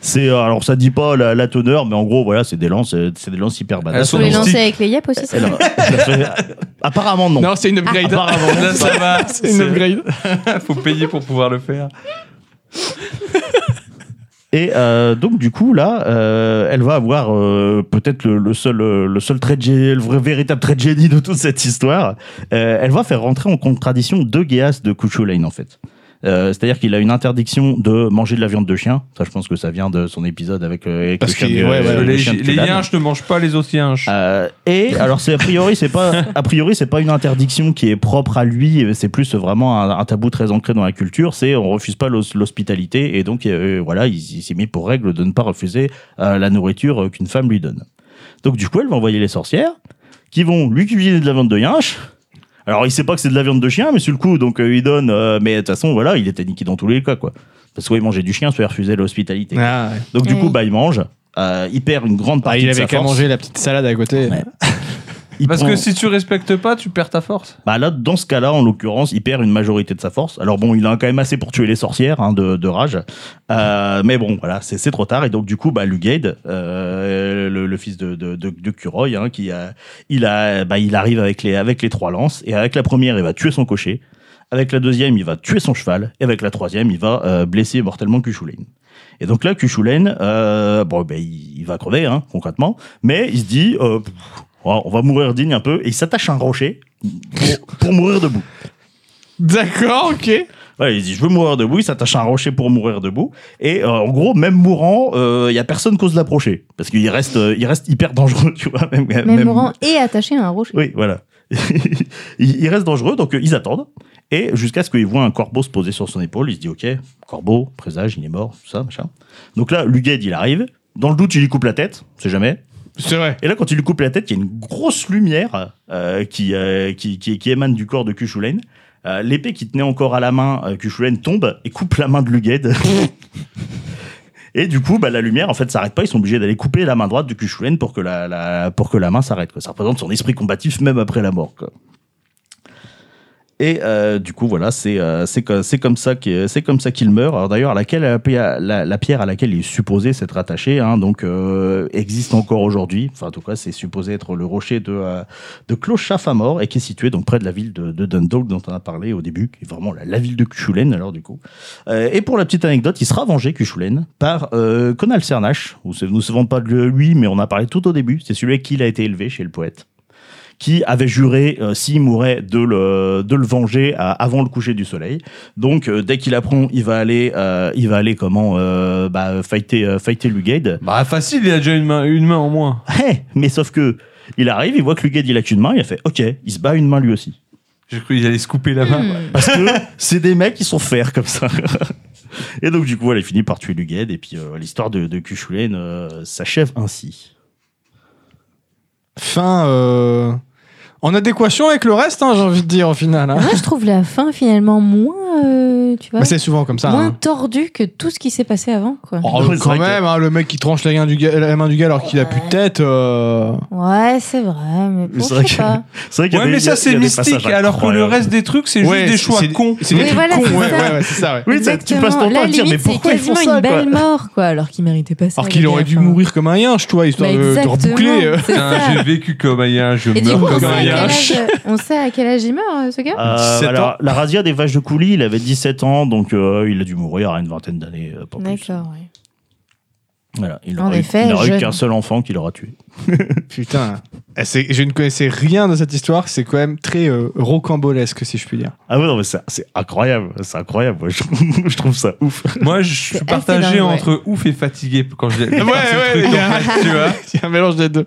c'est, euh, alors, ça dit pas la, la teneur, mais en gros, voilà, c'est des lances, euh, c'est des lances hyper Elles badass. sont Faut les Mystique. lancer avec les yep aussi, c'est Elle, vrai euh, elle fait- Apparemment, non. Non, c'est une upgrade. Apparemment, Là, ça va. C'est une upgrade. Faut payer pour pouvoir le faire. Et euh, donc du coup là, euh, elle va avoir euh, peut-être le, le seul euh, le seul trait de gé- le vrai véritable trait de génie de toute cette histoire. Euh, elle va faire rentrer en contradiction deux Géas de Kuchulain en fait. Euh, C'est-à-dire qu'il a une interdiction de manger de la viande de chien. Ça, je pense que ça vient de son épisode avec, euh, avec Parce le chien. qu'il- de- ouais, ouais, le les chien de les Tulane. yinches ne mangent pas les autres yinches. Euh, et alors c'est a priori c'est pas a priori c'est pas une interdiction qui est propre à lui c'est plus vraiment un, un tabou très ancré dans la culture c'est on refuse pas l'hos- l'hospitalité et donc euh, voilà il, s- il s'est mis pour règle de ne pas refuser euh, la nourriture euh, qu'une femme lui donne donc du coup elle va envoyer les sorcières qui vont lui cuisiner de la viande de yinche alors il sait pas que c'est de la viande de chien mais sur le coup donc euh, il donne euh, mais de toute façon voilà il était niqué dans tous les cas quoi parce que soit il mangeait du chien soit il refusait l'hospitalité Ah, ouais. donc du Ouais. coup bah il mange euh, il perd une grande Ah, partie il de sa avait qu'à force. manger la petite salade à côté. Ouais. Il Parce prend- que si tu respectes pas, tu perds ta force. Bah là, dans ce cas-là, en l'occurrence, il perd une majorité de sa force. Alors bon, il en a quand même assez pour tuer les sorcières hein, de, de rage. Euh, mais bon, voilà, c'est c'est trop tard. Et donc, du coup, bah, Lugade, euh, le, le fils de, de, de, de Curoy, hein, qui a, il, a, bah, il arrive avec les, avec les trois lances. Et avec la première, il va tuer son cocher. Avec la deuxième, il va tuer son cheval. Et avec la troisième, il va euh, blesser mortellement Cuchulaine. Et donc là, Cuchulaine, euh, bon, ben il, il va crever, hein, concrètement. Mais il se dit, euh, pff, on va mourir digne un peu. Et il s'attache à un rocher pour, pour mourir debout. D'accord, ok. Ouais, il dit, je veux mourir debout, il s'attache à un rocher pour mourir debout. Et euh, en gros, même mourant, il y a personne qui ose l'approcher. Parce qu'il reste, euh, il reste hyper dangereux, tu vois. Même, Même mourant et attaché à un rocher. Oui, voilà. il, il reste dangereux, donc euh, ils attendent. Et jusqu'à ce qu'il voit un corbeau se poser sur son épaule, il se dit Ok, corbeau, présage, il est mort, tout ça, machin. Donc là, Luged, il arrive. Dans le doute, il lui coupe la tête, on sait jamais. C'est vrai. Et là, quand il lui coupe la tête, il y a une grosse lumière euh, qui, euh, qui, qui, qui émane du corps de Kushulen. Euh, L'épée qui tenait encore à la main, euh, Kushulen tombe et coupe la main de Luged. et du coup, bah, la lumière, en fait, s'arrête pas. Ils sont obligés d'aller couper la main droite de Kushulen pour que la, la- pour que la main s'arrête. quoi. Ça représente son esprit combatif même après la mort. quoi. Et euh, du coup, voilà, c'est euh, c'est co- c'est comme ça que- c'est comme ça qu'il meurt. Alors d'ailleurs, laquelle la, pi- la- la pierre à laquelle il est supposé s'être attaché, hein, donc euh, existe encore aujourd'hui. Enfin, en tout cas, c'est supposé être le rocher de euh, de Clochafamor et qui est situé donc près de la ville de, de Dundalk dont on a parlé au début, qui est vraiment la, la ville de Cuchulen. Alors du coup, Euh, et pour la petite anecdote, il sera vengé Cuchulen par euh, Conal Cernach. Où c'est- nous ne savons pas de lui, mais on a parlé tout au début. C'est celui avec qui il a été élevé chez le poète qui avait juré, euh, s'il mourait, de le, de le venger à- avant le coucher du soleil. Donc, euh, dès qu'il apprend, il va aller, euh, il va aller comment, euh, bah, fighter, euh, fighter Lugade. Bah, facile, il a déjà une main, une main en moins. Hé, mais sauf que, il arrive, il voit que Lugade, il a qu'une main, il a fait, ok, il se bat à une main lui aussi. J'ai cru qu'il allait se couper la main. Hmm. Parce que c'est des mecs qui sont fers comme ça. et donc, du coup, elle finit par tuer Lugade, et puis euh, l'histoire de, de Kushulen euh, s'achève ainsi. Fin euh, en adéquation avec le reste, hein, j'ai envie de dire au final. hein. Moi, Ah, je trouve la fin finalement moins, euh, tu vois, Bah, c'est souvent comme ça. moins hein. tordue que tout ce qui s'est passé avant, quoi. Oh, Ouais, c'est quand vrai même, hein, le mec qui tranche la, gain du gars- la main du gars alors qu'il a plus de tête. euh, Ouais, c'est vrai, mais bon, Oh. C'est je vrai sais que- pas. C'est vrai qu'il y a Ouais, des- mais il y ça, a- il y c'est a des mystique, passages alors que le incroyables. reste des trucs, c'est ouais, juste des choix c'est- cons. C'est des Oui, trucs voilà, cons, c'est ouais, ça. ouais, ouais, c'est ça, ouais. Oui, ça, tu passes ton Exactement. temps à Là, te dire, mais limite, c'est pourquoi ils font quasiment ça quoi une belle mort, quoi, alors qu'il méritait pas ça. Alors le qu'il gars, aurait dû enfin. mourir comme un yinche, toi, histoire Bah, de, de reboucler. euh. exactement, c'est Putain, ça. J'ai vécu comme un lien, je Et du meurs coup, on comme sait, un à quel lien. âge, euh, on sait à quel âge il meurt, euh, ce gars Euh, 17 alors, ans. La razzia des vaches de coulis, il avait 17 ans, donc euh, il a dû mourir à une vingtaine d'années. euh, pas plus. D'accord, oui. Voilà, il En n'aurait effet, il n'aurait eu jeune. qu'un seul enfant qui l'aura tué. Putain. Eh, c'est- Je ne connaissais rien de cette histoire, c'est quand même très euh, rocambolesque, si je puis dire. Ah ouais, non, mais c'est c'est incroyable, c'est incroyable. moi, je, trouve- je trouve ça ouf. Moi, je suis assez partagé dingue, ouais. entre ouf et fatigué quand je Ouais, ouais, il y a- tu vois. Il y a un mélange des deux.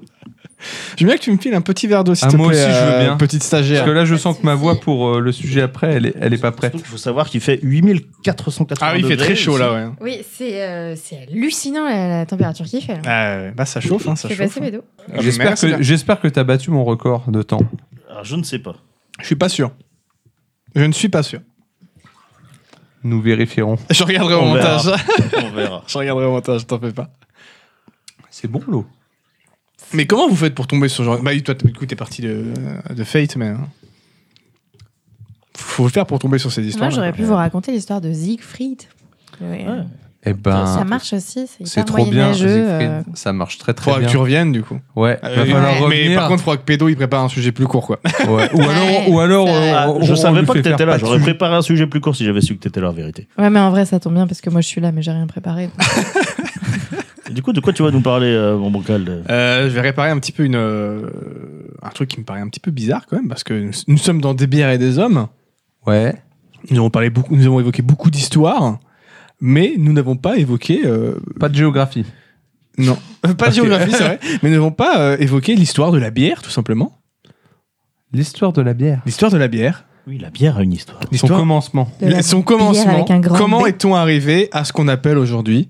J'aime bien que tu me files un petit verre d'eau, s'il Ah, te plaît. moi aussi, je veux euh, bien. Petite Parce stagiaire. que là, je sens que ma voix pour euh, le sujet après, elle est, elle est pas prête. Surtout qu'il faut savoir qu'il fait 8480 Ah oui, il fait très chaud là, ouais. Oui, c'est euh, c'est hallucinant la, la température qu'il fait. Ah, Là. Euh, bah, ça chauffe, hein, ça Je vais chauffe. passer mes dos. Ah, J'espère merci, que, merci. j'espère que t'as battu mon record de temps. Alors, je ne sais pas. Je suis pas sûr. Je ne suis pas sûr. Nous vérifierons. Je regarderai au On verra. montage. On verra. Je regarderai au montage, t'en fais pas. C'est bon, l'eau. Mais comment vous faites pour tomber sur ce genre Bah, toi, t'es- du coup, t'es parti de, de Fate, mais. hein. Faut le faire pour tomber sur ces histoires. Moi, j'aurais pu vous raconter l'histoire de Siegfried. Oui, Ah. euh, Eh Ça ben, marche aussi, c'est c'est hyper trop bien, moyenâgeux. euh, Siegfried. Ça marche très très Faudra bien. que tu reviennes, du coup. Ouais, Euh, va falloir ouais. Mais revenir. par contre, faudra que Pédo il prépare un sujet plus court, quoi. Ouais. Ou alors, ou alors Ah, euh, on- je on savais lui pas que fait faire t'étais là. pas J'aurais de- préparé un sujet plus court si j'avais su que t'étais là en vérité. Ouais, mais en vrai, ça tombe bien parce que moi, je suis là, mais j'ai rien préparé. donc. Et du coup, de quoi tu vas nous parler, euh, mon bancal Euh, je vais réparer un petit peu une, euh, un truc qui me paraît un petit peu bizarre quand même, parce que nous, nous sommes dans des bières et des hommes. Ouais. Nous avons, parlé beaucoup, nous avons évoqué beaucoup d'histoires, mais nous n'avons pas évoqué. euh, Pas de géographie. non, pas de Ok. géographie, c'est vrai, mais nous n'avons pas euh, évoqué l'histoire de la bière, tout simplement. L'histoire de la bière. L'histoire de la bière. Oui, la bière a une histoire. Son L'histoire. commencement. De la Son bière commencement. avec un grand Comment B. est-on arrivé à ce qu'on appelle aujourd'hui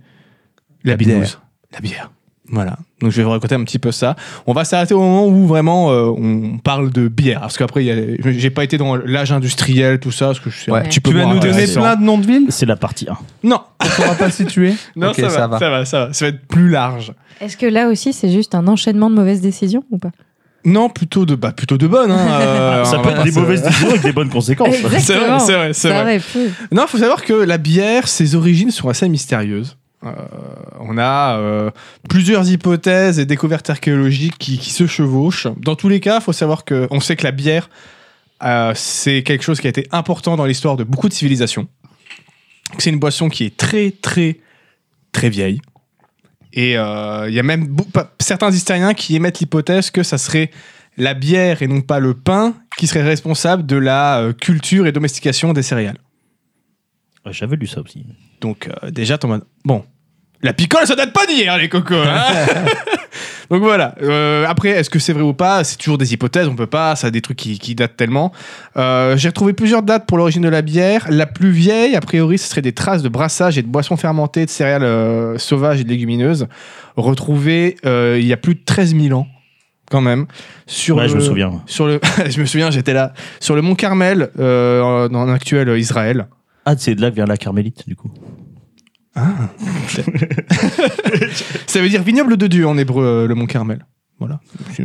la, bière. binouze La bière. Voilà. Donc je vais vous raconter un petit peu ça. On va s'arrêter au moment où vraiment euh, on parle de bière. Parce qu'après, il y a- je- j'ai pas été dans l'âge industriel, tout ça, parce que je suis un Ouais. petit Tu peu vas moins nous donner intéressant. plein de noms de villes C'est la partie 1. Non, On saura pas situer. non Ok, ça, va, ça va, ça va. Ça va être plus large. Est-ce que là aussi, c'est juste un enchaînement de mauvaises décisions ou pas Non, plutôt de, bah, plutôt de bonnes. hein, euh, ça on peut va être pas des se- mauvaises décisions avec des bonnes conséquences. Exact. C'est vrai, c'est vrai, c'est Ça vrai. aurait pu. Non, il faut savoir que la bière, ses origines sont assez mystérieuses. Euh, on a euh, plusieurs hypothèses et découvertes archéologiques qui, qui se chevauchent. Dans tous les cas, il faut savoir que on sait que la bière, euh, c'est quelque chose qui a été important dans l'histoire de beaucoup de civilisations. Que C'est une boisson qui est très, très, très vieille. Et euh, il y a même beau- pas- certains historiens qui émettent l'hypothèse que ça serait la bière et non pas le pain qui serait responsable de la euh, culture et domestication des céréales. Ouais, J'avais lu ça aussi. Donc euh, déjà, ton mode- Bon, la picole, ça date pas d'hier, les cocos. hein. Donc voilà. Euh, après, est-ce que c'est vrai ou pas C'est toujours des hypothèses. On peut pas. Ça a des trucs qui, qui datent tellement. Euh, J'ai retrouvé plusieurs dates pour l'origine de la bière. La plus vieille, a priori, ce serait des traces de brassage et de boissons fermentées, de céréales euh, sauvages et de légumineuses, retrouvées euh, il y a plus de 13 000 ans, quand même. Sur Ouais, je me le- souviens. Sur le, je me souviens, j'étais là. Sur le mont Carmel, euh, dans l'actuel Israël. Ah, c'est de là que vient la carmélite, du coup. Ça veut dire vignoble de Dieu en hébreu, euh, le Mont Carmel. Voilà.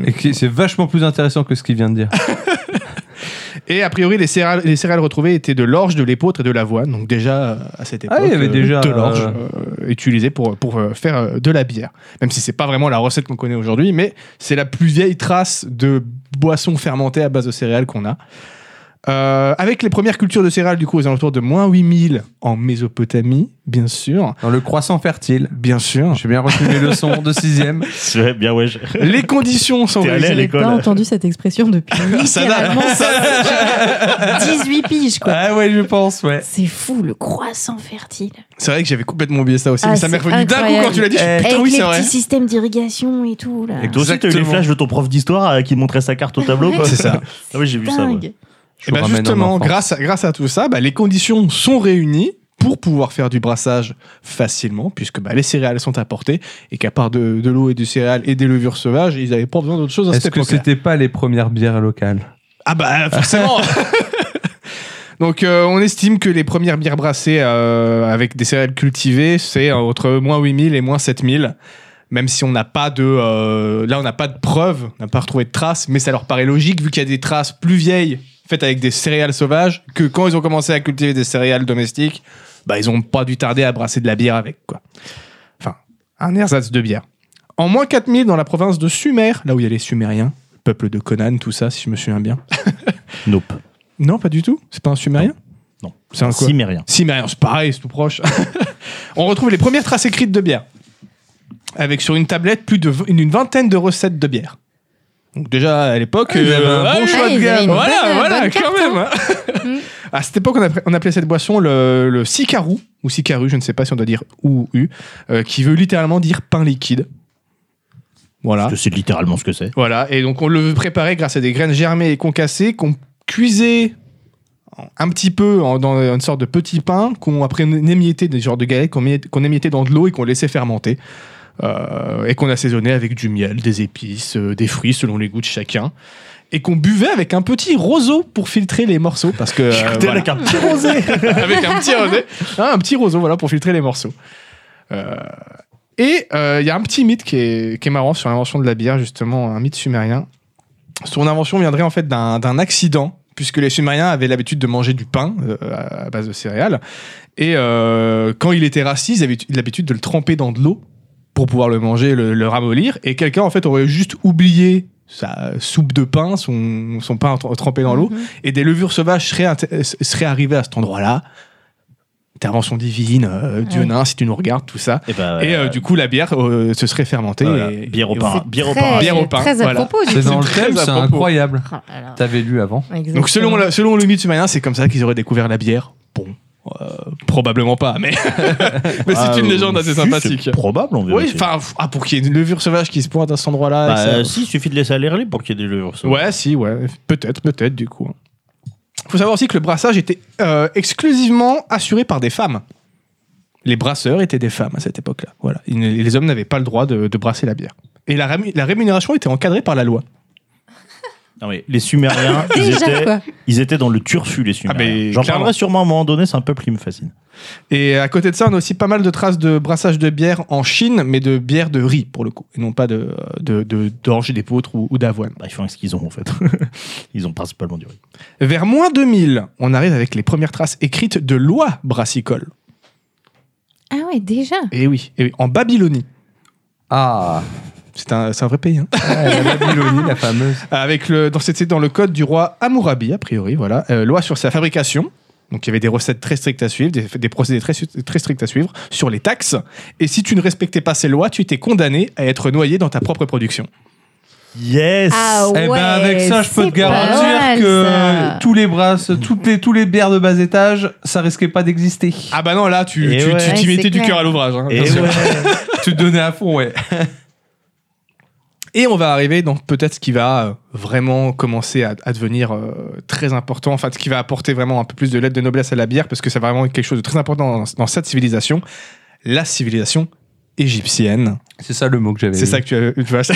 Et qui- c'est vachement plus intéressant que ce qu'il vient de dire. Et a priori, les céréales, les céréales retrouvées étaient de l'orge, de l'épeautre et de l'avoine. Donc déjà euh, à cette époque, Ah, il y avait euh, déjà, de l'orge euh, euh, utilisée pour pour euh, faire euh, de la bière. Même si c'est pas vraiment la recette qu'on connaît aujourd'hui, mais c'est la plus vieille trace de boisson fermentée à base de céréales qu'on a. Euh, avec les premières cultures de céréales, du coup, aux alentours de moins 8000 en Mésopotamie, bien sûr. Dans le croissant fertile. Bien sûr. J'ai bien retenu les leçons de sixième. Ouais, bien, ouais. je- Les conditions sont T'es allé à réunies. l'école. J'ai pas entendu cette expression depuis Ça date, littéralement ça date. 18 piges, quoi. Ah ouais, je pense, ouais. C'est fou, le croissant fertile. C'est vrai que j'avais complètement oublié ça aussi. Ah, mais ça m'est c'est revenu d'un coup incroyable. quand tu l'as dit. je suis, Eh. Putain, Avec oui, les c'est vrai. petits systèmes d'irrigation et tout, là. Et toi aussi, t'as eu les Exactement. flashs de ton prof d'histoire euh, qui montrait sa carte au tableau, quoi. C'est ça. Ah oui, j'ai vu ça. ouais. Dingue. Je Et ben ramène en justement, enfance. grâce à, grâce à tout ça, bah, les conditions sont réunies pour pouvoir faire du brassage facilement, puisque bah, les céréales sont apportées et qu'à part de, de l'eau et du céréales et des levures sauvages, ils n'avaient pas besoin d'autre chose à cette Est-ce que époque-là. c'était pas les premières bières locales Ah bah forcément Donc euh, on estime que les premières bières brassées euh, avec des céréales cultivées, c'est euh, entre moins 8000 et moins 7000. Même si on n'a pas de... euh, là on n'a pas de preuves, on n'a pas retrouvé de traces, mais ça leur paraît logique vu qu'il y a des traces plus vieilles faites avec des céréales sauvages, que quand ils ont commencé à cultiver des céréales domestiques, bah ils ont pas dû tarder à brasser de la bière avec quoi. Enfin, un ersatz de bière. En moins 4000 dans la province de Sumer, là où il y a les Sumériens, le peuple de Conan, tout ça si je me souviens bien. Nope. Non, pas du tout. C'est pas un sumérien Non. C'est un quoi Cimérien. Cimérien, c'est pareil, c'est tout proche. On retrouve les premières traces écrites de bière. Avec sur une tablette plus de v- une, une vingtaine de recettes de bière. Donc déjà à l'époque, Ah, ils avaient un bon ouais, choix de ils avaient gamme. une Voilà, bonne- voilà, bonne quand carte, même. hein. à cette époque, on, appre- on appelait cette boisson le, le sicarou ou sicaru, je ne sais pas si on doit dire ou u, euh, qui veut littéralement dire pain liquide. Voilà. Je sais littéralement ce que c'est. Voilà, et donc on le préparait grâce à des graines germées et concassées qu'on cuisait en- un petit peu en- dans une sorte de petit pain qu'on après on émiettait des genres de galettes qu'on émiettait, qu'on émiettait dans de l'eau et qu'on laissait fermenter Euh, et qu'on assaisonnait avec du miel, des épices, euh, des fruits selon les goûts de chacun et qu'on buvait avec un petit roseau pour filtrer les morceaux parce que euh, Écoutez, voilà avec un petit rosé. avec un petit rosé, hein, un petit roseau, voilà, pour filtrer les morceaux. Euh, et euh, il y a un petit mythe qui est, qui est marrant sur l'invention de la bière, justement, un mythe sumérien. Son invention viendrait en fait d'un d'un accident, puisque les Sumériens avaient l'habitude de manger du pain euh, à à base de céréales. Et euh, quand il était rassis, ils avaient l'habitude de le tremper dans de l'eau pour pouvoir le manger, le, le ramollir. Et quelqu'un, en fait, aurait juste oublié sa soupe de pain, son, son pain tre- trempé dans l'eau, et des levures sauvages seraient, inté- euh, seraient arrivées à cet endroit-là. Intervention divine, euh, Dieu Ouais. nain, si tu nous regardes, tout ça. Et, bah, Et euh, du coup, la bière euh, se serait fermentée. voilà, et- bière au et- pain. C'est bière au très- pain. Bière au pain, Très à voilà. propos, du C'est dans coup. le très thème, à c'est propos. incroyable. Oh là là. T'avais lu avant. Donc selon, Exactement. la- selon le mythe sumérien, c'est comme ça qu'ils auraient découvert la bière. Bon, euh, probablement pas, mais, mais Ah, c'est une euh, légende assez si, sympathique. c'est Probable, en Oui, vérité. enfin, f- ah, pour qu'il y ait une levure sauvage qui se pointe à cet endroit-là. Bah, et euh, que ça- si, il suffit de laisser aller libre pour qu'il y ait des levures. ça. Ouais, si, ouais. Peut-être, peut-être, du coup. faut savoir aussi que le brassage était euh, exclusivement assuré par des femmes. Les brasseurs étaient des femmes à cette époque-là. Voilà. Ils ne- Les hommes n'avaient pas le droit de, de brasser la bière. Et la, rému- la rémunération était encadrée par la loi. Non, mais les Sumériens, ils, Déjà, étaient, quoi. ils étaient dans le turfu, les Sumériens. Ah, mais J'en clairement. parlerai sûrement à un moment donné, c'est un peuple qui me fascine. Et à côté de ça, on a aussi pas mal de traces de brassage de bière en Chine, mais de bière de riz, pour le coup. Et non pas de- de- de- d'orge, de, d'épeautre ou- ou d'avoine. Bah, ils font avec ce qu'ils ont, en fait. ils ont principalement du riz. Vers moins 2000, on arrive avec les premières traces écrites de lois brassicoles. Ah ouais, déjà. Et oui, eh oui, en Babylonie. Ah, C'est un, c'est un vrai pays. hein. ouais, la Babylonie, la fameuse. Avec le, dans, c'était dans le code du roi Hammurabi, a priori, voilà. Euh, loi sur sa fabrication. Donc il y avait des recettes très strictes à suivre, des, des procédés très, su- très stricts à suivre, sur les taxes. Et si tu ne respectais pas ces lois, tu étais condamné à être noyé dans ta propre production. Yes Ah ouais, Eh ben avec ça, je peux c'est te pas mal, garantir que ça. tous les bras, toutes les, tous les bières de bas étage, ça risquait pas d'exister. Ah bah non, là, tu Et tu- ouais. tu t'y Ouais, mettais c'est du clair. cœur à l'ouvrage. hein, Et bien sûr. ouais. tu te donnais à fond, ouais. Et on va arriver dans peut-être ce qui va euh, vraiment commencer à, à devenir euh, très important, enfin ce qui va apporter vraiment un peu plus de lettre de noblesse à la bière, parce que c'est vraiment quelque chose de très important dans, dans cette civilisation, la civilisation égyptienne. C'est ça le mot que j'avais. C'est ça que tu, as- tu vois ça.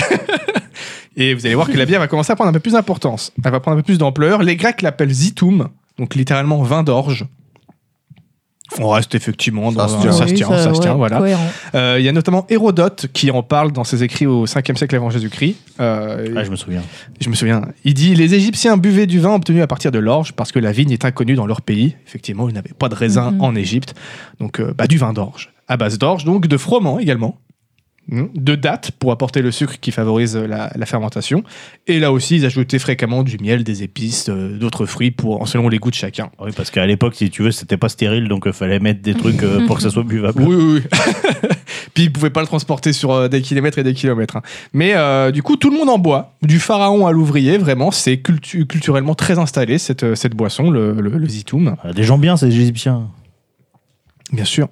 Et vous allez voir que la bière va commencer à prendre un peu plus d'importance, elle va prendre un peu plus d'ampleur. Les Grecs l'appellent zitoum, donc littéralement vin d'orge. On reste effectivement dans Ça se un- tient. ça se tient, ça se tient, voilà. Cohérent. Euh, Il y a notamment Hérodote qui en parle dans ses écrits au 5e siècle avant Jésus-Christ. Euh, Ah, je me souviens. je me souviens, il dit Les Égyptiens buvaient du vin obtenu à partir de l'orge parce que la vigne est inconnue dans leur pays. Effectivement, ils n'avaient pas de raisin Mhm. en Égypte. Donc, euh, bah, du vin d'orge. À base d'orge, donc de froment également. Hmm. De dattes pour apporter le sucre qui favorise euh, la, la fermentation. Et là aussi, ils ajoutaient fréquemment du miel, des épices, euh, d'autres fruits pour, selon les goûts de chacun. Ah Oui, parce qu'à l'époque, si tu veux, c'était pas stérile, donc il fallait mettre des trucs euh, pour que ça soit buvable. Oui, oui, oui. Puis ils pouvaient pas le transporter sur euh, des kilomètres et des kilomètres. hein. Mais euh, du coup, tout le monde en boit. Du pharaon à l'ouvrier, vraiment, c'est cultu- culturellement très installé cette, euh, cette boisson, le, le, le zitoum. Ah, Des gens bien, ces Égyptiens. Bien sûr.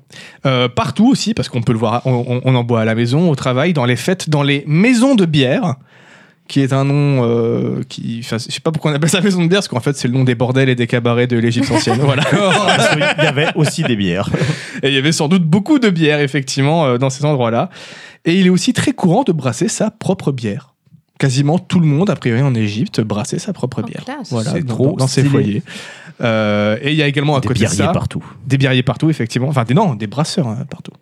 Euh, partout aussi, parce qu'on peut le voir, on, on- on en boit à la maison, au travail, dans les fêtes, dans les maisons de bière, qui est un nom euh, qui. enfin, Je sais pas pourquoi on appelle ça maison de bière, parce qu'en fait, c'est le nom des bordels et des cabarets de l'Égypte ancienne. voilà. Parce qu'il y avait aussi des bières. Et il y avait sans doute beaucoup de bière, effectivement, euh, dans ces endroits-là. Et il est aussi très courant de brasser sa propre bière. Quasiment tout le monde, a priori en Égypte, brassait sa propre Oh, bière. classe. Voilà, C'est dans, trop dans- dans ses stylé. foyers. Euh, et il y a également à Des côté de bières ça partout. des birriers partout, effectivement. Enfin, des, non, des brasseurs hein, partout.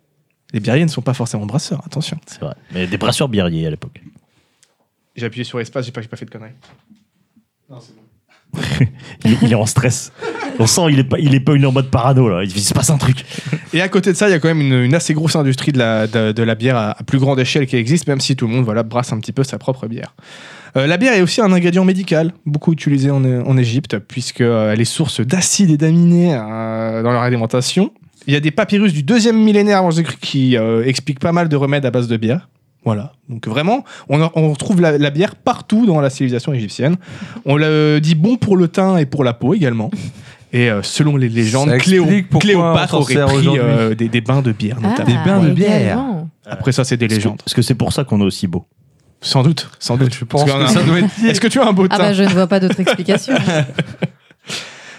Les birriers ne sont pas forcément brasseurs, attention. C'est vrai. Mais des brasseurs biériers à l'époque. J'ai appuyé sur espace, j'ai pas, j'ai pas fait de conneries. Il, il est en stress. On sent, il est pas, il est pas il est en mode parano là. Il, il se passe un truc. Et à côté de ça, il y a quand même une, une assez grosse industrie de la, de, de la bière à, à plus grande échelle qui existe, même si tout le monde voilà, brasse un petit peu sa propre bière. Euh, la bière est aussi un ingrédient médical, beaucoup utilisé en, en Égypte, puisqu'elle est source d'acides et d'aminés euh, dans leur alimentation. Il y a des papyrus du deuxième millénaire avant Jésus-Christ qui euh, expliquent pas mal de remèdes à base de bière. Voilà, donc vraiment, on, en- on retrouve la, la bière partout dans la civilisation égyptienne. On le dit bon pour le teint et pour la peau également. Et euh, selon les légendes, Ça Cléo- explique pourquoi Cléopâtre on s'en aurait sert pris aujourd'hui. euh, des, des bains de bière notamment. Des bains de bière. Ah, également. Après ça, c'est des légendes. Parce que c'est pour ça qu'on est aussi beau. Sans doute, sans doute. Je pense Parce qu'on que a- ça doit être lié. Est-ce que tu as un beau teint Ah bah je ne vois pas d'autre explication.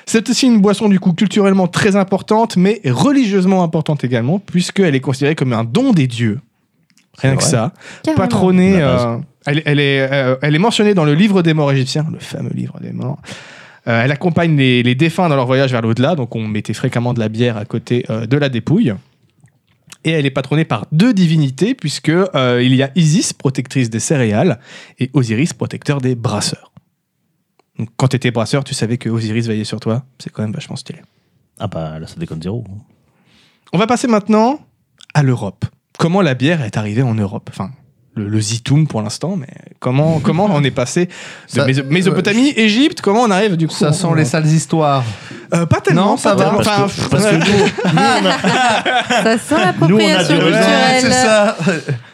C'est aussi une boisson du coup culturellement très importante, mais religieusement importante également, puisqu'elle est considérée comme un don des dieux. Rien que vrai. ça. Carrément. Patronnée, La base. euh, elle, elle est, euh, elle est mentionnée dans le livre des morts égyptien, le fameux livre des morts. Euh, elle accompagne les, les défunts dans leur voyage vers l'au-delà, donc on mettait fréquemment de la bière à côté euh, de la dépouille. Et elle est patronnée par deux divinités, puisque euh, il y a Isis, protectrice des céréales, et Osiris, protecteur des brasseurs. Donc, quand t'étais brasseur, tu savais que Osiris veillait sur toi. C'est quand même vachement stylé. Ah bah là, ça déconne zéro. On va passer maintenant à l'Europe. Comment la bière est arrivée en Europe Enfin, le, le zitoum pour l'instant, mais comment, comment on est passé de Ça- euh, Méso- Mésopotamie, Égypte Comment on arrive du coup Ça sent on- les sales histoires. Euh, pas tellement. Non, ça pas va. tellement. Parce que- Enfin, parce que nous, Ça sent Nous, on a l'appropriation du raisin, culturelle. c'est ça.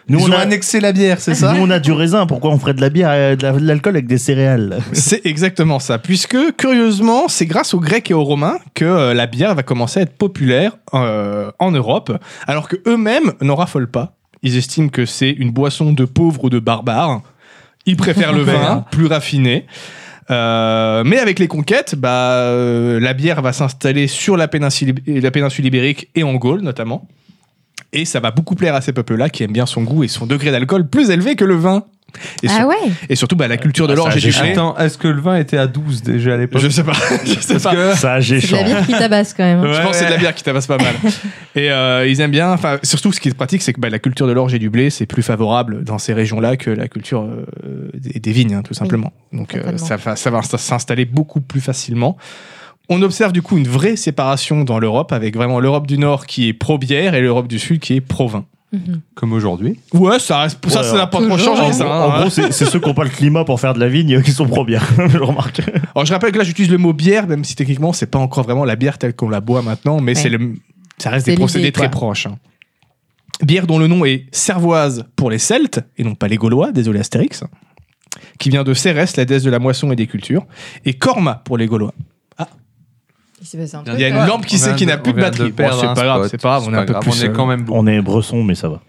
Nous, Ils on ont a- annexé la bière, c'est ça nous, on a du raisin. Pourquoi on ferait de la bière, et de la- de l'alcool avec des céréales C'est exactement ça, puisque curieusement, c'est grâce aux Grecs et aux Romains que euh, la bière va commencer à être populaire euh, en Europe, alors que eux-mêmes n'en raffolent pas. Ils estiment que c'est une boisson de pauvres ou de barbares. Ils préfèrent le vin, plus raffiné. Euh, mais avec les conquêtes, bah, euh, la bière va s'installer sur la péninsule, la péninsule ibérique et en Gaule notamment. Et ça va beaucoup plaire à ces peuples-là qui aiment bien son goût et son degré d'alcool plus élevé que le vin. Et, sur- Ah ouais et surtout, bah, la culture de Ah, ça, l'orge et j'ai du chaud. blé. Attends, est-ce que le vin était à 12 déjà à l'époque Je sais pas. Je sais Parce pas. que- Ça, C'est de la j'échange. bière qui tabasse quand même. Je Ouais, pense que c'est de la ouais. bière qui tabasse pas mal. et euh, ils aiment bien. Enfin, surtout, ce qui est pratique, c'est que bah, la culture de l'orge et du blé, c'est plus favorable dans ces régions-là que la culture euh, des, des vignes, hein, tout simplement. Donc, euh, totalement. ça, va- ça va insta- s'installer beaucoup plus facilement. On observe du coup une vraie séparation dans l'Europe, avec vraiment l'Europe du Nord qui est pro-bière et l'Europe du Sud qui est pro-vin. Mhm. Comme aujourd'hui. Ouais, ça, reste, ça, Ouais, ça n'a pas trop toujours. changé, En, ça. gros- hein. en gros, c'est c'est ceux qui n'ont pas le climat pour faire de la vigne euh, qui sont pro bière. Je remarque. Alors je rappelle que là j'utilise le mot bière, même si techniquement c'est pas encore vraiment la bière telle qu'on la boit maintenant, mais Ouais. c'est le, ça reste C'est des procédés l'idée, quoi. très proches. hein. Bière dont le nom est servoise pour les Celtes et non pas les Gaulois, désolé Astérix. qui vient de Cérès, la déesse de la moisson et des cultures, et Korma pour les Gaulois. Il s'est passé un Il y a une Ouais. lampe qui On sait vient qu'il de- n'a plus on de vient de batterie. Bon, perdre c'est un pas grave, spot. c'est pas grave, on est un peu grave, plus. On est euh, quand même bon. On est bresson, mais ça va.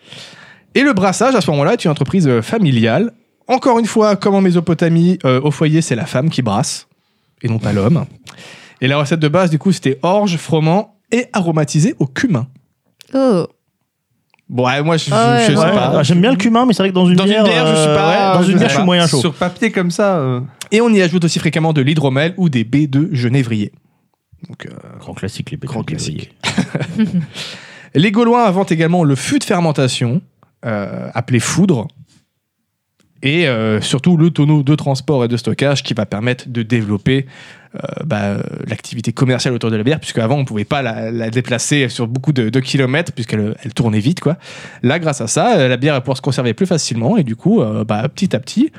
Et le brassage, à ce moment-là, est une entreprise euh, familiale. Encore une fois, comme en Mésopotamie, euh, au foyer, c'est la femme qui brasse, et non pas l'homme. Et la recette de base, du coup, c'était orge, froment et aromatisé au cumin. Oh, Bon, ouais, moi, je, je- Ah ouais, je sais ouais. pas. Ah, J'aime bien le cumin, mais c'est vrai que dans une Dans une bière, euh, bière, je suis pas- ouais, dans je une bière, sais je suis pas. moyen chaud. Sur papier comme ça. euh, Et on y ajoute aussi fréquemment de l'hydromel ou des baies de genévrier. Donc, euh, Grand classique, les Grand pétroliers. classique. les Gaulois inventent également le fût de fermentation, euh, appelé foudre, et euh, surtout le tonneau de transport et de stockage qui va permettre de développer euh, bah, euh, l'activité commerciale autour de la bière, puisque avant on ne pouvait pas la, la déplacer sur beaucoup de, de kilomètres, puisqu'elle elle tournait vite. Quoi. Là, grâce à ça, euh, la bière va pouvoir se conserver plus facilement, et du coup, euh, bah, petit à petit,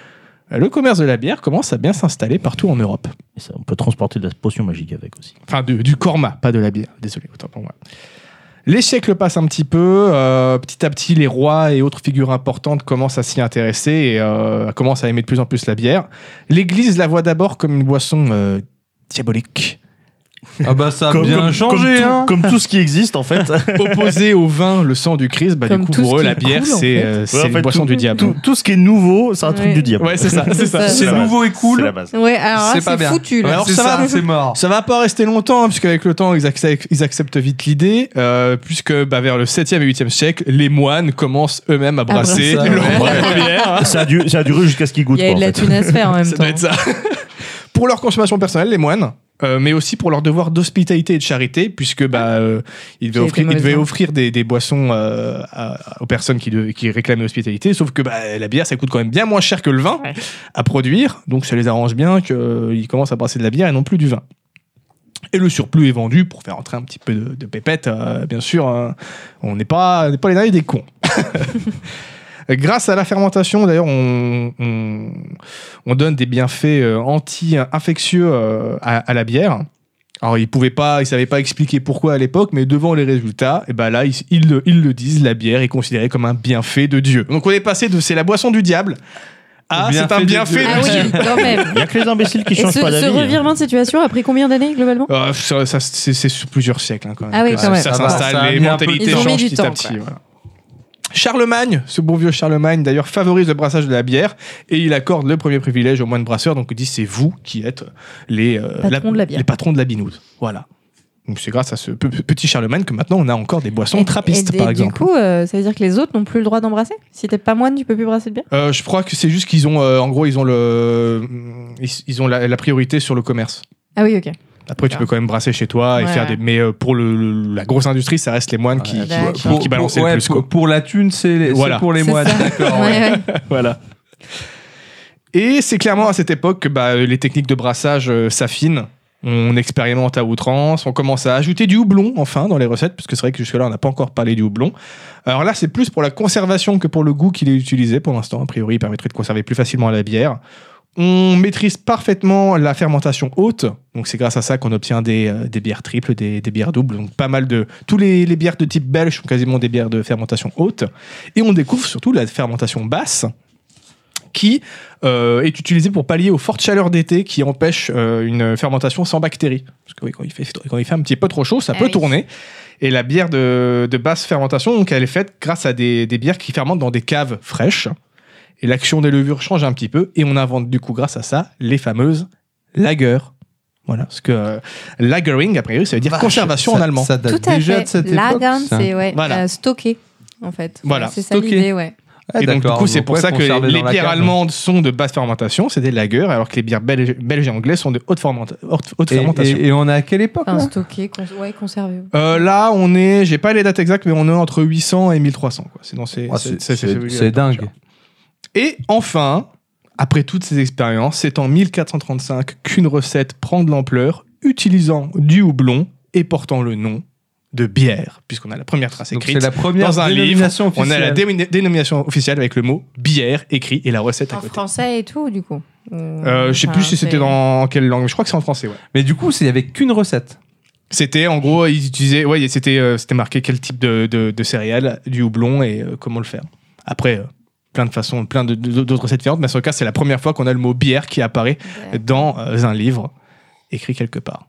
euh, le commerce de la bière commence à bien s'installer partout en Europe. Et ça, on peut transporter de la potion magique avec aussi. Enfin, du, du korma, pas de la bière. Désolé, autant pour moi. Les siècles passent un petit peu. euh, petit à petit, les rois et autres figures importantes commencent à s'y intéresser et euh, commencent à aimer de plus en plus la bière. L'Église la voit d'abord comme une boisson euh, diabolique, Ah bah ça a bien changé. tout, hein. comme tout ce qui existe en fait. Ouais, opposée au vin, le sang du Christ. Bah, du Comme coup, tout pour ce eux, qui la est bière, cool, en c'est fait. euh, c'est en une fait, boisson tout- du diable. Tout, tout ce qui est nouveau, c'est un truc Ouais. du diable. Ouais, c'est ça, c'est ça. ça. C'est la base. nouveau et C'est cool. la base. ouais, alors là, C'est pas c'est bien. foutu. là. Alors, C'est ça va- ça, c'est mort. Ça va pas rester longtemps, hein, puisque avec le temps, ils acceptent, ils acceptent vite l'idée, euh, puisque bah, vers le 7e et 8e siècle, les moines commencent eux-mêmes à brasser brasser. leur Ouais. propre bière. hein. Ça a, du- ça a duré jusqu'à ce qu'il goûte. Il y a eu pas, de en la fait. thune à se faire en même Ça temps. doit être ça. pour leur consommation personnelle, les moines, euh, mais aussi pour leur devoir d'hospitalité et de charité, puisque bah, euh, ils devaient Ah. J'ai été offrir, ils mauvaise devaient langue. offrir des, des boissons euh, à- aux personnes qui, devaient- qui réclamaient l'hospitalité, sauf que bah, la bière, ça coûte quand même bien moins cher que le vin Ouais. à produire, donc ça les arrange bien qu'ils commencent à brasser de la bière et non plus du vin. Et le surplus est vendu pour faire entrer un petit peu de, de pépette, euh, bien sûr. hein. on n'est pas, on n'est pas les derniers des cons. Grâce à la fermentation, d'ailleurs, on, on- on donne des bienfaits euh, anti-infectieux euh, à, à la bière. Alors, ils pouvaient pas, ils savaient pas expliquer pourquoi à l'époque, mais devant les résultats, et ben là, ils, ils le, ils le disent, la bière est considérée comme un bienfait de Dieu. Donc, on est passé de c'est la boisson du diable à Le c'est un bienfait de bienfait Dieu. de, Dieu. Ah oui, quand même. Il y a que les imbéciles qui Et ce, changent pas ce d'avis. hein. revirement de situation a pris combien d'années globalement Euh, ça, ça- c'est c'est sur plusieurs siècles hein, quand même. Ah oui, que quand ça, même. ça Ça va, bah, ça a s'installe, les mis un peu de mentalités temps. Ils ont mis changent du petit à temps, petit. quoi. voilà. Charlemagne, ce bon vieux Charlemagne, d'ailleurs, favorise le brassage de la bière et il accorde le premier privilège aux moines brasseurs. Donc il dit c'est vous qui êtes les, euh, Patrons de la bière. les patrons de la binouse. Voilà. Donc c'est grâce à ce pe- petit Charlemagne que maintenant on a encore des boissons Et- trappistes, et- et par exemple. Du coup, euh, ça veut dire que les autres n'ont plus le droit d'embrasser Si t'es pas moine, tu peux plus brasser de bière Euh, je crois que c'est juste qu'ils ont, euh, en gros, ils ont le, ils, ils ont la- la priorité sur le commerce. Ah oui, ok. Après, tu peux quand même brasser chez toi et Ouais, faire ouais. des. Mais euh, pour le- le- la grosse industrie, ça reste les moines qui, Ouais, qui- d'accord. qui, qui balançaient ouais, le plus. pour- quoi. pour la thune, c'est les- Voilà. c'est pour les C'est moines. ça. Oh. D'accord, ouais. Ouais, ouais. Voilà. Et c'est clairement à cette époque que bah, les techniques de brassage euh, s'affinent. On expérimente à outrance, on commence à ajouter du houblon enfin dans les recettes, puisque c'est vrai que jusque-là on n'a pas encore parlé du houblon. Alors là, c'est plus pour la conservation que pour le goût qu'il est utilisé pour l'instant. A priori, il permettrait de conserver plus facilement la bière. On maîtrise parfaitement la fermentation haute, donc c'est grâce à ça qu'on obtient des, euh, des bières triples, des, des bières doubles, donc pas mal de... Tous les, les bières de type belge sont quasiment des bières de fermentation haute, et on découvre surtout la fermentation basse, qui euh, est utilisée pour pallier aux fortes chaleurs d'été qui empêchent euh, une fermentation sans bactéries. Parce que oui, quand, il fait, quand il fait un petit peu trop chaud, ça Ah peut oui. tourner. Et la bière de, de basse fermentation, donc, elle est faite grâce à des, des bières qui fermentent dans des caves fraîches. Et l'action des levures change un petit peu. Et on invente du coup, grâce à ça, les fameuses lagers. Voilà, parce que euh, lagering, a priori, ça veut dire Vache, conservation en ça- allemand. Ça date Tout à déjà fait. de cette La époque. gamme, ça. c'est ouais, Voilà. euh, stocker, en fait. Voilà, C'est ça stocker. l'idée, ouais. Ah, et donc, du d'accord, coup, c'est donc, pour ouais, ça que les, conservé les dans la bières cave. allemandes sont de basse fermentation, c'est des lagers, alors que les bières belges, belges et anglaises sont de haute, fermenta- haute- haute Et, fermentation. et- et on est à quelle époque Enfin, là stocker, cons- ouais, conserver. Euh, là, on est, j'ai pas les dates exactes, mais on est entre 800 et 1300. quoi. C'est dans ces. Ah, ces- c'est- ces- ces- C'est ces- c'est dingue. Et enfin, après toutes ces expériences, c'est en 1435 qu'une recette prend de l'ampleur, utilisant du houblon et portant le nom de bière, puisqu'on a la première trace Donc, C'est écrite. la première Dans un livre, dénomination On a la officielle. démi- dénomination officielle avec le mot bière écrit et la recette à En côté. français et tout, du coup. Euh, je sais Enfin, plus si c'était c'est- dans quelle langue, mais je crois que c'est en français, ouais. Mais du coup, c'est- il n'y avait qu'une recette. C'était en gros, ils utilisaient, ouais, c'était euh, c'était marqué quel type de, de, de céréales, du houblon et euh, comment le faire. Après, euh, plein de façons, plein de- de- d'autres recettes différentes, mais en tout cas, c'est la première fois qu'on a le mot bière qui apparaît dans euh, un livre écrit quelque part.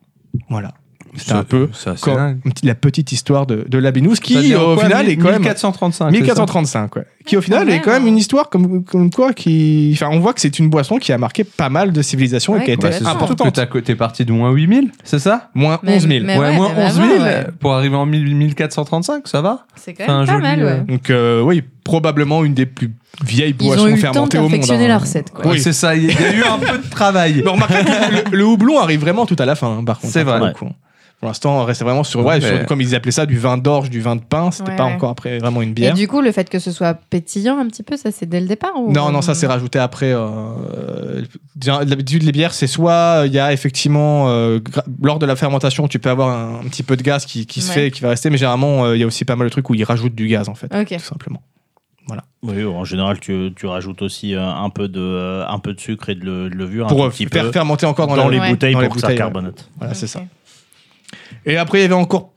Voilà. C'était un peu ça, quand- une petite- la petite histoire de, de Labinous Ça qui, devient au quoi, final, mille- est quand même. 1435. c'est ça 1435, ouais. Qui, au final, Quand est quand même, même hein. une histoire comme, comme quoi qui. Enfin, on voit que c'est une boisson qui a marqué pas mal de civilisations et Ouais, qui a été Ouais, c'est surtout que importante. t'as- t'es parti de moins 8000, c'est ça Moins Mais- 11 000. mais- Eh ouais, moins mais 11 000 vraiment, ouais. pour arriver en 1000 1435, ça va C'est quand Enfin, même pas joli, mal, euh, ouais. Donc, euh, oui, probablement une des plus vieilles Ils ont boissons eu le temps de fermentées au monde. perfectionner hein. la recette, quoi. Oui. Ouais, Ah, C'est ça, il y a eu un peu de travail. Mais remarquez, le, le houblon arrive vraiment tout à la fin, hein, par contre. C'est hein, pour vrai. le coup. Pour l'instant, on reste vraiment sur, Ouais, ouais, sur- mais- comme ils appelaient ça, du vin d'orge, du vin de pain. C'était Ouais, pas ouais. encore après vraiment une Et bière. du coup, le fait que ce soit pétillant un petit peu, ça c'est dès le départ ou- Non, non, ça c'est rajouté après. euh, déjà, D'habitude, les bières, c'est soit euh, il y a effectivement, euh, gra- lors de la fermentation, tu peux avoir un, un petit peu de gaz qui, qui se Ouais. fait et qui va rester, mais généralement, euh, il y a aussi pas mal de trucs où ils rajoutent du gaz en fait, Ok. tout simplement. Oui, en général, tu, tu rajoutes aussi euh, un peu de, euh, un peu de sucre et de, le- de levure. un Pour tout euh, petit faire peu fermenter encore dans, dans les la- Ouais. bouteilles dans les pour que ça bouteilles, ouais. carbonate. Voilà, Ah, c'est ça. Ok. Et après, il y avait encore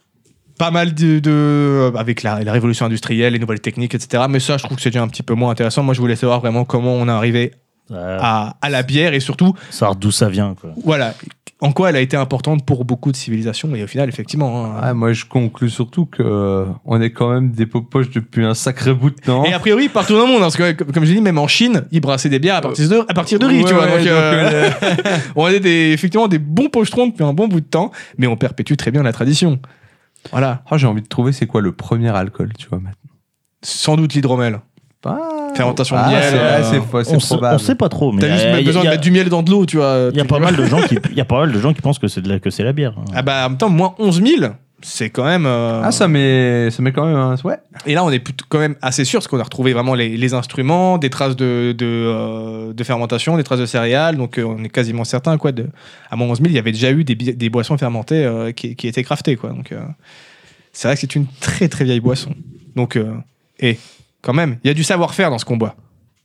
pas mal de. de- euh, avec la, la révolution industrielle, les nouvelles techniques, etc. Mais ça, je trouve que c'est déjà un petit peu moins intéressant. Moi, je voulais savoir vraiment comment on est arrivé Euh, à, à la bière et surtout, Savoir d'où ça vient. Quoi. voilà, en quoi elle a été importante pour beaucoup de civilisations. Et au final, effectivement. hein, Ah, moi, je conclus surtout que euh, on est quand même des popoches depuis un sacré bout de temps. Et a priori, partout dans le monde, hein, parce que comme comme j'ai dit, même en Chine, ils brassaient des bières à partir de, à partir de riz, Ouais, tu vois. ouais, donc, donc, euh, on est des, effectivement des bons pochetrons depuis un bon bout de temps, mais on perpétue très bien la tradition. Voilà. Oh, j'ai envie de trouver c'est quoi le premier alcool, tu vois. maintenant. Sans doute l'hydromel. Ah, Fermentation de ah, miel, c'est- euh, ah, C'est pas- on, c'est sait, probable. on sait pas trop. mais T'as juste euh, y a- besoin y de a- mettre du miel dans de l'eau, tu vois. Il y a pas mal de gens qui, il y a pas mal de gens qui pensent que c'est de la, que c'est la bière. hein. Ah bah, en même temps, moins 11 000, c'est quand même. euh, Ah, ça met, ça met quand même un. Ouais. Et là, on est plutôt- quand même assez sûr, parce qu'on a retrouvé vraiment les, les instruments, des traces de, de, euh, de fermentation, des traces de céréales. Donc, euh, on est quasiment certain, quoi. De, à moins 11 000, il y avait déjà eu des, bi- des boissons fermentées euh, qui, qui étaient craftées, quoi. Donc, euh, c'est vrai que c'est une très, très vieille boisson. Donc, euh, et quand même, il y a du savoir-faire dans ce qu'on boit.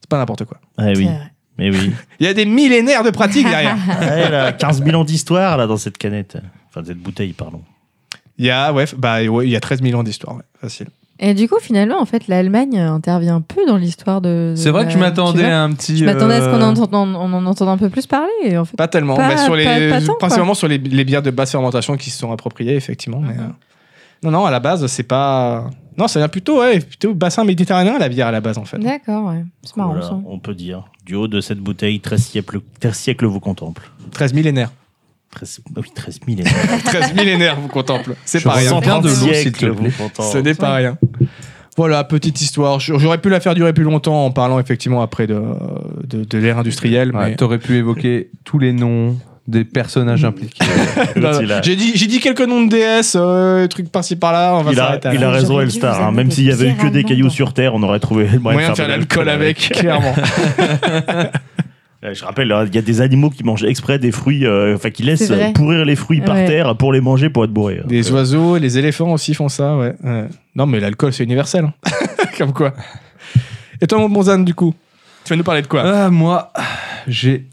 C'est pas n'importe quoi. Ah C'est oui, vrai. mais oui. Il y a des millénaires de pratiques derrière. Ah, elle a 15 000 ans d'histoire là dans cette canette. Enfin, cette bouteille, pardon. Il y a, ouais, bah, ouais, il y a 13 000 ans d'histoire, ouais, facile. Et du coup, finalement, en fait, l'Allemagne euh, intervient peu dans l'histoire de. de C'est vrai la- que je m'attendais tu vois. à un petit. Je m'attendais à ce qu'on euh, en, entende- on en entende un peu plus parler. et En fait, Pas tellement, Pas- mais sur les, pas- pas tant, quoi. principalement sur les, les bières de basse fermentation qui se sont appropriées, effectivement. mais, Mhm. euh, non, non, à la base, c'est pas. Non, ça vient plutôt, ouais, plutôt bassin méditerranéen, la bière à la base, en fait. d'accord, ouais. c'est marrant. Voilà, ça. on peut dire. Du haut de cette bouteille, 13 siècles, 13 siècles vous contemple. 13 millénaires. 13, ah oui, 13 000 ans. 13 millénaires vous contemple. C'est Je pas rien. ressens bien de l'eau, s'il te siècles vous plaît. Ce contemple. n'est pas rien. Voilà, petite histoire. J- J'aurais pu la faire durer plus longtemps en parlant effectivement après de, de, de l'ère industrielle. Ouais, mais- T'aurais pu évoquer tous les noms des personnages impliqués. Il a- Non, non, J'ai dit, j'ai dit quelques noms de déesses, euh, trucs par-ci par-là. On va Il a, s'arrêter à il là. a raison, J'aurais dû Elstar. vous hein. Même amener s'il y avait des que des pierres cailloux allemandes. sur Terre, on aurait trouvé le moyen, Moyen de faire de l'alcool avec, clairement. Euh, Je rappelle, hein, il y a des animaux qui mangent exprès des fruits, euh, enfin qui laissent C'est vrai. euh, pourrir les fruits par Ouais. terre pour les manger pour être bourrés. Des oiseaux, les éléphants aussi font ça, ouais. Ouais. Non, mais l'alcool, c'est universel. hein. Comme quoi. Et toi, mon bon Zan, du coup Tu vas nous parler de quoi Ah, moi, j'ai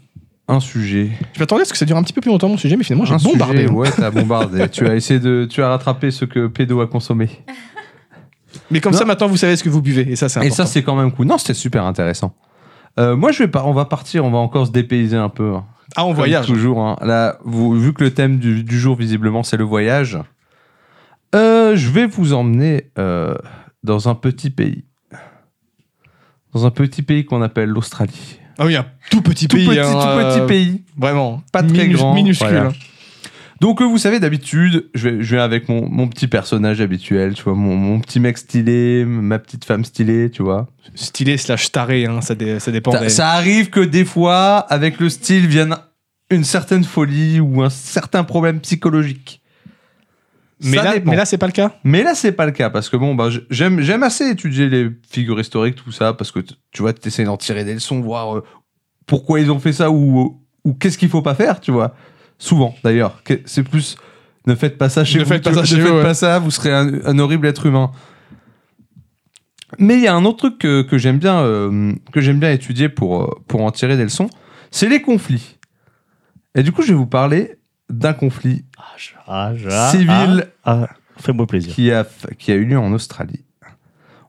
un sujet. Je m'attendais à ce que ça dure un petit peu plus longtemps, mon sujet, mais finalement, j'ai Un bombardé. hein. sujet, ouais, t'as bombardé. tu as essayé de, tu as rattrapé ce que Pédo a consommé. Mais comme Non. ça, maintenant, vous savez ce que vous buvez. Et ça, c'est Et important. ça, c'est quand même cool. Non, c'était super intéressant. Euh, moi, je vais pas, on va partir, on va encore se dépayser un peu. hein. ah, on Comme voyage. Toujours. hein. Là, vous, vu que le thème du, du jour, visiblement, c'est le voyage, euh, je vais vous emmener euh, dans un petit pays. Dans un petit pays qu'on appelle l'Australie. Ah oui, un tout petit Tout pays. petit, hein, tout petit euh, pays. Vraiment. Pas très minus- grand, Minuscule. voilà. hein. Donc, euh, vous savez, d'habitude, je, vais- je viens avec mon, mon petit personnage habituel, tu vois, mon, mon petit mec stylé, ma petite femme stylée, tu vois. Stylé slash taré, hein, ça, dé- ça dépend. Ça- des- Ça arrive que des fois, avec le style, vienne une certaine folie ou un certain problème psychologique. mais, Ça là, dépend. mais là, c'est pas le cas. Mais là, c'est pas le cas parce que bon, bah, j- j'aime, j'aime assez étudier les figures historiques, tout ça, parce que t- tu vois, t'essayes d'en tirer des leçons, voir euh, pourquoi ils ont fait ça ou, ou qu'est-ce qu'il faut pas faire, tu vois. Souvent, d'ailleurs, que- c'est plus ne faites pas ça chez Ne vous. faites tu pas vois, ça ne chez faites vous, pas ouais. ça, vous serez un, un horrible être humain. Mais il y a un autre truc que, que j'aime bien, euh, que j'aime bien étudier pour, euh, pour en tirer des leçons, c'est les conflits. Et du coup, je vais vous parler d'un conflit Ah, je- ah, je- ah, civil ah, ah. Fais-moi plaisir. qui a, qui a eu lieu en Australie.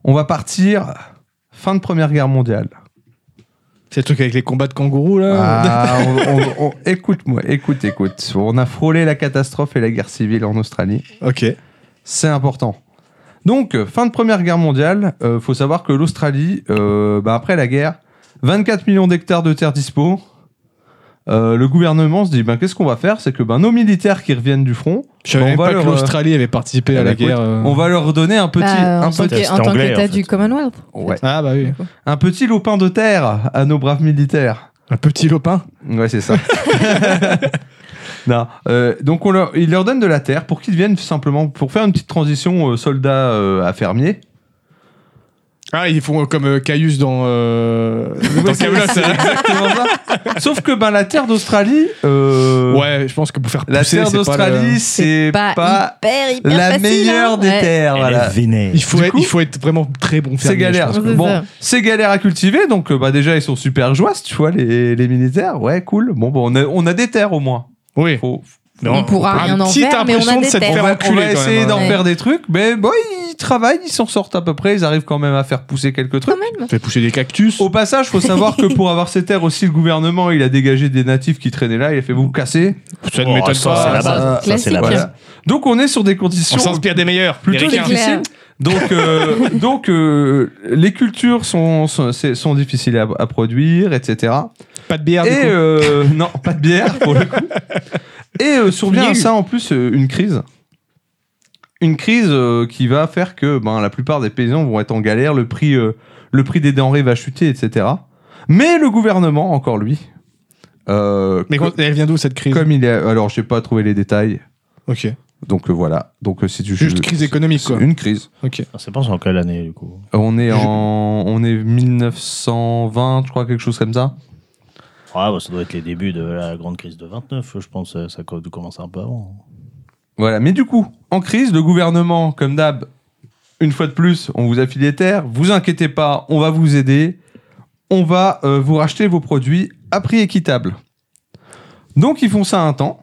On va partir fin de Première Guerre mondiale. C'est le truc avec les combats de kangourous, là Ah, on- on- on- écoute-moi, écoute, écoute. On a frôlé la catastrophe et la guerre civile en Australie. Ok. C'est important. Donc, euh, fin de Première Guerre mondiale, euh, faut savoir que l'Australie, euh, bah, après la guerre, 24 millions d'hectares de terres dispo. Euh, le gouvernement se dit, ben, qu'est-ce qu'on va faire C'est que ben, nos militaires qui reviennent du front, Je savais On même va pas leur, que l'Australie avait participé à la euh. Ah bah, écoute, guerre. euh. on va leur donner un petit, Bah, un en tant petit, que- en tant anglais, qu'État en fait. du Commonwealth. ouais, Ah bah oui. un petit lopin de terre à nos braves militaires. Un petit lopin. Ouais, c'est ça. non. euh, donc, on leur, il leur donne de la terre pour qu'ils viennent simplement pour faire une petite transition euh, soldat euh, à fermier. Ah, ils font euh, comme euh, Caius dans. euh, dans Camelot, ça. exactement ça. Sauf que ben, la terre d'Australie. euh, Ouais, je pense que pour faire La pousser, terre c'est pas le- d'Australie, c'est pas, hyper, hyper la facile, meilleure hein. des Ouais. terres. Elle Ah, Voilà. est vénère. Il faut, Du être, coup- il faut être vraiment très bon C'est fermier, galère. je pense. C'est Bon, ça. c'est galère à cultiver, donc euh, bah, déjà ils sont super joyeux, tu vois, les, les militaires. Ouais, cool. Bon, bon on, a, on a des terres au moins. Oui. Faut, Non, On pourra Un rien en petit faire, mais on impression a de des cette terres. on faire va, enculer, on va quand essayer même, hein. d'en ouais. faire des trucs, mais bon, ils travaillent, ils s'en sortent à peu près, ils arrivent quand même à faire pousser quelques Quand trucs. même. Fait pousser des cactus. Au passage, faut savoir que pour avoir ces terres aussi, le gouvernement, il a dégagé des natifs qui traînaient là, il a fait vous casser. Ça ne Oh, m'étonne ça, pas. c'est la ça, base. Ça, c'est la classique. base. Voilà. Donc on est sur des On conditions s'inspire des meilleurs. plutôt les ricains. clair. difficiles. Donc, euh, donc euh, les cultures sont, sont, c'est- sont difficiles à, à produire, etc. Pas de bière. Et du coup. euh, non, pas de bière pour le coup. Et euh, survient à ça en plus euh, une crise. Une crise euh, qui va faire que ben, la plupart des paysans vont être en galère, le prix, euh, le prix des denrées va chuter, etc. Mais le gouvernement, encore lui, euh, Mais co- quand- elle vient d'où cette crise comme il est. Alors, je n'ai pas trouvé les détails, Ok. donc euh, voilà. Donc, euh, si tu Juste crise économique, quoi. Une crise. Ok. Ça pense en quelle année, du coup On est Je- en on est 1920, je crois, quelque chose comme ça. Ah, bah, ça doit être les débuts de la grande crise de 29, je pense. euh, Ça co- commence un peu avant. Voilà, mais du coup, en crise, le gouvernement, comme d'hab, une fois de plus, on vous a filé des terres, vous inquiétez pas, on va vous aider, on va euh, vous racheter vos produits à prix équitable. Donc ils font ça un temps,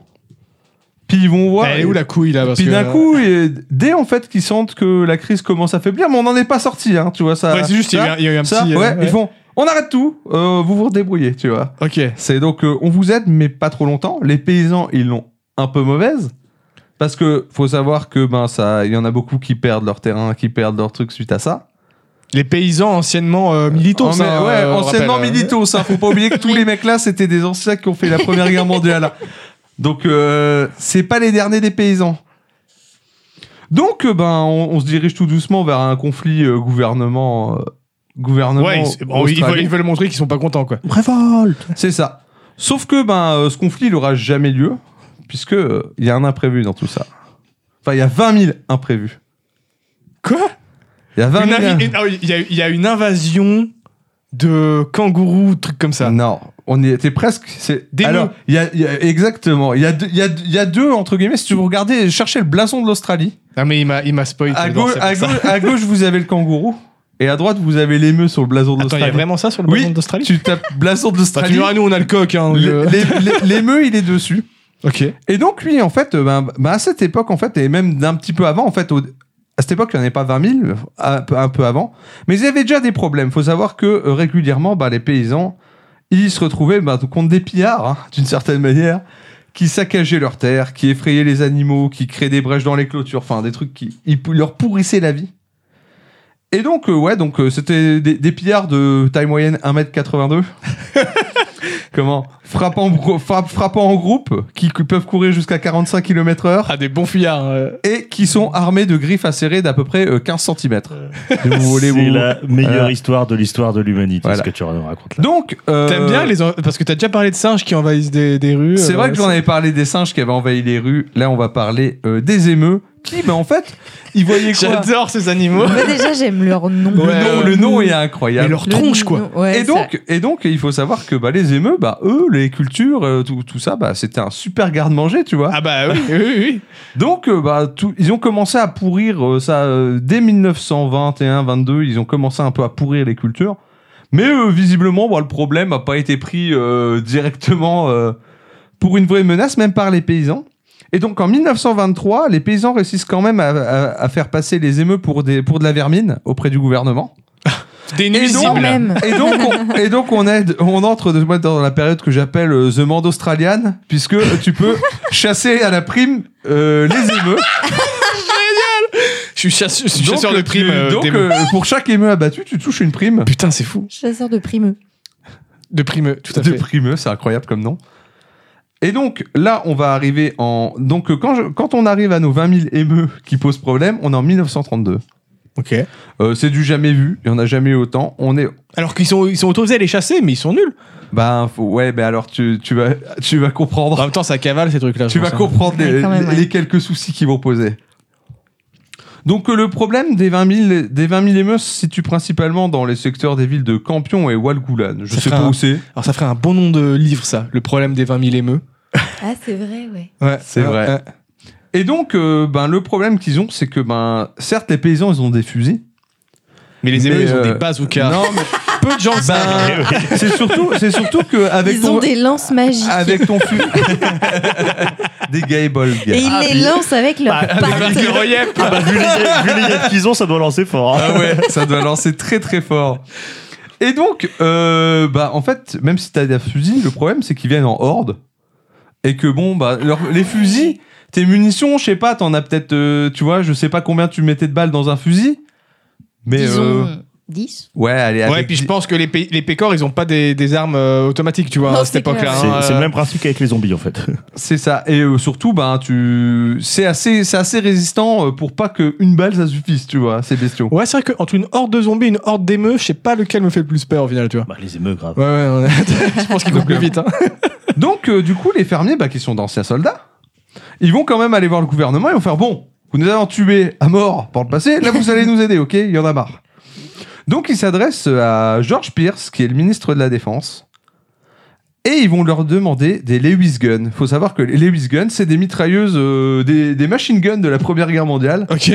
puis ils vont voir... Elle est où la couille, là Eh parce puis que- d'un coup, et dès en fait qu'ils sentent que la crise commence à faiblir, mais on n'en est pas sorti, hein, tu vois ça. euh, Ouais, c'est juste, il y a eu un- il y a eu un ça, petit. euh, ouais, ouais. ils font, on arrête tout, euh, vous vous redébrouillez, tu vois. Ok. C'est donc euh, on vous aide, mais pas trop longtemps. Les paysans, ils l'ont un peu mauvaise. Parce que faut savoir que ben ça, il y en a beaucoup qui perdent leur terrain, qui perdent leur truc suite à ça. Les paysans anciennement euh, militaux, En- ça, Oh, mais- ouais, euh, on anciennement rappelle. militaux, ça. Faut pas oublier que tous les mecs là, c'était des anciens qui ont fait la première guerre mondiale. Donc euh, c'est pas les derniers des paysans. Donc euh, ben on, on se dirige tout doucement vers un conflit euh, gouvernement euh, gouvernement. Ouais, ils, bon, ils veulent, australien. ils veulent montrer qu'ils sont pas contents, quoi. Révolte C'est ça. Sauf que ben, euh, ce conflit il n'aura jamais lieu, puisque euh, il y a un imprévu dans tout ça. Enfin, il y a 20 000 imprévus. Quoi Il y a 20 Une 000... invi- une- ah oui, Il y, a- il y a une invasion de kangourous, truc comme ça. Non, on y était presque. C'est... Des Alors, nœuds. il y a, il y a- exactement. Il y, a deux- il y a- il y a deux, entre guillemets, si tu veux regarder, cherchez le blason de l'Australie. Non mais il m'a, il m'a spoil. À, Théodore, gau- c'est à pour ça. gauche, à gauche, vous avez le kangourou. Et à droite, vous avez l'émeu sur le blason de Attends, il y a l'Australie. vraiment ça sur le Oui. monde d'Australie Tu tapes blason de Bah, tu l'Australie. verras, nous on a le coq. Hein, l'é- le- l'é- l'émeu, il est dessus. Ok. Et donc, lui, en fait, euh, ben, ben, à cette époque, en fait, et même d'un petit peu avant, en fait, au- à cette époque, il n'y en avait pas 20 000, euh, un peu, un peu avant, mais ils avaient déjà des problèmes. Il faut savoir que euh, régulièrement, ben, les paysans, ils se retrouvaient ben, contre des pillards, hein, d'une certaine manière, qui saccageaient leurs terres, qui effrayaient les animaux, qui créaient des brèches dans les clôtures, enfin, des trucs qui ils pou- leur pourrissaient la vie. Et donc, euh, ouais, donc euh, c'était des, des pillards de taille moyenne 1m82 comment frappant, en grou- frapp- frappant en groupe, qui cou- peuvent courir jusqu'à 45 km heure Ah des bons fuyards. euh. et qui sont armés de griffes acérées d'à peu près euh, 15 cm. Euh. vous voulez, C'est vous- la meilleure Voilà. histoire de l'histoire de l'humanité, Voilà. ce que tu nous racontes là. Donc, euh, T'aimes bien les en- parce que t'as déjà parlé de singes qui envahissent des, des rues. C'est euh, vrai que j'en avais parlé des singes qui avaient envahi les rues. Là, on va parler euh, des émeux qui, ben, en fait, ils voyaient quoi J'adore ces animaux. Moi, déjà, j'aime leur nom. le, Ouais, nom, ouais. le nom est Mais incroyable. leur tronche quoi. nom, ouais, et, ça- donc, et donc, il faut savoir que bah, les émeux, bah, eux, les cultures, euh, tout, tout ça, bah, c'était un super garde-manger, tu vois. Ah bah oui, oui, oui. Donc, euh, bah, tout- ils ont commencé à pourrir euh, ça euh, dès 1921-22. Ils ont commencé un peu à pourrir les cultures. Mais euh, visiblement, bah, le problème n'a pas été pris euh, directement euh, pour une vraie menace, même par les paysans. Et donc, en 1923, les paysans réussissent quand même à, à- à faire passer les émeux pour, des, pour de la vermine auprès du gouvernement. Des Et nuisibles. donc, Quand même. Et donc, on, et donc on, aide, on entre de- moi, dans la période que j'appelle euh, The Mand Australian, puisque tu peux chasser à la prime euh, les émeux. Je suis chasseur, je suis Donc, chasseur de tu- primes. euh, donc, des- euh, pour chaque émeu abattu, tu touches une prime. Putain, c'est fou. Chasseur de primeux. De primes, tout à de fait. primeux, c'est incroyable comme nom. Et donc là, on va arriver en. Donc euh, quand, je- quand on arrive à nos 20 000 émeux E qui posent problème, on est en 1932. Ok. Euh, c'est du jamais vu, il n'y en a jamais eu autant. On est. Alors qu'ils sont, ils sont autorisés à les chasser, mais ils sont nuls. Ben faut- ouais, mais alors tu, tu, vas, tu vas comprendre. En même temps, ça cavale ces trucs-là. Oh. tu je vas pense, hein. comprendre les, Ouais, quand même, les- ouais. les quelques soucis qu'ils vont poser. Donc euh, le problème des 20 000, des 20 000 émeux E se situe principalement dans les secteurs des villes de Campion et Walgoulan. Je Ça sais fera pas un- où c'est. Alors ça ferait un bon nom de livre, ça. Le problème des 20 000 émeux. Ah, c'est vrai, ouais. Ouais. C'est Ouais, vrai. ouais. Et donc euh, ben, le problème qu'ils ont, c'est que ben, certes les paysans ils ont des fusils, Mais les émeux, Mais, ils ont euh, des bazookas. Non, Peu de gens le savent. Bah, ben, c'est surtout, c'est surtout que avec Ils ton, ont des lances magiques. avec ton fusil, des gay ball gars. Et ils Ah, les puis- lancent Bah, avec leur Ah, patte. Avec le relief. Ah bah, vu les vu les yeux qu'ils ont, ça doit lancer fort. hein. Ah ouais, ça doit lancer très très fort. Et donc, euh, bah en fait, même si t'as des fusils, le problème c'est qu'ils viennent en horde et que bon bah leur- les fusils, tes munitions, je sais pas, t'en as peut-être, euh, tu vois, je sais pas combien tu mettais de balles dans un fusil, mais Ils euh, ont 10. ouais, allez, Ouais, avec puis je dix- pense que les, pé- les pécores, ils ont pas des, des armes euh, automatiques, tu vois, Non, à cette c'est époque-là. clair. C'est hein, c'est euh, le même principe qu'avec les zombies en fait. c'est ça. Et euh, surtout, bah tu, c'est assez, c'est assez résistant euh, pour pas que une balle ça suffise, tu vois, ces bestiaux. Ouais, c'est vrai qu'entre une horde de zombies et une horde d'émeux, je sais pas lequel me fait le plus peur au final, tu vois. Bah, les émeux, grave. Ouais, ouais, ouais. je pense qu'ils courent plus vite. hein. Donc, euh, du coup, les fermiers, bah, qui sont d'anciens soldats, ils vont quand même aller voir le gouvernement et vont faire Bon, vous nous avez tués à mort par le passé, là vous allez nous aider, ok Il y en a marre. Donc, ils s'adressent à George Pierce, qui est le ministre de la Défense, et ils vont leur demander des Lewis Guns. faut savoir que les Lewis Guns, c'est des mitrailleuses, euh, des, des machine guns de la Première Guerre mondiale. Ok.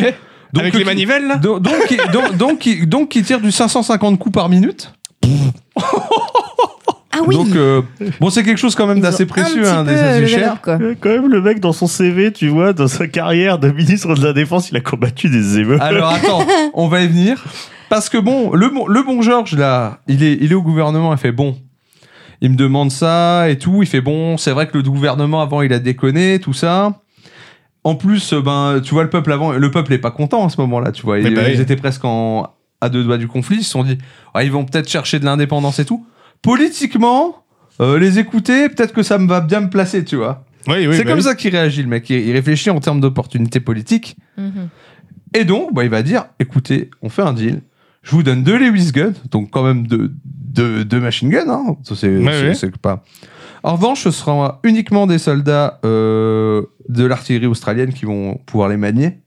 Donc, Avec euh, les qui- manivelles, là Donc, donc, qui- donc, donc, qui- donc, qui tirent du 550 coups par minute. Ah oui Donc, euh, bon, c'est quelque chose quand même Ils ont d'assez un précieux, petit hein, des peu, euh, assez level cher. up, quoi. Euh, Quand même, le mec, dans son CV, tu vois, dans sa carrière de ministre de la Défense, il a combattu des émeutes. Alors attends, on va y venir. Parce que bon, le bon, le bon Georges, là, il est, il est au gouvernement, il fait bon. Il me demande ça et tout. Il fait bon, c'est vrai que le gouvernement avant, il a déconné, tout ça. En plus, euh, ben, tu vois, le peuple avant, le peuple est pas content à ce moment-là, tu vois. Mais Ils, bah oui. ils étaient presque en, à deux doigts du conflit. Ils se sont dit, Ah, ils vont peut-être chercher de l'indépendance et tout. Politiquement, euh, les écouter, peut-être que ça me va bien me placer, tu vois. Oui, c'est comme ça qu'il réagit, le mec. Il, il réfléchit en termes d'opportunités politiques. Mhm. Et donc, bah, il va dire écoutez, on fait un deal. Je vous donne deux Lewis Guns, donc quand même deux, deux, deux machine guns. Hein. Ça, C'est Ouais, c'est- ouais. c'est pas. En revanche, ce sera uniquement des soldats euh, de l'artillerie australienne qui vont pouvoir les manier.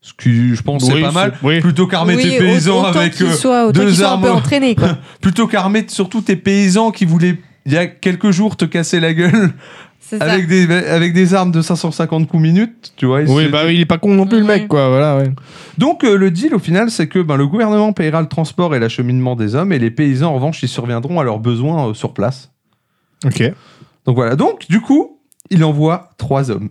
Ce qui, je pense, c'est pas mal. Oui. Plutôt qu'armer Oui, tes paysans autant avec. qu'ils euh, soient, autant deux qu'ils soient un peu armes. entraînés, quoi. plutôt qu'armer surtout tes paysans qui voulaient, il y a quelques jours, te casser la gueule C'est ça. avec des, avec des armes de 550 coups minute. Tu vois, ils Oui, se- bah oui, il est pas con non plus, le mec, Oui. quoi. Voilà, ouais. Donc euh, le deal au final, c'est que ben, le gouvernement payera le transport et l'acheminement des hommes et les paysans en revanche ils surviendront à leurs besoins euh, sur place. Ok. Donc voilà, donc du coup, il envoie trois hommes.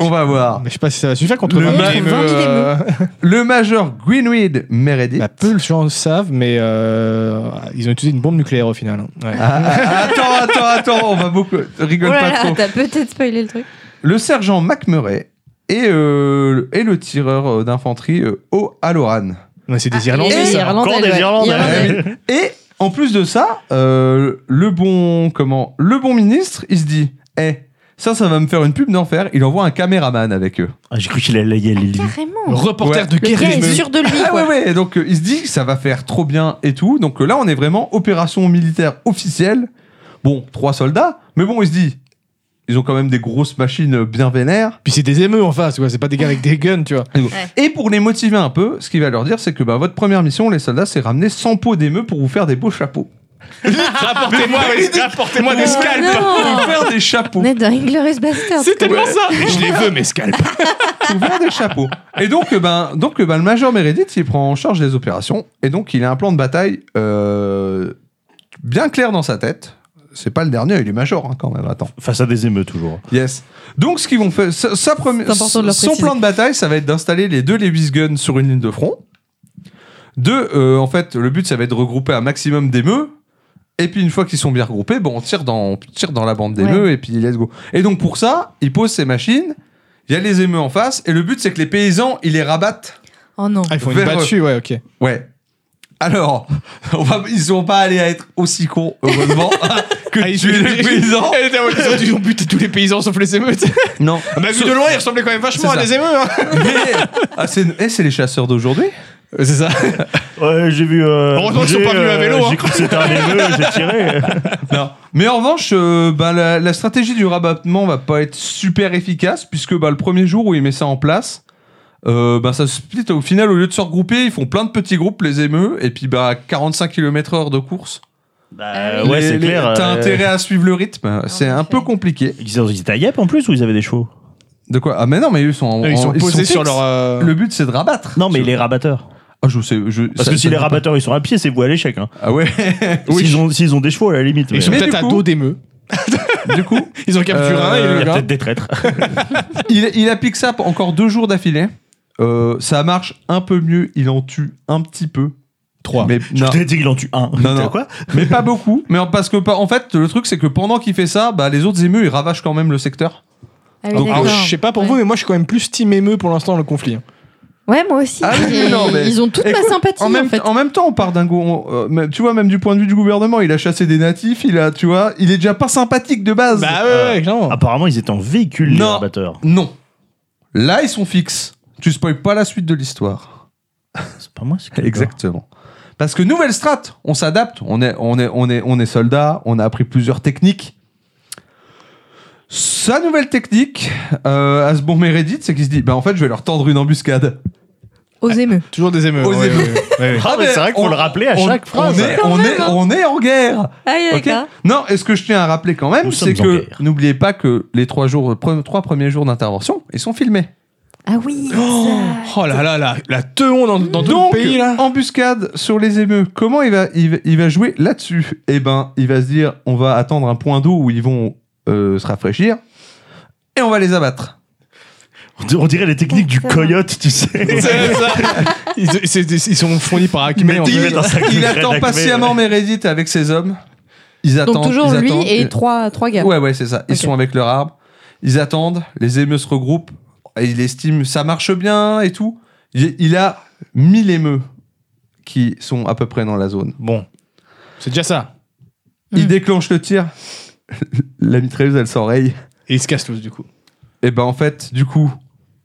On va voir. Ah, Mais je sais pas si ça va suffire contre Le vingt mille ma- émeux, vingt mille euh, Le major Greenweed Meredith. bah, peu de gens le savent, mais euh, ils ont utilisé une bombe nucléaire au final. hein. Ouais. Ah, ah, attends, attends, attends, on va beaucoup. Oh Rigole là pas là, trop. t'as peut-être spoilé le truc. Le sergent McMurray et, euh, et le tireur euh, d'infanterie euh, O'Halloran. Ouais, c'est des Ah, Irlandais. et- ça. Irlandais, Encore des ouais. Irlandais. Irlandais. Ouais, oui. Et en plus de ça, euh, le bon comment le bon ministre, il se dit, eh, ça, ça va me faire une pub d'enfer. Il envoie un caméraman avec eux. Ah, J'ai cru qu'il allait y aller. lui. Le Carrément. Reporter Ouais. de Le guerre gars des est émeux. sûr de lui, Ah ouais quoi. ouais. Et donc euh, il se dit, que ça va faire trop bien et tout. Donc euh, là, on est vraiment opération militaire officielle. Bon, trois soldats, mais bon, il se dit, ils ont quand même des grosses machines euh, bien vénères. Puis c'est des émeux en face, quoi. C'est pas des gars avec des guns, tu vois. Et pour les motiver un peu, ce qu'il va leur dire, c'est que bah, votre première mission, les soldats, c'est ramener 100 pots d'émeux pour vous faire des beaux chapeaux. Rapportez-moi rapportez Oh, des scalps. Pour non faire des chapeaux. On est dans Inglourious Bastard. C'est tellement ça. Je les veux, mes scalps. souvent des chapeaux. Et donc, euh, ben, donc euh, ben, le major Meredith, il prend en charge les opérations. Et donc, il a un plan de bataille euh, bien clair dans sa tête. C'est pas le dernier, il est major hein, quand même, attends. Face à des émeux, toujours. Yes. Donc, ce qu'ils vont faire, sa, sa première- C'est important de le son préciser. plan de bataille, ça va être d'installer les deux Lewis Guns sur une ligne de front, Deux, euh, en fait, le but, ça va être de regrouper un maximum d'émeux. Et puis, une fois qu'ils sont bien regroupés, bon, on, tire dans, on tire dans la bande d'émeux et puis let's go. Et donc, pour ça, ils posent ces machines. Il y a les émeux en face. Et le but, c'est que les paysans, ils les rabattent. Oh non. Ah, il faut une Vers- battue, ouais, ok. Ouais. Alors, on va, ils sont pas allés à être aussi cons, heureusement, que Ah, ils- tuer les paysans. Elle était en mode, ils ont- Ils ont buté tous les paysans sauf les émeutes. Non. Bah, vu de loin, ils ressemblaient quand même vachement C'est à ça. des émeutes. hein. Mais- ah, c'est eh, c'est les chasseurs d'aujourd'hui. Euh, C'est ça. Ouais, j'ai vu. Euh, Heureusement qu'ils sont bouger, pas venus à euh, vélo, hein. J'ai cru que c'était un émeu, j'ai tiré. Non. Mais en revanche, euh, ben, la, la stratégie du rabattement va pas être super efficace puisque ben, le premier jour où il met ça en place, euh, ben, ça se split. Au final, au lieu de se regrouper, ils font plein de petits groupes, les émeux, et puis bah 45 km/h de course. Bah, ouais, Les- c'est les- clair. T'as euh, intérêt à suivre le rythme. C'est un effet. peu compliqué. Ils ont- ils étaient à Yep en plus ou ils avaient des chevaux De quoi Ah mais non, mais eux sont, en- Ils sont en- posés fixes. sur leur. euh, Le but c'est de rabattre. Non, mais Sur- les rabatteurs. Ah, je sais, je- Parce ça- ça que si dit les pas- rabatteurs ils sont à pied, c'est vous à l'échec. Hein. Ah ouais. S'ils ont, s'ils ont des chevaux à la limite. mais- euh, Ils sont Mais peut-être du à coup- dos d'émeux. du coup, Ils ont capturé Euh, un et Il le y a gars. peut-être des traîtres. il, il applique ça pour encore deux jours d'affilée. Euh, ça marche un peu mieux. Il en tue un petit peu. Trois. Mais Je non. t'ai dit qu'il en tue un. Non, non. Quoi mais pas beaucoup. Mais en- parce que pas- en fait, le truc c'est que pendant qu'il fait ça, bah, les autres émeux ils ravagent quand même le secteur. Ah oui, Donc, Alors, d'accord. je sais pas pour vous, mais moi, je suis quand même plus team émeu pour l'instant dans le conflit. hein. Ouais, moi aussi. Ah oui, Ils- non, mais- Ils ont toute ma Écoute, sympathie En en, même, fait. en même temps, on part d'un go. on- euh, mais tu vois, même du point de vue du gouvernement, il a chassé des natifs. Il a, tu vois, il est déjà pas sympathique de base. Bah ouais, ouais, clairement. Apparemment, ils étaient en véhicule, les Non. rabatteurs. Non. Là, ils sont fixes. Tu spoil pas la suite de l'histoire. C'est pas moi, c'est que- Exactement. Parce que nouvelle strate, on s'adapte, on est, on est, on est, on est soldat, on a appris plusieurs techniques. Sa nouvelle technique euh, à ce bon Meredith, c'est qu'il se dit, bah en fait, je vais leur tendre une embuscade. Aux émeux. Toujours des émeux. Aux ouais, émeux. ouais, ouais, ouais. Ah, mais mais c'est vrai qu'on on- le rappelait à on, chaque phrase. on est, Quand on, même, est, hein. on est en guerre. Aïe, ok non, et ce que je tiens à rappeler quand même, Nous c'est sommes en que guerre. n'oubliez pas que les trois jours, pre- trois premiers jours d'intervention, ils sont filmés. Ah oui. ça. Oh là là, la, la teon dans, dans tout Donc, le pays là. embuscade sur les émeux. Comment il va, il, va- il va jouer là-dessus Eh ben, il va se dire, on va attendre un point d'eau où ils vont euh, se rafraîchir et on va les abattre. On dir- On dirait les techniques du coyote, tu sais. C'est ça. Ils, c'est- c'est- ils sont fournis par Acme. en il- fait. dans sa il grève attend d'acmé, patiemment Meredith avec ses hommes. Ils attendent. Donc toujours ils lui attendent. et trois, trois gars. Ouais, ouais, c'est ça. Ils Ok. sont avec leur arbre. Ils attendent. Les émeux se regroupent. Et il estime ça marche bien et tout. Il, il a 1000 émeux qui sont à peu près dans la zone. Bon, c'est déjà ça. Il Mm. déclenche le tir. La mitrailleuse, elle s'enraye. Et ils se cassent tous du coup. Et ben en fait, du coup,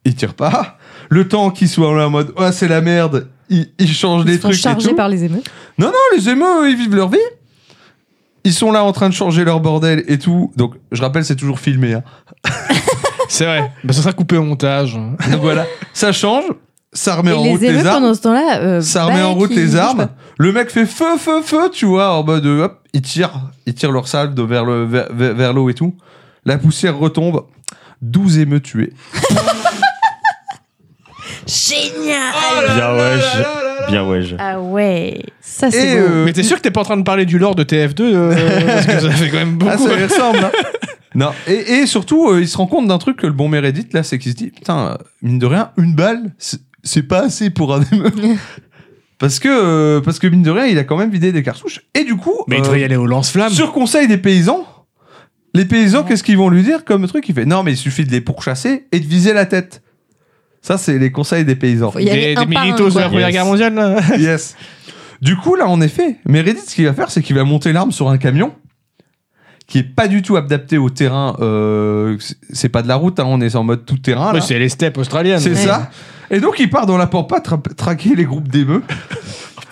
il tire pas. Le temps qu'il soit là en mode ah c'est la merde, il, il change des Ils sont trucs et chargés tout. par les émeux. Non non, les émeux, eux, ils vivent leur vie. Ils sont là en train de changer leur bordel et tout. Donc je rappelle, c'est toujours filmé. hein. C'est vrai. Bah, ça sera coupé au montage. Donc voilà, ça change, ça remet Et en route les les émeux armes. pendant ce temps-là. euh, Ça bah, remet en route qui les bougent armes. pas. Le mec fait feu, feu, feu, tu vois, en mode euh, hop, il tire, il tire leur salve de vers le vers, vers- vers l'eau et tout. La poussière retombe. 12 émeux tués. Ah, Génial. Ah Bien ouais, je- bien ouais. Euh, je- Ah ouais. Ça Et c'est beau. euh, Mais t'es sûr que t'es pas en train de parler du lore de TF2 euh, Parce que ça fait quand même Ah, beaucoup. ça lui ressemble. hein. non. Et, et surtout, euh, il se rend compte d'un truc que le bon Meredith, là, c'est qu'il se dit Putain, euh, mine de rien, une balle, c'est- c'est pas assez pour un émeu. parce, que, euh, parce que, mine de rien, il a quand même vidé des cartouches. Et du coup, mais euh, il devrait y aller au lance-flamme. sur conseil des paysans, les paysans, qu'est-ce qu'ils vont lui dire comme truc Il fait Non, mais il suffit de les pourchasser et de viser la tête. Ça, c'est les conseils des paysans. Faut y aller Des, un des par un, militos de quoi. la Première Yes. Guerre mondiale là. yes. Du coup, là, en effet, Meredith, ce qu'il va faire, c'est qu'il va monter l'arme sur un camion qui est pas du tout adapté au terrain. euh, c'est- c'est pas de la route, hein, on est en mode tout terrain. là. Ouais, c'est les steppes australiennes. c'est Ouais. ça. Et donc, il part dans la pampa tra- traquer les groupes d'émeux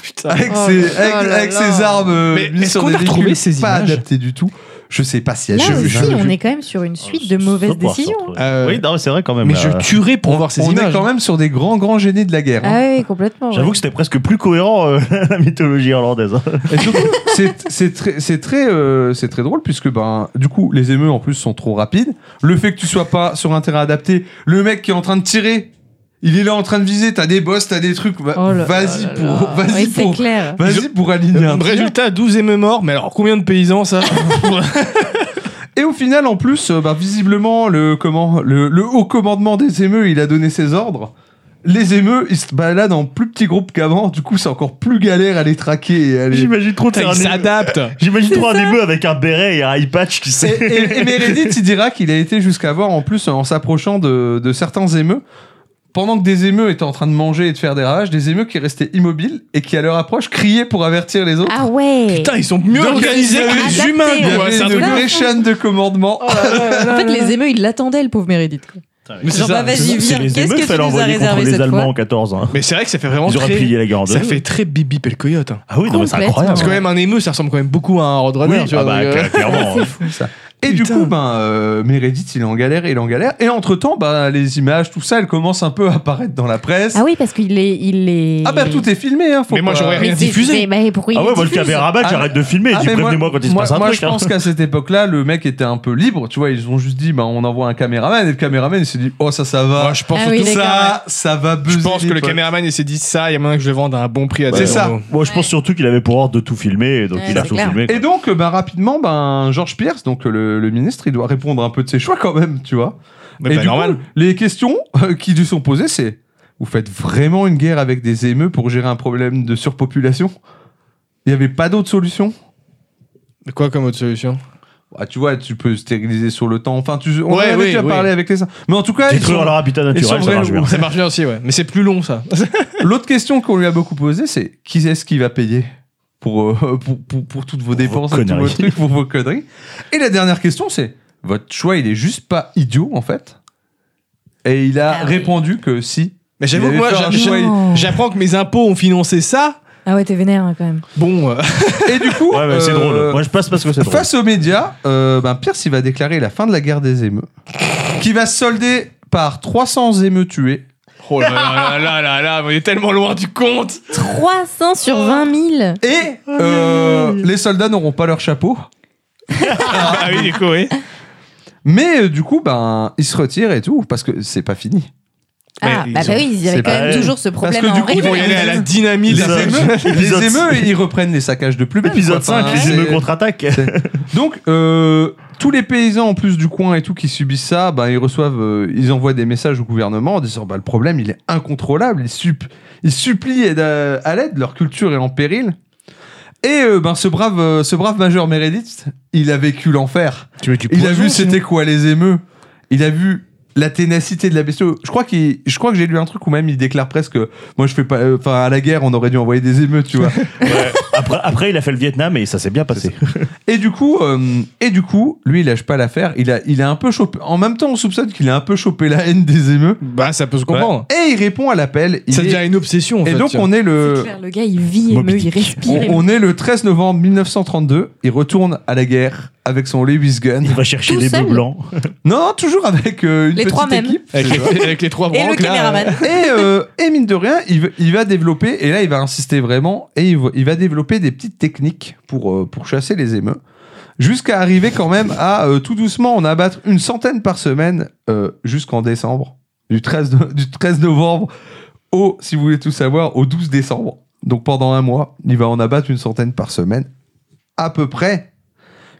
Putain. avec, Oh ses, là avec, là avec là. ses armes euh, Mais mises est-ce sur qu'on des a retrouvé véhicules ces pas images adaptées du tout. Je sais pas si Là je- aussi, je- on est quand même sur une suite de mauvaises décisions. Euh, Oui, non, c'est vrai quand même. euh, Mais là. je tuerais pour voir ces on images. est quand même sur des grands, grands génies de la guerre. hein. Ah oui, complètement. J'avoue ouais. que c'était presque plus cohérent euh, la mythologie irlandaise. hein. Et surtout, c'est c'est très, c'est très, euh, c'est très drôle puisque ben, du coup, les émeux en plus sont trop rapides. Le fait que tu sois pas sur un terrain adapté, le mec qui est en train de tirer, il est là en train de viser. T'as des boss, t'as des trucs. va- Oh là Vas-y là pour, là. vas-y Ouais, pour, c'est clair. vas-y pour aligner un Euh, tir. Résultat, 12 émeux morts. Mais alors, combien de paysans ça Et au final, en plus, euh, bah, visiblement, le, comment, le, le haut commandement des émeux, il a donné ses ordres. les émeux, ils se baladent en plus petit groupe qu'avant. Du coup, c'est encore plus galère à les traquer. Et à les- J'imagine trop Putain, faire il un émeu- s'adapte. J'imagine trop un émeu avec un béret et un eye patch, tu Et, sais. et- et Meredith, il dira qu'il a été jusqu'à voir, en plus, en s'approchant de, de certains émeux, pendant que des émeux étaient en train de manger et de faire des ravages, des émeux qui restaient immobiles et qui, à leur approche, criaient pour avertir les autres. Ah ouais Putain, ils sont mieux organisés que les Adapté. humains, Il y quoi. avait Ah, C'est un une truc de- Oh. vraie chaîne de commandement. En fait, les émeux, ils l'attendaient, le pauvre Meredith. quoi. Mais c'est Genre, ça, bah, c'est vas-y, C'est ça. viens, les qu'est-ce émeutes que tu fallait nous as envoyer contre réservé les cette Allemands fois en 14. hein. Mais c'est vrai que ça fait vraiment Ils auraient très... plié la guerre en deux. Ça fait très Bibi Pelcoyote. hein. Ah oui, non, mais c'est Complètement. incroyable. Parce que quand même, un émeu, ça ressemble quand même beaucoup à un Oui, roadrunner. tu vois, ah bah, donc, euh, cla- clairement. Et du Putain. coup, ben, euh, Meredith, il est en galère, il est en galère. Et entre-temps, ben, les images, tout ça, elles commencent un peu à apparaître dans la presse. Ah oui, parce qu'il est, il est. Ah bah tout est filmé, hein, faut Mais moi, pas- j'aurais rien Mais c'est- diffusé. mais- mais pourquoi il Ah ouais, est moi le diffuse caméraman, Ah, j'arrête de filmer. Ah, Dis mais moi- prévenez-moi quand il se moi- passe un moi, truc. je hein. pense qu'à cette époque-là, le mec était un peu libre, tu vois, ils ont juste dit, bah, on envoie un caméraman, et le caméraman, il s'est dit, oh, ça, ça va. moi, je pense Ah que oui, tout les ça. ça, ça va buzzer. Je pense que les le potes. caméraman, il s'est dit ça, il y a moyen que je le vende à un bon prix. à C'est des ça. euros. Moi, je pense surtout qu'il avait pour ordre de tout filmer, donc Ouais, il a c'est tout clair. filmé. quoi. Et donc, ben, rapidement, ben, George Pierce, donc le, le ministre, il doit répondre un peu de ses choix quand même, tu vois. Mais et bah, du normal. coup, les questions euh, qui lui sont posées, c'est vous faites vraiment une guerre avec des émeux pour gérer un problème de surpopulation Il n'y avait pas d'autre solution Mais Quoi comme autre solution ah, tu vois, tu peux stériliser sur le temps. Enfin, tu, on en Ouais, avait oui, déjà oui. parlé avec les uns. Mais en tout cas, ils Détruire sont- leur habitat ils sont naturel, ça vrais marche bien. loups. Ça marche bien aussi, ouais. Mais c'est plus long, ça. l'autre question qu'on lui a beaucoup posée, c'est qui est-ce qui va payer pour, euh, pour, pour, pour toutes vos Pour vos dépenses et tous vos conneries. trucs, pour vos conneries Et la dernière question, c'est votre choix, il est juste pas idiot, en fait. Et il a Ah oui. répondu que si. Mais j'avoue Il que moi, avait fait un j'a- choix. j'a- j'apprends que mes impôts ont financé ça. Ah ouais, t'es vénère hein, quand même. Bon, euh, Et du coup. Ouais, mais c'est euh, drôle. Moi, je passe parce que c'est drôle. Face aux médias, euh, ben Pierce il va déclarer la fin de la guerre des émeux, qui va se solder par 300 émeux tués. oh là là là là là là, on est tellement loin du compte. 300 sur 20 000 Et euh, les soldats n'auront pas leur chapeau. Ah oui, du coup, oui. Mais euh, du coup, ben, ils se retirent et tout, parce que c'est pas fini. Ah, Mais bah, ils bah ont- oui, il y avait c'est quand pas- même toujours ce Parce problème que à du coup, en Ils vont y aller à la dynamite. Les Épisode- émeux, épisode- les émeux, ils reprennent les saccages de plus belle. Épisode quoi. 5, Enfin, les c'est- émeux contre-attaque. Donc, euh, tous les paysans en plus du coin et tout qui subissent ça, ben, ils reçoivent, euh, ils envoient des messages au gouvernement en disant bah, le problème il est incontrôlable, ils, sup- ils supplient aide à, euh, à l'aide, leur culture est en péril. Et euh, ben, ce, brave, euh, ce brave major Meredith, il a vécu l'enfer. Tu veux du Il a vu c'était quoi les émeux. Il a vu la ténacité de la bestiole. Je crois qu'il, je crois que j'ai lu un truc où même il déclare presque, moi je fais pas, euh, enfin à la guerre on aurait dû envoyer des émeux, tu vois. Ouais. Après, après, il a fait le Vietnam et ça s'est bien passé. Et du coup, euh, et du coup, lui il lâche pas l'affaire. Il a, il a un peu chopé. En même temps, on soupçonne qu'il a un peu chopé la haine des émeux. Bah, ça peut se comprendre. Et il répond à l'appel. Il Ça est- devient une obsession, en Et fait. donc tiens. on est le, Le gars, il vit, Moby émeu, il Dick. respire. on, émeu. on est le 13 novembre 1932. Il retourne à la guerre avec son Lewis Gun. Il va chercher Tout des seul. bœufs blancs. Non, toujours avec euh, une Les petite trois mêmes. équipe. Avec les, avec les trois Et le branques, là, caméraman. et, euh, et mine de rien, il, veut- il va développer, et là il va insister vraiment, et il, va- il va développer des petites techniques pour, euh, pour chasser les émeux, jusqu'à arriver quand même à euh, tout doucement en abattre une centaine par semaine euh, jusqu'en décembre, du 13, no- du 13 novembre au, si vous voulez tout savoir, au 12 décembre. Donc pendant un mois, il va en abattre une centaine par semaine, à peu près,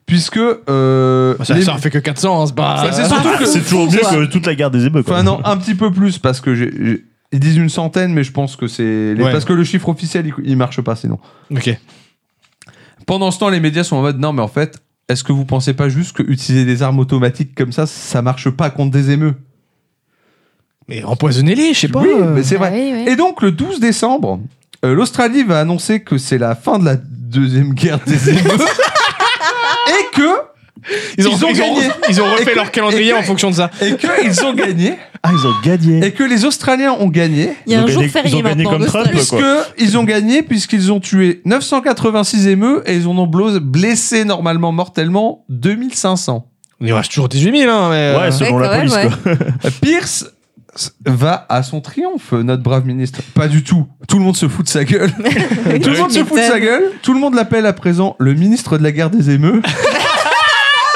puisque... euh, Bah, Ça, les- ça en fait que 400, hein, c'est pas. Ça, c'est surtout Ah, que- C'est toujours mieux que toute la guerre des émeux. quoi. Enfin non, un petit peu plus parce que j'ai- j'ai- ils disent une centaine, mais je pense que c'est les- Ouais. parce que le chiffre officiel il, il marche pas sinon. Ok. Pendant ce temps, les médias sont en mode non, mais en fait, est-ce que vous pensez pas juste que utiliser des armes automatiques comme ça, ça marche pas contre des émeux Mais empoisonnez-les, je sais pas. euh. Oui, mais c'est Bah vrai. oui, oui. Et donc le 12 décembre, euh, l'Australie va annoncer que c'est la fin de la deuxième guerre des émeux et que Ils Ils ont, ont ils ont- gagné. ils ont Et que- refait leur et calendrier que- en fonction de ça. et que ils ont gagné Ah, ils ont gagné. et que les Australiens ont gagné. Il y a Ils ont un jour gagné- ils férié ont gagné maintenant. comme en Trump, Australie. quoi. Puisque ils ont gagné, puisqu'ils ont tué 986 émeux et ils en ont blo- blessé normalement mortellement 2500. On y reste toujours 18 000, hein, mais. Ouais, selon Ouais, la quand police. même, quoi. Pierce va à son triomphe, notre brave ministre. Pas du tout. Tout le monde se fout de sa gueule. tout le monde se fout de sa gueule. Tout le monde l'appelle à présent le ministre de la guerre des émeux.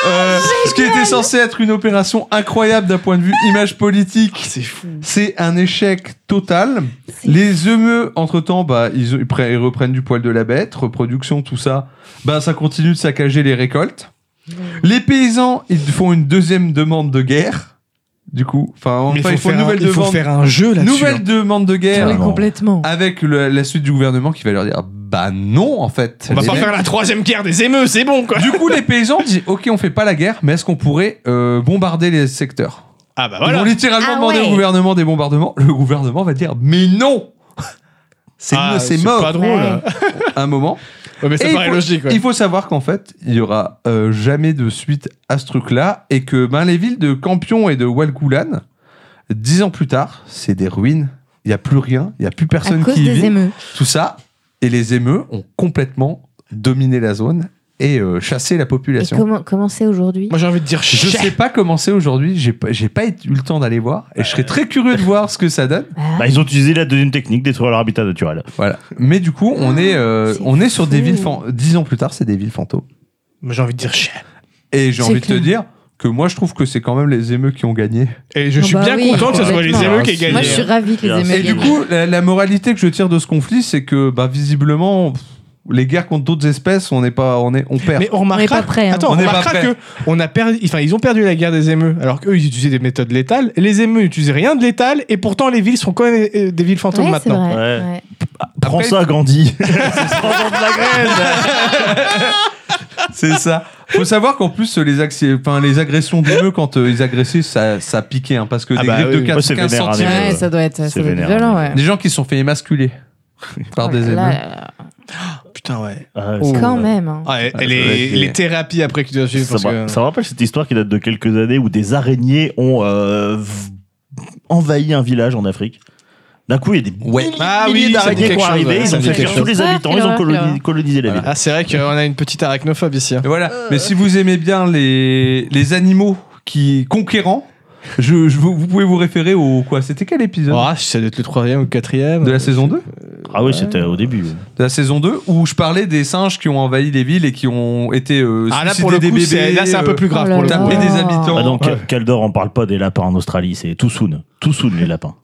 Euh, ce qui était censé être une opération incroyable d'un point de vue image politique, C'est fou. c'est un échec total. C'est- Les émeux, entre-temps, bah, ils, ils pre- ils reprennent du poil de la bête, reproduction, tout ça. Bah, ça continue de saccager les récoltes. Les paysans, ils font une deuxième demande de guerre. Du coup, enfin, Mais enfin, faut il faut faire une nouvelle un- il faut demande. faire un jeu là-dessus. hein. Nouvelle demande de guerre Carrément. complètement. avec le- la suite du gouvernement qui va leur dire bah non en fait. On va les pas mecs. faire la troisième guerre des émeux, c'est bon quoi. Du coup, les paysans disent ok, on fait pas la guerre, mais est-ce qu'on pourrait euh, bombarder les secteurs Ah bah Ils vont voilà. littéralement Ah demander ouais. au gouvernement des bombardements. Le gouvernement va dire mais non, c'est Ah, c'est mort. pas drôle. Ouais. Un moment. Ouais, mais ça Et il paraît faut- logique. ouais. Il faut savoir qu'en fait, il y aura euh, jamais de suite à ce truc-là et que ben, les villes de Campion et de Walkulan, dix ans plus tard, c'est des ruines. Il n'y a plus rien, il n'y a plus À personne cause qui y des vit. émeux. Tout ça, et les émeux ont complètement dominé la zone et euh, chassé la Et population. comment comment c'est aujourd'hui Moi j'ai envie de dire Je chais. sais pas comment c'est aujourd'hui, j'ai pas, j'ai pas eu le temps d'aller voir et je serais très curieux de voir ce que ça donne. Bah, Bah, ils ont utilisé la deuxième technique, détruire leur habitat naturel. Voilà. Mais du coup, on est, euh, Ah, C'est on est sur des fou. villes, fan- dix ans plus tard, c'est des villes fantômes. Moi j'ai envie de dire chais. Et j'ai C'est envie de clair. te dire que moi, je trouve que c'est quand même les émeux qui ont gagné. Et je Ah suis bah bien oui, content que ce soit les complètement. émeux qui aient gagné. Moi, je suis ravie que les Et émeux Et du gagnent. coup, la, la moralité que je tire de ce conflit, c'est que bah, visiblement, pff, les guerres contre d'autres espèces, on n'est pas, on est, on perd. Mais on remarquera, On est pas prêt, hein. Attends, on On est pas remarquera prêt. que on a perdu, enfin ils ont perdu la guerre des émeux, alors qu'eux ils utilisaient des méthodes létales. Les émeux n'utilisaient rien de létal, et pourtant les villes sont quand même euh, des villes fantômes Ouais, c'est maintenant. vrai, Ouais. ouais. Prends Après- ça, Gandhi. C'est se prendre de la graine. c'est ça. Faut savoir qu'en plus, les, axi- enfin, les agressions d'émeux, quand euh, ils agressaient, ça, ça piquait, hein, parce que Ah des bah griffes oui, de oui. 4, Ouais, c'est 15 vénère, hein, centimètres. euh, Ouais, ça doit être, ça c'est doit être vénère, violent, mais- ouais. Des gens qui se sont fait émasculer par des Oh Là, émeux. là, là. Putain ouais. Ah, Oh. c'est- Quand même. hein. Ah, et, et ça les, va être- les thérapies après qui doivent suivre. Ça, Parce me- que... ça me rappelle cette histoire qui date de quelques années où des araignées ont euh, v- envahi un village en Afrique. D'un coup, il y a des Ouais. milliers, Ah oui, milliers ça dit d'araignées quelque qui ont chose, ouais, arrivé, ils ça ont dit fait quelque fuir tous chose. les habitants, ils ont Ah, quelle coloni- horreur. colonisé la ville. Ah c'est vrai qu'on a une petite arachnophobe ici. hein. Et Voilà. Mais si vous aimez bien les, les animaux qui conquérants, je, je- vous, vous pouvez vous référer au quoi C'était quel épisode Ah, ça doit être le troisième ou le quatrième. De la saison 2 Ah oui, c'était au début. de la saison 2 où je parlais des singes qui ont envahi les villes et qui ont été euh, Ah là suicidés pour le des coup, c'est- bébés, là c'est un peu plus grave Oh là pour le là. coup. taper Ah. des habitants Ah donc, ouais. Caldor, on parle pas des lapins en Australie, c'est tout soon. Tout soon, les lapins.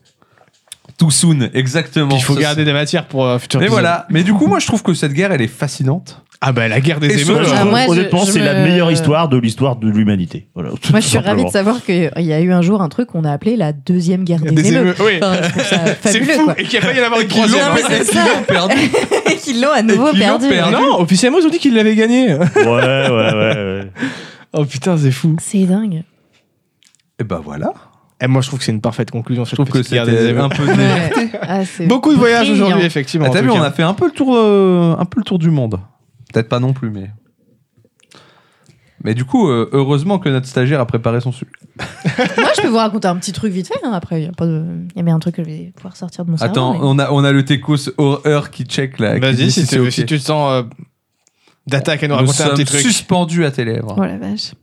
tout soon exactement Il faut Ça, garder des matières pour euh, futur c'est- mais épisode. voilà mais du coup moi je trouve que cette guerre elle est fascinante Ah bah la guerre des Et émeux. surtout- alors. Ah, moi, je- Honnêtement, je c'est la me- meilleure histoire de l'histoire de l'humanité. Voilà, tout Moi, je suis ravie simplement. de savoir qu'il y a eu un jour un truc qu'on a appelé la deuxième guerre des, Des émeux. émeux, oui. Enfin, je trouve ça C'est fabuleux, fou quoi. et qu'il y a failli y en avoir une Qui l'ont- troisième. mais hein. c'est et qui ça. l'ont perdu. Et qu'ils l'ont à nouveau qu'ils l'ont perdu. perdu. Non, officiellement ils ont dit qu'ils l'avaient gagné. Ouais, ouais, ouais. ouais. Oh putain, c'est fou. C'est dingue. et bah voilà Et Eh, moi, je trouve que c'est une parfaite conclusion. je trouve que c'est c'était un peu de- Ouais. Ah, c'est Beaucoup de voyages brillant. aujourd'hui, effectivement. Ah, en t'as tout vu on cas. a fait un peu le tour euh, un peu le tour du monde peut-être pas non plus mais mais du coup euh, heureusement que notre stagiaire a préparé son sujet Moi, je peux vous raconter un petit truc vite fait. hein. Après, il y, a pas de... il y avait un truc que je vais pouvoir sortir de mon cerveau. attends mais- on a on a le Tecos horreur qui check là qui Vas-y, dit si, c'est tu- ok. si tu te sens euh, d'attaque à nous nous raconter un sommes petit truc. suspendus à tes lèvres Oh la vache.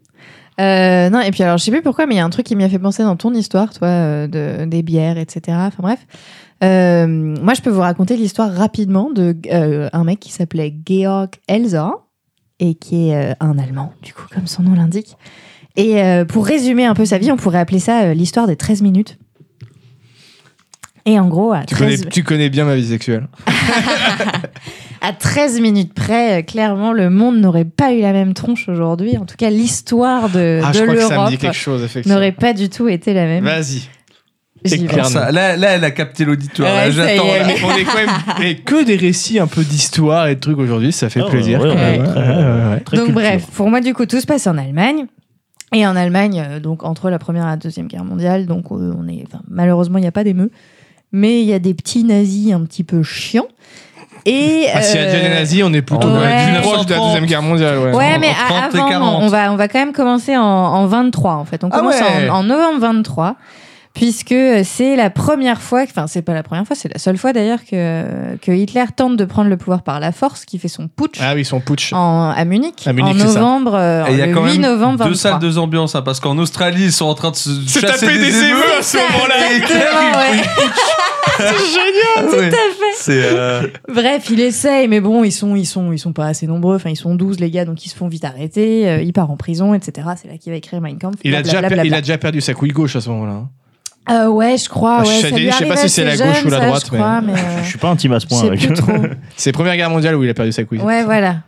Euh, non, et puis alors, je sais plus pourquoi, mais il y a un truc qui m'y a fait penser dans ton histoire, toi, euh, de, des bières, etc. Enfin bref. Euh, moi, je peux vous raconter l'histoire rapidement de euh, un mec qui s'appelait Georg Elzer et qui est euh, un Allemand, du coup, comme son nom l'indique. Et euh, pour résumer un peu sa vie, on pourrait appeler ça euh, l'histoire des 13 minutes. Et en gros, à Tu connais, 13... tu connais bien ma vie sexuelle. À 13 minutes près, euh, clairement, le monde n'aurait pas eu la même tronche aujourd'hui. En tout cas, l'histoire de, ah, de je crois que ça me dit l'Europe quelque chose, effectivement. n'aurait pas du tout été la même. Vas-y. J'y vais. éclaire. Alors ça, là, là, elle a capté l'auditoire. là, Ouais, ça y J'attends. est. là. On est quand même- Et que des récits un peu d'histoire et de trucs aujourd'hui, ça fait Ah, plaisir. ouais, quand même. ouais, Ouais, ouais, ouais, ouais. Très Donc culture. bref, pour moi du coup tout se passe en Allemagne. Et en Allemagne, euh, donc entre la première et la deuxième guerre mondiale, donc euh, on est, enfin, malheureusement il n'y a pas d'émeu, mais il y a des petits nazis un petit peu chiants. Et Ah, si y a déjà des euh, nazis, on est plutôt Ouais. dans la- plus proche de la 1930. Deuxième Guerre mondiale. Ouais. Ouais, en- mais en à- 30 et avant, 40. on va, on va quand même commencer en, en 23, en fait. On Ah commence ouais. en, en novembre 23, puisque euh, c'est la première fois, que- enfin, c'est pas la première fois, c'est la seule fois d'ailleurs que, euh, que Hitler tente de prendre le pouvoir par la force, qui fait son putsch Ah oui, son putsch. en, à Munich, À Munich, en c'est ça. novembre, euh, Et Ah, il y a le quand 8 même novembre 23. deux salles, deux ambiances, hein, parce qu'en Australie, ils sont en train de se Se chasser taper des émeutes. émeux à ce C'est ça, moment-là. exactement, ouais. Ah, Ouais. fait. C'est euh, Bref, il essaye, mais bon, ils sont, ils sont, ils sont pas assez nombreux. Enfin, ils sont 12 les gars, donc ils se font vite arrêter. Euh, il part en prison, etc. C'est là qu'il va écrire Mein Kampf. Il a, déjà, blablabla. per- il a déjà perdu sa couille gauche à ce moment-là. hein. Euh, ouais, je crois. Ah, Ouais, je sais- ça lui je sais arrive pas si assez c'est la jeune, gauche ou la ça, droite, Je crois, mais, euh, Je suis pas intime à ce je point hein. sais avec plus trop. C'est Première Guerre mondiale où il a perdu sa couille. Ouais, voilà.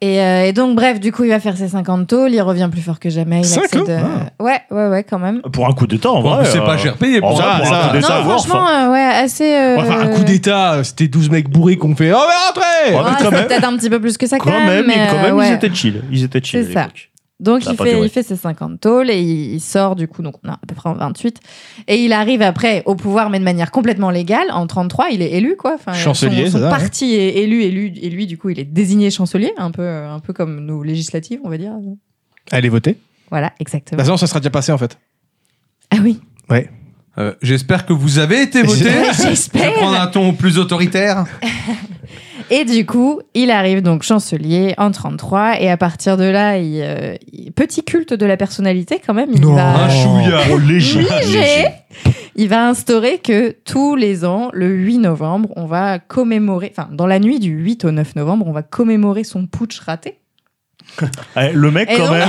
Et, euh, et donc, bref, du coup, il va faire ses 50 tôles, il revient plus fort que jamais. Il Cinq accède, ans Ah. euh, Ouais, ouais, ouais, quand même. Pour un coup d'État, en vrai. c'est euh, pas cher payé En pour vrai, ça. ça, pour ça. un coup Non, d'État, Worf, franchement, hein. euh, ouais, assez. euh, Enfin, un coup d'État, euh, c'était 12 mecs bourrés qu'on fait Oh, mais Ouais, rentrez Ah, mais ouais, quand c'est même. peut-être un petit peu plus que ça quand, Quand même, mais, ils- quand euh, même, ouais. ils étaient chill. Ils étaient chill. C'est à ça. l'époque. Donc Ça a il pas fait, duré. il fait ses 50 tôles et il il sort du coup, donc on a à peu près en 28. Et il arrive après au pouvoir, mais de manière complètement légale. En 33, il est élu quoi. Enfin, Chancelier, son, c'est son ça, parti est élu, élu, et lui du coup, il est désigné chancelier, un peu, euh, un peu comme nos législatives, on va dire. Allez voter. Voilà, Bah exactement. non, ça sera déjà passé en fait. Ah oui, Euh, J'espère que vous avez été voté. Je vais prendre j'espère. un ton plus autoritaire. Et du coup, il arrive donc chancelier en 33 et à partir de là, il, euh, il- petit culte de la personnalité quand même. Il Non. va- Ah, chouïa. Oh, léger. léger. Il va instaurer que tous les ans, le 8 novembre, on va commémorer, enfin, dans la nuit du 8 au 9 novembre, on va commémorer son putsch raté. Eh, Le mec, Et quand donc- même.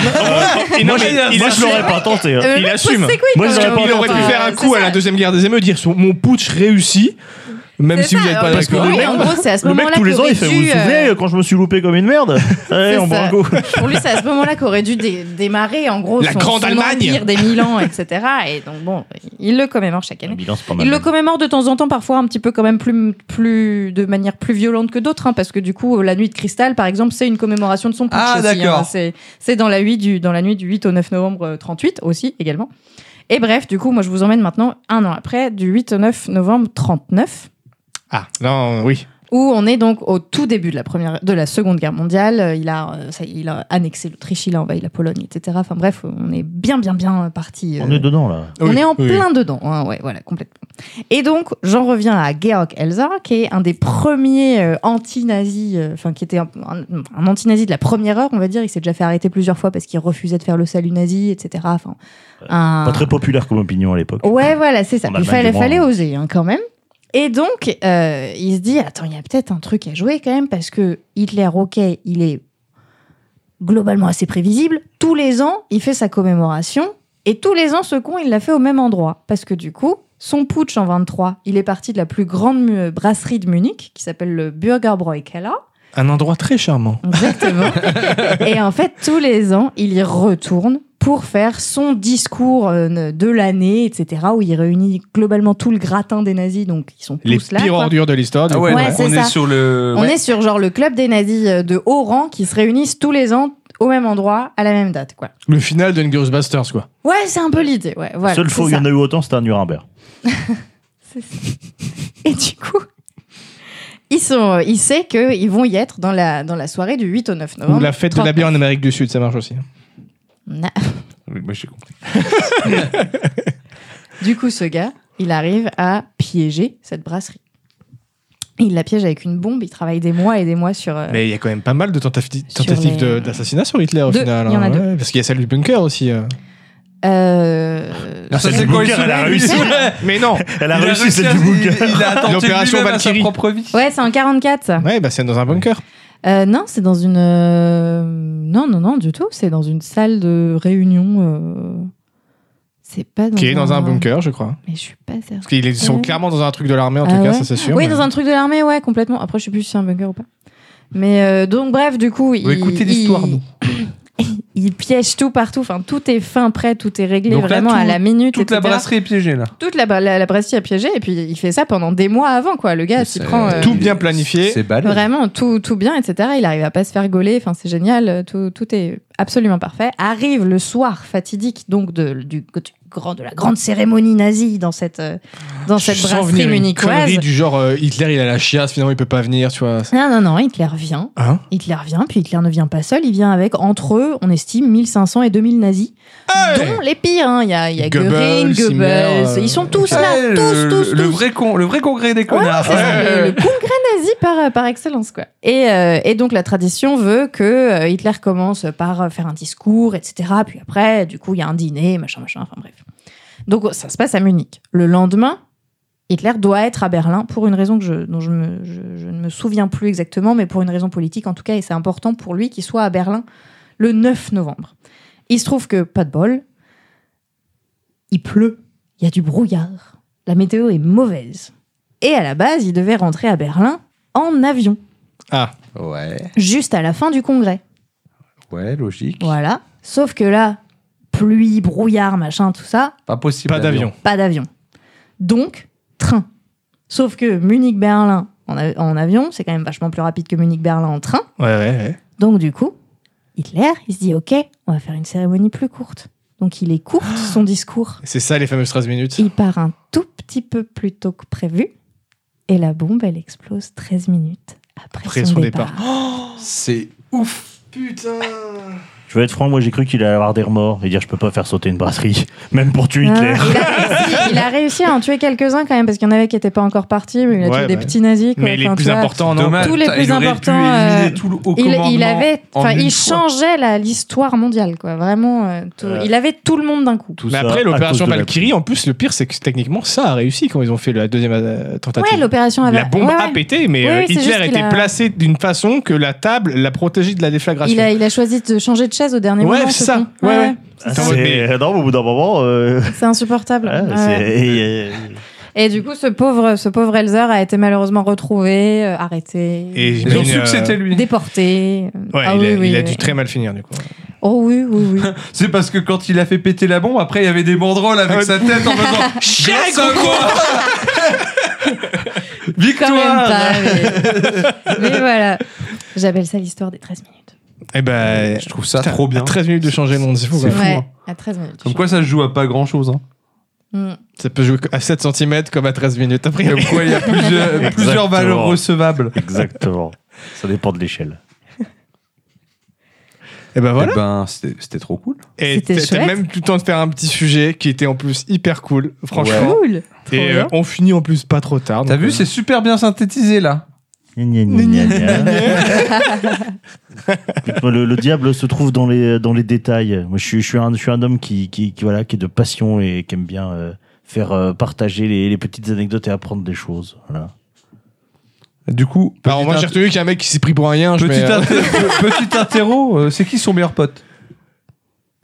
Et non, Moi, mais je- il moi, a- je l'aurais pas tenté. hein. Euh, il mais assume. c'est quoi, Moi, quand j'aurais même, pas- Il aurait pu enfin, faire un c'est coup à ça. la deuxième guerre des émeutes, dire son- mon putsch réussi, même C'est si vous ça, n'êtes pas alors, parce que d'accord. oui, Le mec- en gros, c'est à ce Le moment-là mec, tous les ans, qu'aurait il fait Vous vous dû, euh, souvenez quand je me suis loupé comme une merde C'est Allez, on boit ça. un coup. Pour lui, c'est à ce moment-là qu'aurait dû dé- démarrer, en gros, La son, grande son Allemagne. empire des mille ans, etc. Et donc, bon, il le commémore chaque année. bilan, c'est pas Il le commémore de temps en temps, parfois un petit peu quand même plus, plus de manière plus violente que d'autres, hein, parce que du coup, la nuit de cristal, par exemple, c'est une commémoration de son putsch. Ah, aussi, hein. d'accord. C'est- c'est dans la nuit du dans la nuit du 8 au 9 novembre euh, 38 aussi également. Et bref, du coup, moi, je vous emmène maintenant un an après, du 8 au 9 novembre 39 Ah, non, oui. où on est donc au tout début de la première, de la Seconde Guerre mondiale. Euh, Il a, euh, ça y est, il a annexé l'Autriche, il a envahi la Pologne, etc. Enfin bref, on est bien, bien, bien parti. euh, On est dedans, là. on Oui, est en oui. plein dedans. hein, ouais, voilà, complètement. Et donc, j'en reviens à Georg Elsa, qui est un des premiers euh, anti-nazis, euh, enfin, qui était un, un- un anti-nazi de la première heure, on va dire. Il s'est déjà fait arrêter plusieurs fois parce qu'il refusait de faire le salut nazi, etc. Enfin, un- Pas très populaire comme opinion à l'époque. Ouais, voilà, c'est ça. En Il Allemagne fallait, du Nord. fallait oser hein, quand même. Et donc, euh, il se dit, attends, il y a peut-être un truc à jouer quand même, parce que Hitler, ok, il est globalement assez prévisible. Tous les ans, il fait sa commémoration, et tous les ans, ce con, il l'a fait au même endroit. Parce que du coup, son putsch en 23, il est parti de la plus grande mu- brasserie de Munich, qui s'appelle le Burgerbräu Keller. Un endroit très charmant. Exactement. et en fait, tous les ans, il y retourne pour faire son discours euh, de l'année, etc., où il réunit globalement tout le gratin des nazis, donc ils sont tous Les là. pires quoi. ordures de l'histoire. du Ah ouais, coup. Ouais, donc c'est on ça. est sur le. On ouais. est sur genre le club des nazis euh, de haut rang qui se réunissent tous les ans au même endroit, à la même date, quoi. Le final de Ghostbusters, quoi. Ouais, c'est un peu l'idée, ouais. Voilà, Seul c'est faux, il y ça. en a eu autant, c'était à Nuremberg. C'est ça. Et du coup, ils sont, euh, il sait qu'ils vont y être dans la, dans la soirée du 8 au 9 novembre. Ou la fête de la bière en Amérique du Sud, ça marche aussi. Euh, Na- Oui, moi, j'ai compris. Du coup, ce gars, il arrive à piéger cette brasserie. Il la piège avec une bombe, il travaille des mois et des mois sur... euh, Mais il y a quand même pas mal de tentatives, Sur tentatives les- de- d'assassinat sur Hitler au Deux, final. il y en a hein, deux. ouais, parce qu'il y a celle du bunker aussi. euh. euh, Ah, ça, Le c'est quoi, il bunker, se elle a lève, réussi. il se lève. Mais non Elle a Il réussi, celle à- du bouquin. il- Il a attendu L'opération lui-même à sa Valkyrie. propre vie. Ouais, c'est en 44, ça. Ouais, bah c'est dans un bunker. Euh, non, c'est dans une... euh, Non, non, non, du tout. C'est dans une salle de réunion. euh, C'est pas dans Qui est dans un bunker, je crois. Mais je suis pas certaine. Parce qu'ils sont Ouais. clairement dans un truc de l'armée, en Ah tout cas, ouais. ça c'est sûr. Oui, mais- dans un truc de l'armée, ouais, complètement. Après, je sais plus si c'est un bunker ou pas. Mais euh, donc, bref, du coup, il, Vous écoutez l'histoire, il, nous. il piège tout partout. Enfin, tout est fin prêt, tout est réglé Donc là, vraiment à tout- la minute. Toute la etc.. brasserie est piégée, là. Toute la, la, la brasserie a piégé et puis il fait ça pendant des mois avant quoi. Le gars s'y C'est- prend euh, Tout bien planifié. C'est balèze. vraiment tout, tout bien etc. Il arrive à pas se faire gauler. Enfin c'est génial. euh, Tout, tout est absolument parfait. Arrive le soir fatidique donc de, du, du grand, de la grande cérémonie nazie dans cette euh, dans Je cette sens venir brasserie une munichoise. connerie du genre euh, Hitler il a la chiasse, finalement il peut pas venir, tu vois. Non, non, non, Hitler vient. Hein Hitler vient, puis Hitler ne vient pas seul, il vient avec, entre eux, on estime 1500 et 2000 nazis, dont les pires. hein. Il y a, il y a Goebbels, Goering, Himmler, Goebbels, euh, ils sont tous Ouais, là, le- tous, tous, tous. le vrai con, le vrai congrès des connards. C'est ça, le, le congrès nazi par, par excellence. Quoi. Et, euh, et donc la tradition veut que euh, Hitler commence par euh, faire un discours, etc. Puis après, du coup, il y a un dîner, machin, machin, enfin bref. Donc ça se passe à Munich. Le lendemain, Hitler doit être à Berlin pour une raison que je, dont je, me- je- je ne me souviens plus exactement, mais pour une raison politique en tout cas, et c'est important pour lui qu'il soit à Berlin le 9 novembre. Il se trouve que, pas de bol, il pleut, il y a du brouillard, la météo est mauvaise. Et à la base, il devait rentrer à Berlin en avion. Ah, Ouais, juste à la fin du congrès. ouais, logique. Voilà. Sauf que là, pluie, brouillard, machin, tout ça, Pas possible. pas d'avion. pas d'avion. Donc, train. Sauf que Munich-Berlin en, a- en avion, c'est quand même vachement plus rapide que Munich-Berlin en train. Ouais, ouais, ouais. Donc, du coup, Hitler, il se dit Ok, on va faire une cérémonie plus courte. Donc, il est court, son discours. C'est ça les fameuses 13 minutes. Il part un tout petit peu plus tôt que prévu. Et la bombe, elle explose 13 minutes après, Après son, son départ. départ. C'est Oh Putain Je vais être franc, moi j'ai cru qu'il allait avoir des remords et dire je peux pas faire sauter une brasserie, même pour tuer Hitler. Ah, il, a réussi, il a réussi à en tuer quelques-uns quand même, parce qu'il y en avait qui n'étaient pas encore partis, mais il a Ouais, tué des bah. petits nazis. Quoi. Mais les Enfin, plus tu vois, importants, non dommage. tous les Putain, plus il aurait pu importants, éliminer euh, tout le haut Il, il commandement avait, en enfin, une il fois. changeait la- l'histoire mondiale, quoi. Vraiment, euh, tout- Euh. il avait tout le monde d'un coup. Tout Mais ça après, à l'opération cause de la Valkyrie, en plus, le pire, c'est que techniquement, ça a réussi quand ils ont fait la deuxième euh, tentative. Ouais, l'opération avait. la bombe ouais, ouais. a pété, mais Oui, euh, oui, c'est juste Hitler qu'il était a- placé d'une façon que la table l'a protégé de la déflagration. Il a, il a choisi de changer de chaise au dernier Ouais, moment. c'est ce ça. con. Ouais, ouais. Ah, Attends, mais- c'est- Non, mais au bout d'un moment. euh, C'est insupportable. ah, Ouais, c'est- ouais. et- et- Et du coup, ce pauvre, ce pauvre Elzer a été malheureusement retrouvé, euh, arrêté, Et Ils ont Une, su que euh, c'était lui. déporté. Ouais, Ah il, a, oui, oui, il a oui, dû oui. très mal finir, du coup. Oh oui, oui, oui. C'est parce que quand il a fait péter la bombe, après il y avait des banderoles avec Ouais. sa tête en faisant Grâce à moi Quand même Victoire pas. Mais, mais voilà. J'appelle ça l'histoire des 13 minutes. Et ben. Je trouve ça putain, trop bien. à 13 minutes de changer le monde, c'est fou. C'est quoi. fou, ouais, hein. à 13 minutes. Comme quoi ça se joue à pas hein. grand chose. Mm. Ça peut jouer à 7 cm comme à 13 minutes après. Comme quoi il y a plusieurs, euh, Exactement. plusieurs valeurs recevables. Exactement. Ça dépend de l'échelle. Et ben voilà. Eh ben, c'était c'était trop cool. Et C'était t'as t'as chouette. même tout le temps de faire un petit sujet qui était en plus hyper cool, franchement. Cool. Trop Et euh, bien. on finit en plus pas trop tard. T'as donc, vu, euh, c'est super bien synthétisé là. Gna, gna, gna, gna, gna. le, le diable se trouve dans les, dans les détails. Moi, je, suis- je, suis un, je suis un homme qui, qui, qui, voilà, qui est de passion et qui aime bien euh, faire euh, partager les, les petites anecdotes et apprendre des choses. Voilà. Du coup, Bah, Alors, moi, j'ai retenu qu'il y a un mec qui s'est pris pour un rien. je petit, mets, euh, inter- petit interro, euh, c'est qui son meilleur pote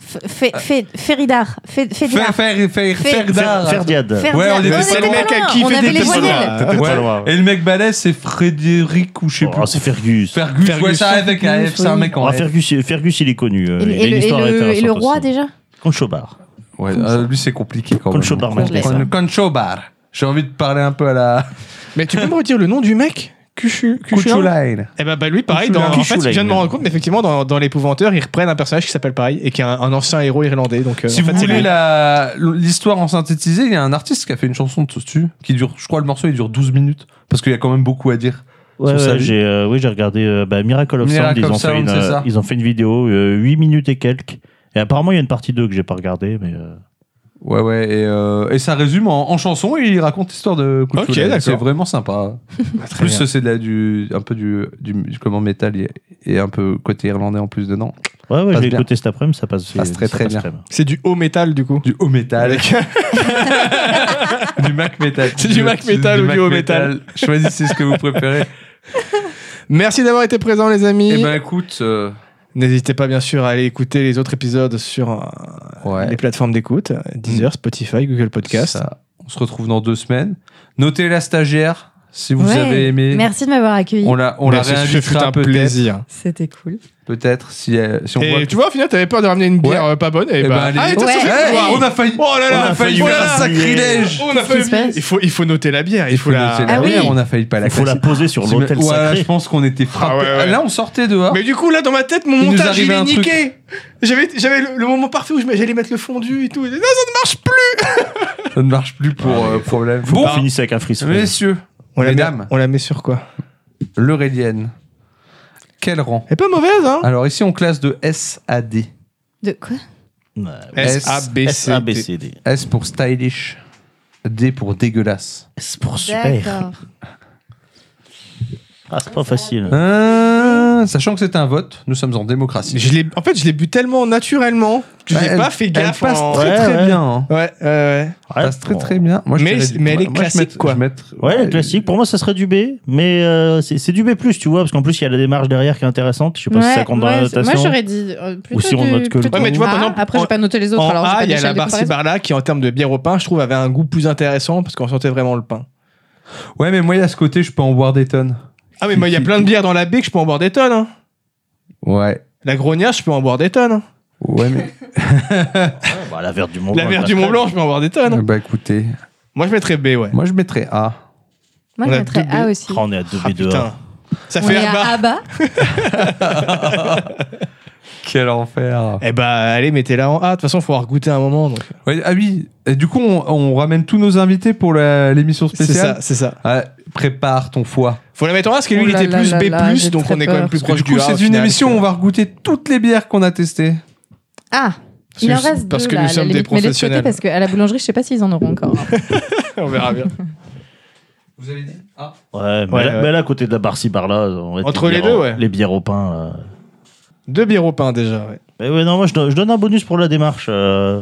F- Fé- Fé- Féridar. Fé- Fédidar. Fer, fer, fer, Fer- Ferdar. Ferdiade. Fer- Ouais, on était Non, pas était loin. pas Le mec à qui On fait avait des les petits voyelles. bras. T'étais pas Ouais. loin, ouais. Et le mec balèze, c'est Frédéric ou je sais Oh, plus. c'est Fergus. Fergus. Ouais, ça arrête avec un F, c'est un mec en Ah, F. Fergus, Fergus, il est connu. euh, Et le- il a et une le- et histoire le- et le intéressante roi aussi. déjà Conchobar. Ouais, euh, lui c'est compliqué quand même. Conchobar, Conchobar. Marquez, hein. Con- Conchobar. J'ai envie de parler un peu à la Mais tu peux me redire le nom du mec Cuchu. Cuchulain Kuchulain. Eh ben, bah, lui, pareil, dans, Cuchulain. en fait, je viens de me Cuchulain. rendre compte, mais effectivement, dans, dans l'épouvanteur, ils reprennent un personnage qui s'appelle pareil et qui est un, un ancien héros irlandais. Donc, euh, Si en vous fait, c'est voulez lui. la- l'histoire en synthétisé, il y a un artiste qui a fait une chanson dessus, qui dure, je crois le morceau il dure 12 minutes, parce qu'il y a quand même beaucoup à dire. Ouais, Sur sa ouais, vie. j'ai euh, oui, j'ai regardé euh, bah, Miracle of Miracle Sound. Ils ont, of fait Sound, une, c'est euh, ça. ils ont fait une vidéo, 8 minutes et quelques. Et apparemment, il y a une partie 2 que j'ai pas regardée, mais. euh, Ouais, ouais, et, euh, et ça résume en, en chanson et il raconte l'histoire de Kuchulain. Ok, d'accord. C'est vraiment sympa. Ah, très bien. plus, c'est de la- du, un peu du, du, du- comment métal et, et un peu côté irlandais en plus dedans. Ouais, ouais, je Passe l'ai bien. écouté cet après-midi, ça passe, Passe très, très bien. C'est du haut métal, du coup. Du haut métal. du Mac métal. C'est du Mac metal ou du haut metal. Choisissez ce que vous préférez. Merci d'avoir été présent, les amis. Eh ben écoute, euh, N'hésitez pas, bien sûr, à aller écouter les autres épisodes sur euh, ouais. Mm. les plateformes d'écoute euh, Deezer, Spotify, Google Podcast. Ça, on se retrouve dans deux semaines. Notez la stagiaire si vous Ouais. avez aimé. Mmh. Merci de m'avoir accueilli. On la, on la Merci, ce fut réinvitera un peut-être. plaisir. C'était cool. Peut-être si, euh, si on voit. Et tu vois, au final, t'avais peur de ramener une bière Ouais. euh, pas bonne. Et Eh ben, bah, allez. ah, et t'as Ouais. sorti- Eh, Waouh. on a failli, Oh là là, on a failli oh là faire là. un sacrilège. On a Qu'est-ce qui se failli- passe Il faut, il faut noter la bière. Il faut la. noter la Ah oui. bière, on a failli pas la Il faut la casser. poser sur Si, mais- l'hôtel ouais, sacré. je pense qu'on était frappés. Ah ouais, ouais. Là, on sortait dehors. Mais du coup, là, dans ma tête, mon Il nous montage, il arrivait est un truc. niqué. J'avais j'avais le, le moment parfait où je mets- j'allais mettre le fondu et tout. Et- Non, ça ne marche plus. Ça ne marche plus pour Ah, euh, problème. Faut Bon, qu'on finisse avec un frisson. messieurs, la met, mesdames, on la met sur quoi l'Eurélienne. Quel rang Elle est pas mauvaise, hein Alors ici, on classe de S à D. De quoi Ouais. Ah. S, A, B, C, D. SABCD. S pour stylish, D pour dégueulasse. C'est pour super. Ah, c'est pas facile. Hein Euh, sachant que c'est un vote, nous sommes en démocratie. Je l'ai- En fait, je l'ai bu tellement naturellement que j'ai Elle- pas fait gaffe. Elle passe en- très Ouais, très ouais. bien. hein. Ouais, ouais, ouais. Ouais, Elle passe très bon. très bien. Moi, je Mais- dirais- mais elle est moi, je classique, mettrais- quoi. je mettrais- Ouais, le classique. Pour moi, ça serait du B, mais euh, c'est c'est du B, tu vois, parce qu'en plus, il y a la démarche derrière qui est intéressante. Je sais pas si ça compte dans la notation. Moi, j'aurais dit euh, plutôt Ou si on du- note que le plutôt Ouais, mais tu vois, par A. exemple, après, en- j'ai pas noté les autres. En alors, j'ai A, pas il y a d'échelle la de Barcy comparaison. Barla qui, en termes de bière au pain, je trouve, avait un goût plus intéressant parce qu'on sentait vraiment le pain. Ouais, mais moi, il y a ce côté, je peux en boire des tonnes. Ah, mais moi, il y a plein de bières dans la baie que je peux en boire des tonnes. hein. Ouais. La grognasse, je peux en boire des tonnes. hein. Ouais, mais. Bah, la verte du Mont Blanc. La verre du Mont Blanc, je peux en boire des tonnes. hein. bah écoutez, Moi, je mettrais B, ouais. moi je mettrais A. Moi, On je a mettrais deux A aussi. Ah, on est à 2 Ah, b 2 putain. Ça On fait est un à bar. A bas. Quel enfer. Eh bah, allez, mettez-la en A. De toute façon, faut avoir goûté un moment. donc. Ouais, ah oui, et du coup, on, on ramène tous nos invités pour la- l'émission C'est spéciale. ça, c'est ça. Ah, prépare ton foie. Faut la mettre en A parce que lui, Ouh il là était Oh là plus là B, là, j'ai donc très on est quand même peur. plus Parce que proche du du, coup, A, au c'est une final, émission où que- on va regouter toutes les bières qu'on a testées. Ah, il en Parce que- reste parce deux, que là, nous à la sommes des limite. Mais laisse sauter professionnels. parce qu'à la boulangerie, je sais pas s'ils en auront encore. on verra bien. Vous avez dit A Ouais, mais, Ouais, là, ouais. mais là, à côté de la barci par là. on va être Entre les bières deux, au- ouais. Les bières au pain. euh. Deux bières au pain déjà, ouais. Mais ouais, non, moi, je donne, je donne un bonus pour la démarche. euh.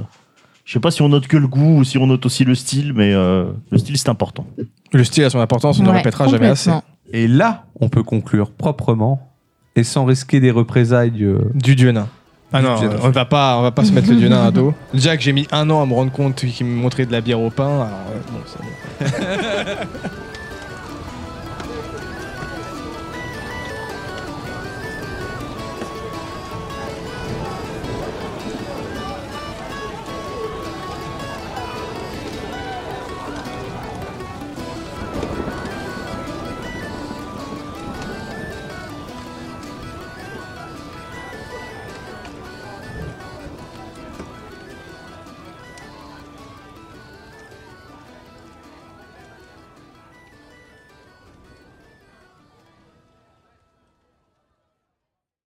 Je sais pas si on note que le goût ou si on note aussi le style, mais euh, le style c'est important. Le style a son importance, on ne Ouais, répétera jamais assez. complètement. Et là, on peut conclure proprement et sans risquer des représailles. euh, Du dieu nain. Ah Du non, dieu nain. on va pas, on va pas se mettre le dieu nain à dos. Jack, j'ai mis un an à me rendre compte qu'il me montrait de la bière au pain. Alors, euh, bon, c'est bon.